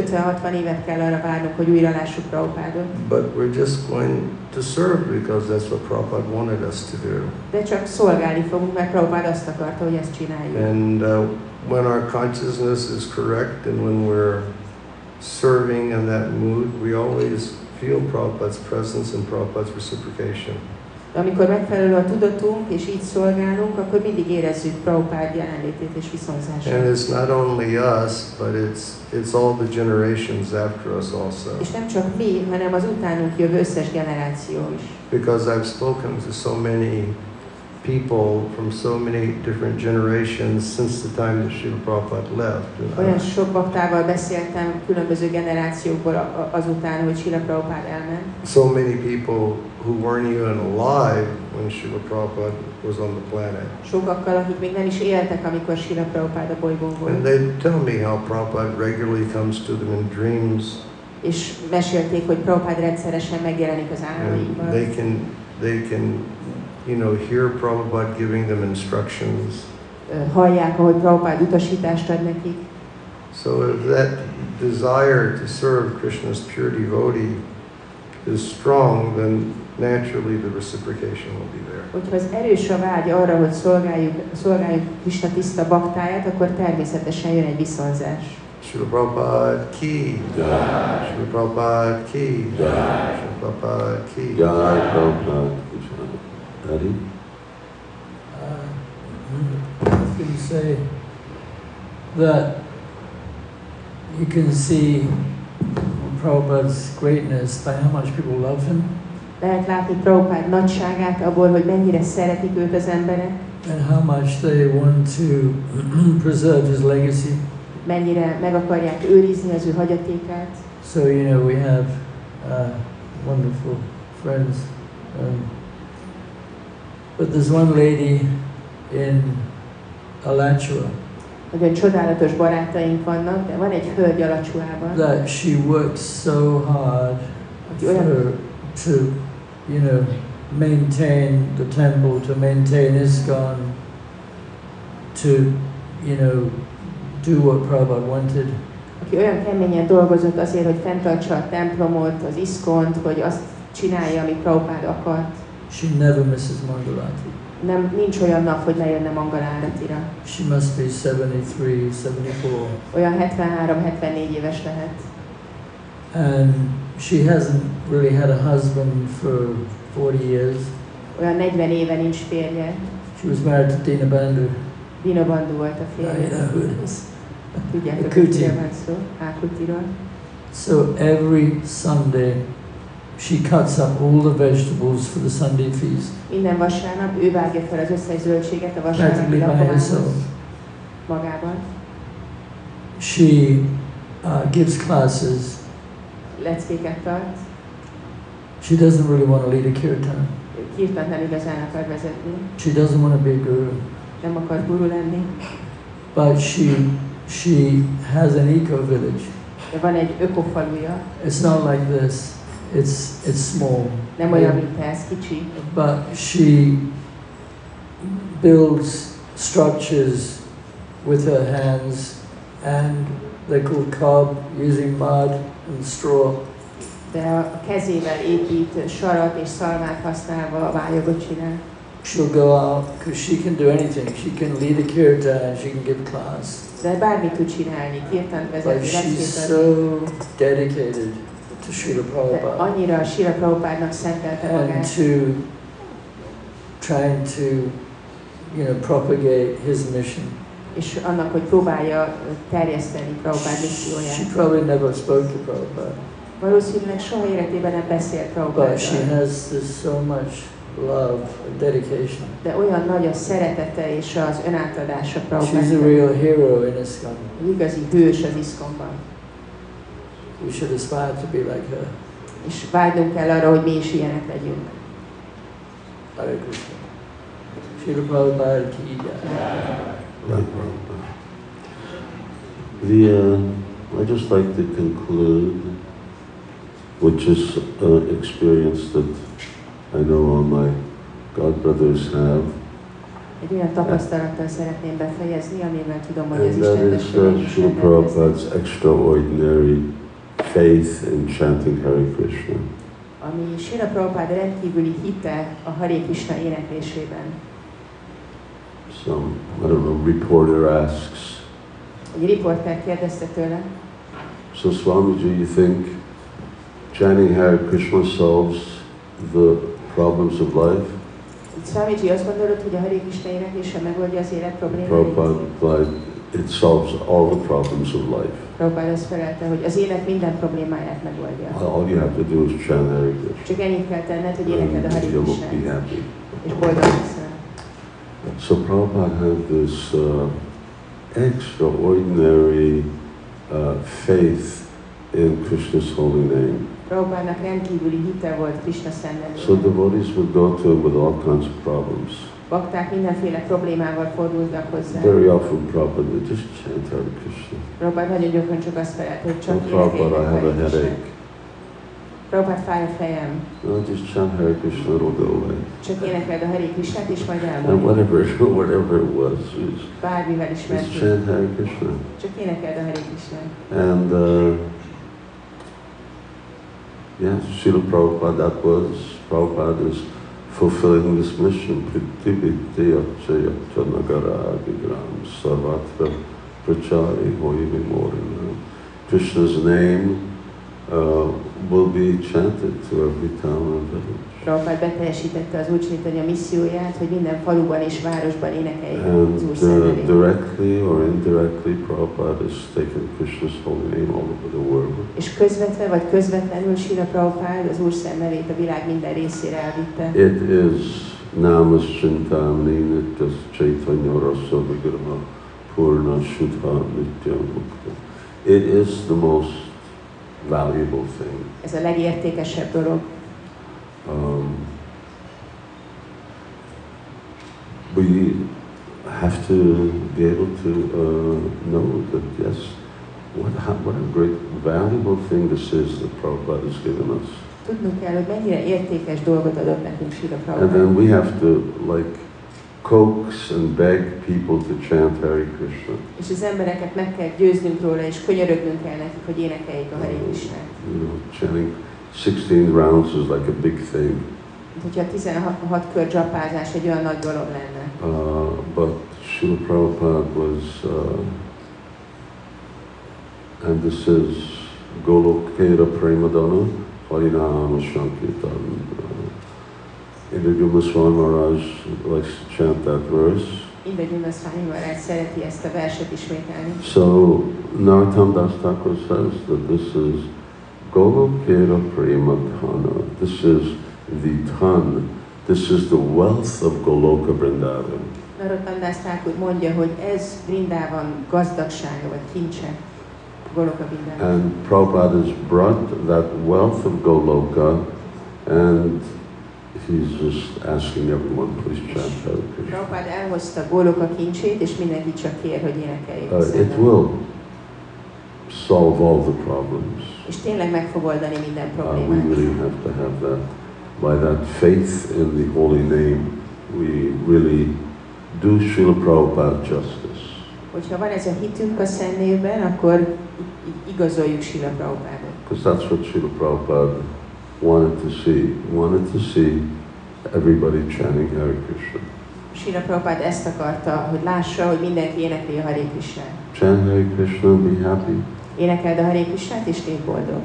[SPEAKER 4] évet kell arra várnunk, hogy újra lássuk Prabhupádot.
[SPEAKER 5] But we're just going to serve because that's what Prabhupada wanted us to do.
[SPEAKER 4] De csak szolgálni fogunk, mert Prabhupád azt akarta, hogy ezt csináljuk.
[SPEAKER 5] And uh, when our consciousness is correct and when we're serving in that mood, we always feel Prabhupada's presence and Prabhupada's reciprocation.
[SPEAKER 4] De amikor megfelelő a tudatunk, és így szolgálunk, akkor mindig érezzük Prabhupád jelenlétét és
[SPEAKER 5] And
[SPEAKER 4] viszonzását.
[SPEAKER 5] it's not only us, but it's, it's all the generations after us also.
[SPEAKER 4] És nem csak mi, hanem az utánunk jövő összes generáció is.
[SPEAKER 5] Because I've spoken to so many people from so many different generations since the time that Srila Prabhupada left. And I-
[SPEAKER 4] Olyan sok baktával beszéltem különböző generációkból a- a- azután, hogy Sila Prabhupád elment.
[SPEAKER 5] so many people who weren't even alive when Srila Prabhupada was on the planet.
[SPEAKER 4] Sokakkal, akik még nem is éltek, amikor Sila Prabhupád a bolygón
[SPEAKER 5] And
[SPEAKER 4] volt.
[SPEAKER 5] they tell me how Prabhupada regularly comes to them in dreams,
[SPEAKER 4] És mesélték, hogy Prabhupád rendszeresen megjelenik az
[SPEAKER 5] and
[SPEAKER 4] álmaikban.
[SPEAKER 5] they can, they can, you know, hear Prabhupada giving them instructions.
[SPEAKER 4] Ö, Hallják, ahogy Prabhupád utasítást ad nekik.
[SPEAKER 5] So if that desire to serve Krishna's pure devotee is strong, then naturally the reciprocation will be there.
[SPEAKER 4] Hogyha az erős a vágy arra, hogy szolgáljuk, szolgáljuk Krishna tiszta baktáját, akkor természetesen jön egy viszonzás.
[SPEAKER 5] Srila Prabhupada ki, Srila Prabhupada ki, Srila Prabhupada ki.
[SPEAKER 1] Jai Prabhupada Krishna. Hari?
[SPEAKER 6] Uh, I was going to say that you can see Prabhupada's greatness by how much people love him
[SPEAKER 4] Lehet látni Prabhupád nagyságát abból, hogy mennyire szeretik őt az emberek,
[SPEAKER 6] and how much they want to preserve his legacy.
[SPEAKER 4] mennyire meg akarják őrizni az ő hagyatékát.
[SPEAKER 6] So, you know, we have uh, wonderful friends. Um, but there's one lady in Alachua
[SPEAKER 4] Nagyon csodálatos barátaink vannak, de van egy hölgy alacsuában,
[SPEAKER 6] that she works so hard
[SPEAKER 4] aki olyan,
[SPEAKER 6] for, to, you know, maintain the temple, to maintain ISKCON, to, you know, do what Prabhupada wanted.
[SPEAKER 4] aki olyan keményen dolgozott azért, hogy fenntartsa a templomot, az iszkont, hogy azt csinálja, amit Prabhupád akart.
[SPEAKER 6] She never misses Mangalati.
[SPEAKER 4] Nem, nincs olyan nap, hogy ne jönne Mangaláratira.
[SPEAKER 6] She must be 73, 74.
[SPEAKER 4] Olyan 73-74 éves lehet.
[SPEAKER 6] And she hasn't really had a husband for 40 years.
[SPEAKER 4] Olyan 40 éve nincs férje.
[SPEAKER 6] She was married to Dina Bandhu.
[SPEAKER 4] Dino Bandu volt a
[SPEAKER 6] Now you know
[SPEAKER 4] férje.
[SPEAKER 6] who it is.
[SPEAKER 4] Tudjátok,
[SPEAKER 6] Kuti.
[SPEAKER 4] hogy kire van szó? Ákutiról.
[SPEAKER 6] So every Sunday she cuts up all the vegetables for the Sunday feast,
[SPEAKER 4] Minden vasárnap ő vágja fel az összes zöldséget a vasárnapi
[SPEAKER 6] practically by herself.
[SPEAKER 4] lakomához magában.
[SPEAKER 6] She uh, gives classes.
[SPEAKER 4] Leckéket tart.
[SPEAKER 6] She doesn't really want to lead a kirtan.
[SPEAKER 4] Ő Kirtant nem igazán akar vezetni.
[SPEAKER 6] She doesn't want to be a guru,
[SPEAKER 4] Nem akar guru lenni.
[SPEAKER 6] but she she has an eco village.
[SPEAKER 4] De van egy ökofaluja.
[SPEAKER 6] It's not like this. It's it's small,
[SPEAKER 4] Nem olyan, mint ez, kicsi.
[SPEAKER 6] but she builds structures with her hands, and they're called cob using mud and straw.
[SPEAKER 4] De a kezével épít sarat és szalmát használva a vályogot csinál.
[SPEAKER 6] She'll go out because she can do anything. She can lead a kirtan. She can give class.
[SPEAKER 4] De bármit tud csinálni, kirtant
[SPEAKER 6] But
[SPEAKER 4] vezetni,
[SPEAKER 6] she's
[SPEAKER 4] leckéket adni.
[SPEAKER 6] so dedicated to Srila
[SPEAKER 4] De
[SPEAKER 6] Prabhupada.
[SPEAKER 4] annyira a Sila Prabhupádnak szentelte
[SPEAKER 6] and
[SPEAKER 4] magát,
[SPEAKER 6] to trying to you know propagate his mission.
[SPEAKER 4] és annak, hogy próbálja terjeszteni Prabhupád
[SPEAKER 6] She
[SPEAKER 4] misszióját.
[SPEAKER 6] probably never spoke to Prabhupada,
[SPEAKER 4] Valószínűleg soha életében nem beszélt
[SPEAKER 6] but she
[SPEAKER 4] Prabhupáddal,
[SPEAKER 6] has this so much love, dedication.
[SPEAKER 4] de olyan nagy a szeretete és az önátadása
[SPEAKER 6] She's a
[SPEAKER 4] Prabhupádnak.
[SPEAKER 6] real hero in ISKCON.
[SPEAKER 4] Egy Igazi hős az iszkomban.
[SPEAKER 6] We should aspire to be like her.
[SPEAKER 4] És vágynunk kell arra, hogy mi is ilyenek legyünk.
[SPEAKER 6] Hare Krishna. Srila Prabhupada ki jai.
[SPEAKER 1] The, uh, I'd just like to conclude with just an experience that I know all my god brothers have.
[SPEAKER 4] Egy olyan tapasztalattal szeretném befejezni, amivel tudom, hogy az
[SPEAKER 1] And that is
[SPEAKER 4] Isten
[SPEAKER 1] uh,
[SPEAKER 4] testvérek is
[SPEAKER 1] Srila
[SPEAKER 4] rendelkeznek,
[SPEAKER 1] Prabhupada's extraordinary faith in chanting Hare Krishna.
[SPEAKER 4] ami Sila Prabhupád rendkívüli hite a Haré Krishna éneklésében.
[SPEAKER 1] Some, I don't know, reporter asks,
[SPEAKER 4] Egy riporter kérdezte tőle,
[SPEAKER 1] So Swamiji, you think chanting Hare Krishna solves the problems of life?
[SPEAKER 4] hogy Swamiji azt gondolod, hogy a Hare Krishna éneklése megoldja az élet problémáit?
[SPEAKER 1] Prabhupada replied, it solves all the problems of life.
[SPEAKER 4] Prabhupád azt felelte, hogy az élet minden problémáját megoldja.
[SPEAKER 1] All you have to do is chant Hare Krishna.
[SPEAKER 4] Csak ennyit kell tenned, hogy énekeld a Hare
[SPEAKER 1] And you will be
[SPEAKER 4] Krishnát,
[SPEAKER 1] happy.
[SPEAKER 4] és boldog leszel.
[SPEAKER 1] So Prabhupada had this uh, extraordinary uh, faith in Krishna's holy name.
[SPEAKER 4] Prabhupádnak rendkívüli hite volt Krishna
[SPEAKER 1] So
[SPEAKER 4] szellemében.
[SPEAKER 1] devotees would go to him with all kinds of problems.
[SPEAKER 4] Bakták mindenféle problémával fordultak hozzá.
[SPEAKER 1] Very often Prabhupada would just chant Hare Krishna.
[SPEAKER 4] Prabhupád nagyon gyakran csak azt felelt, hogy
[SPEAKER 1] So
[SPEAKER 4] csak
[SPEAKER 1] Prabhupada, I have a
[SPEAKER 4] énekelj.
[SPEAKER 1] headache.
[SPEAKER 4] Prabhupád fáj a fejem.
[SPEAKER 1] No, just chant Hare Krishna, it'll go away.
[SPEAKER 4] Csak énekeld a Hare Krishnát, és majd
[SPEAKER 1] And
[SPEAKER 4] elmúlik.
[SPEAKER 1] whatever, whatever it was, it's
[SPEAKER 4] Bármivel is
[SPEAKER 1] just
[SPEAKER 4] mentünk.
[SPEAKER 1] chant Hare Krishna.
[SPEAKER 4] Csak énekeld a Hare Krishnát.
[SPEAKER 1] And uh, yeah, Srila Prabhupada, that was Prabhupada is fulfilling this mission. Prithiviti Achyayakcha Nagara Vigram Sarvatra Prachari Hoyi Vimorinam. Krishna's name uh, will be chanted to every town and village.
[SPEAKER 4] Prabhupád beteljesítette az Úr Csaitanya misszióját, hogy minden faluban és városban énekeljék az
[SPEAKER 1] And
[SPEAKER 4] Úr
[SPEAKER 1] uh,
[SPEAKER 4] szellemét.
[SPEAKER 1] directly or indirectly, Prabhupada has taken Krishna's holy name all over the world.
[SPEAKER 4] És közvetve vagy közvetlenül Sila Prabhupád az Úr Szent nevét a világ minden részére elvitte.
[SPEAKER 1] It is Namas Chintamani Nityas Chaitanya Rasa Vigraha Purna Shuddha Nitya Mukta. It is the most valuable thing.
[SPEAKER 4] Ez a legértékesebb dolog.
[SPEAKER 1] Um, we have to be able to uh, know that, yes, what, how- what a great valuable thing this is that Prabhupada has given us.
[SPEAKER 4] Tudnunk kell, hogy mennyire értékes dolgot adott nekünk Sila
[SPEAKER 1] And then
[SPEAKER 4] Prabhupád.
[SPEAKER 1] we have to like coax and beg people to chant Hare Krishna.
[SPEAKER 4] És az embereket meg kell győznünk róla, és könyörögnünk kell nekik, hogy énekeljék a Hare Krishnát.
[SPEAKER 1] You know, chanting 16 rounds is like a big thing.
[SPEAKER 4] Mint Hogyha a 16 kör csapázás egy olyan nagy dolog lenne.
[SPEAKER 1] Uh, but Srila Prabhupada was, uh, and this is Golokera Premadana, Harinama Shankirtan. Indra Uh, Goswami Maharaj likes to chant that verse.
[SPEAKER 4] Minden gyümölcsfányi varázs szereti ezt a verset ismételni.
[SPEAKER 1] So Narottam Das Thakur says that this is Golokera Prema Dhana. This is the ton. This is the wealth of Goloka Vrindavan.
[SPEAKER 4] Narottandász Thakur mondja, hogy ez Brindában gazdagsága vagy kincse. Goloka Brindában.
[SPEAKER 1] And Prabhupada has brought that wealth of Goloka and he's just asking everyone, please chant Hare Krishna.
[SPEAKER 4] Prabhupád elhozta Goloka kincsét, és mindenki csak kér, hogy énekeljék
[SPEAKER 1] Uh, it
[SPEAKER 4] Szentben.
[SPEAKER 1] will solve all the problems.
[SPEAKER 4] És tényleg meg fog oldani minden
[SPEAKER 1] Uh, we
[SPEAKER 4] problémát.
[SPEAKER 1] really have to have that. By that faith in the holy name, we really do Srila Prabhupada justice.
[SPEAKER 4] Hogyha van ez a hitünk a szennévben, akkor i- i- igazoljuk Sila Prabhupádot.
[SPEAKER 1] Because that's what Srila Prabhupada wanted to see. He wanted to see everybody chanting Hare Krishna.
[SPEAKER 4] Sila Prabhupád ezt akarta, hogy lássa, hogy mindenki énekli a Hare Krishnát.
[SPEAKER 1] Chant Hare Krishna and be happy.
[SPEAKER 4] Énekeld a Hare Krishnát, és légy boldog.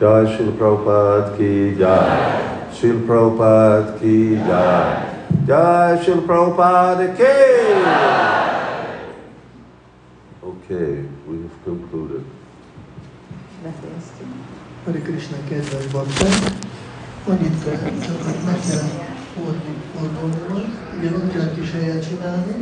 [SPEAKER 1] Jai Srila Prabhupada ki jai. Srila Prabhupada ki jai. Jai Srila Prabhupada ki Okay, we have concluded.
[SPEAKER 4] Befejeztük.
[SPEAKER 2] Hare Krishna kedves bakták, annyit eh, meg kell fordulni, igen, nem kell kis helyet csinálni,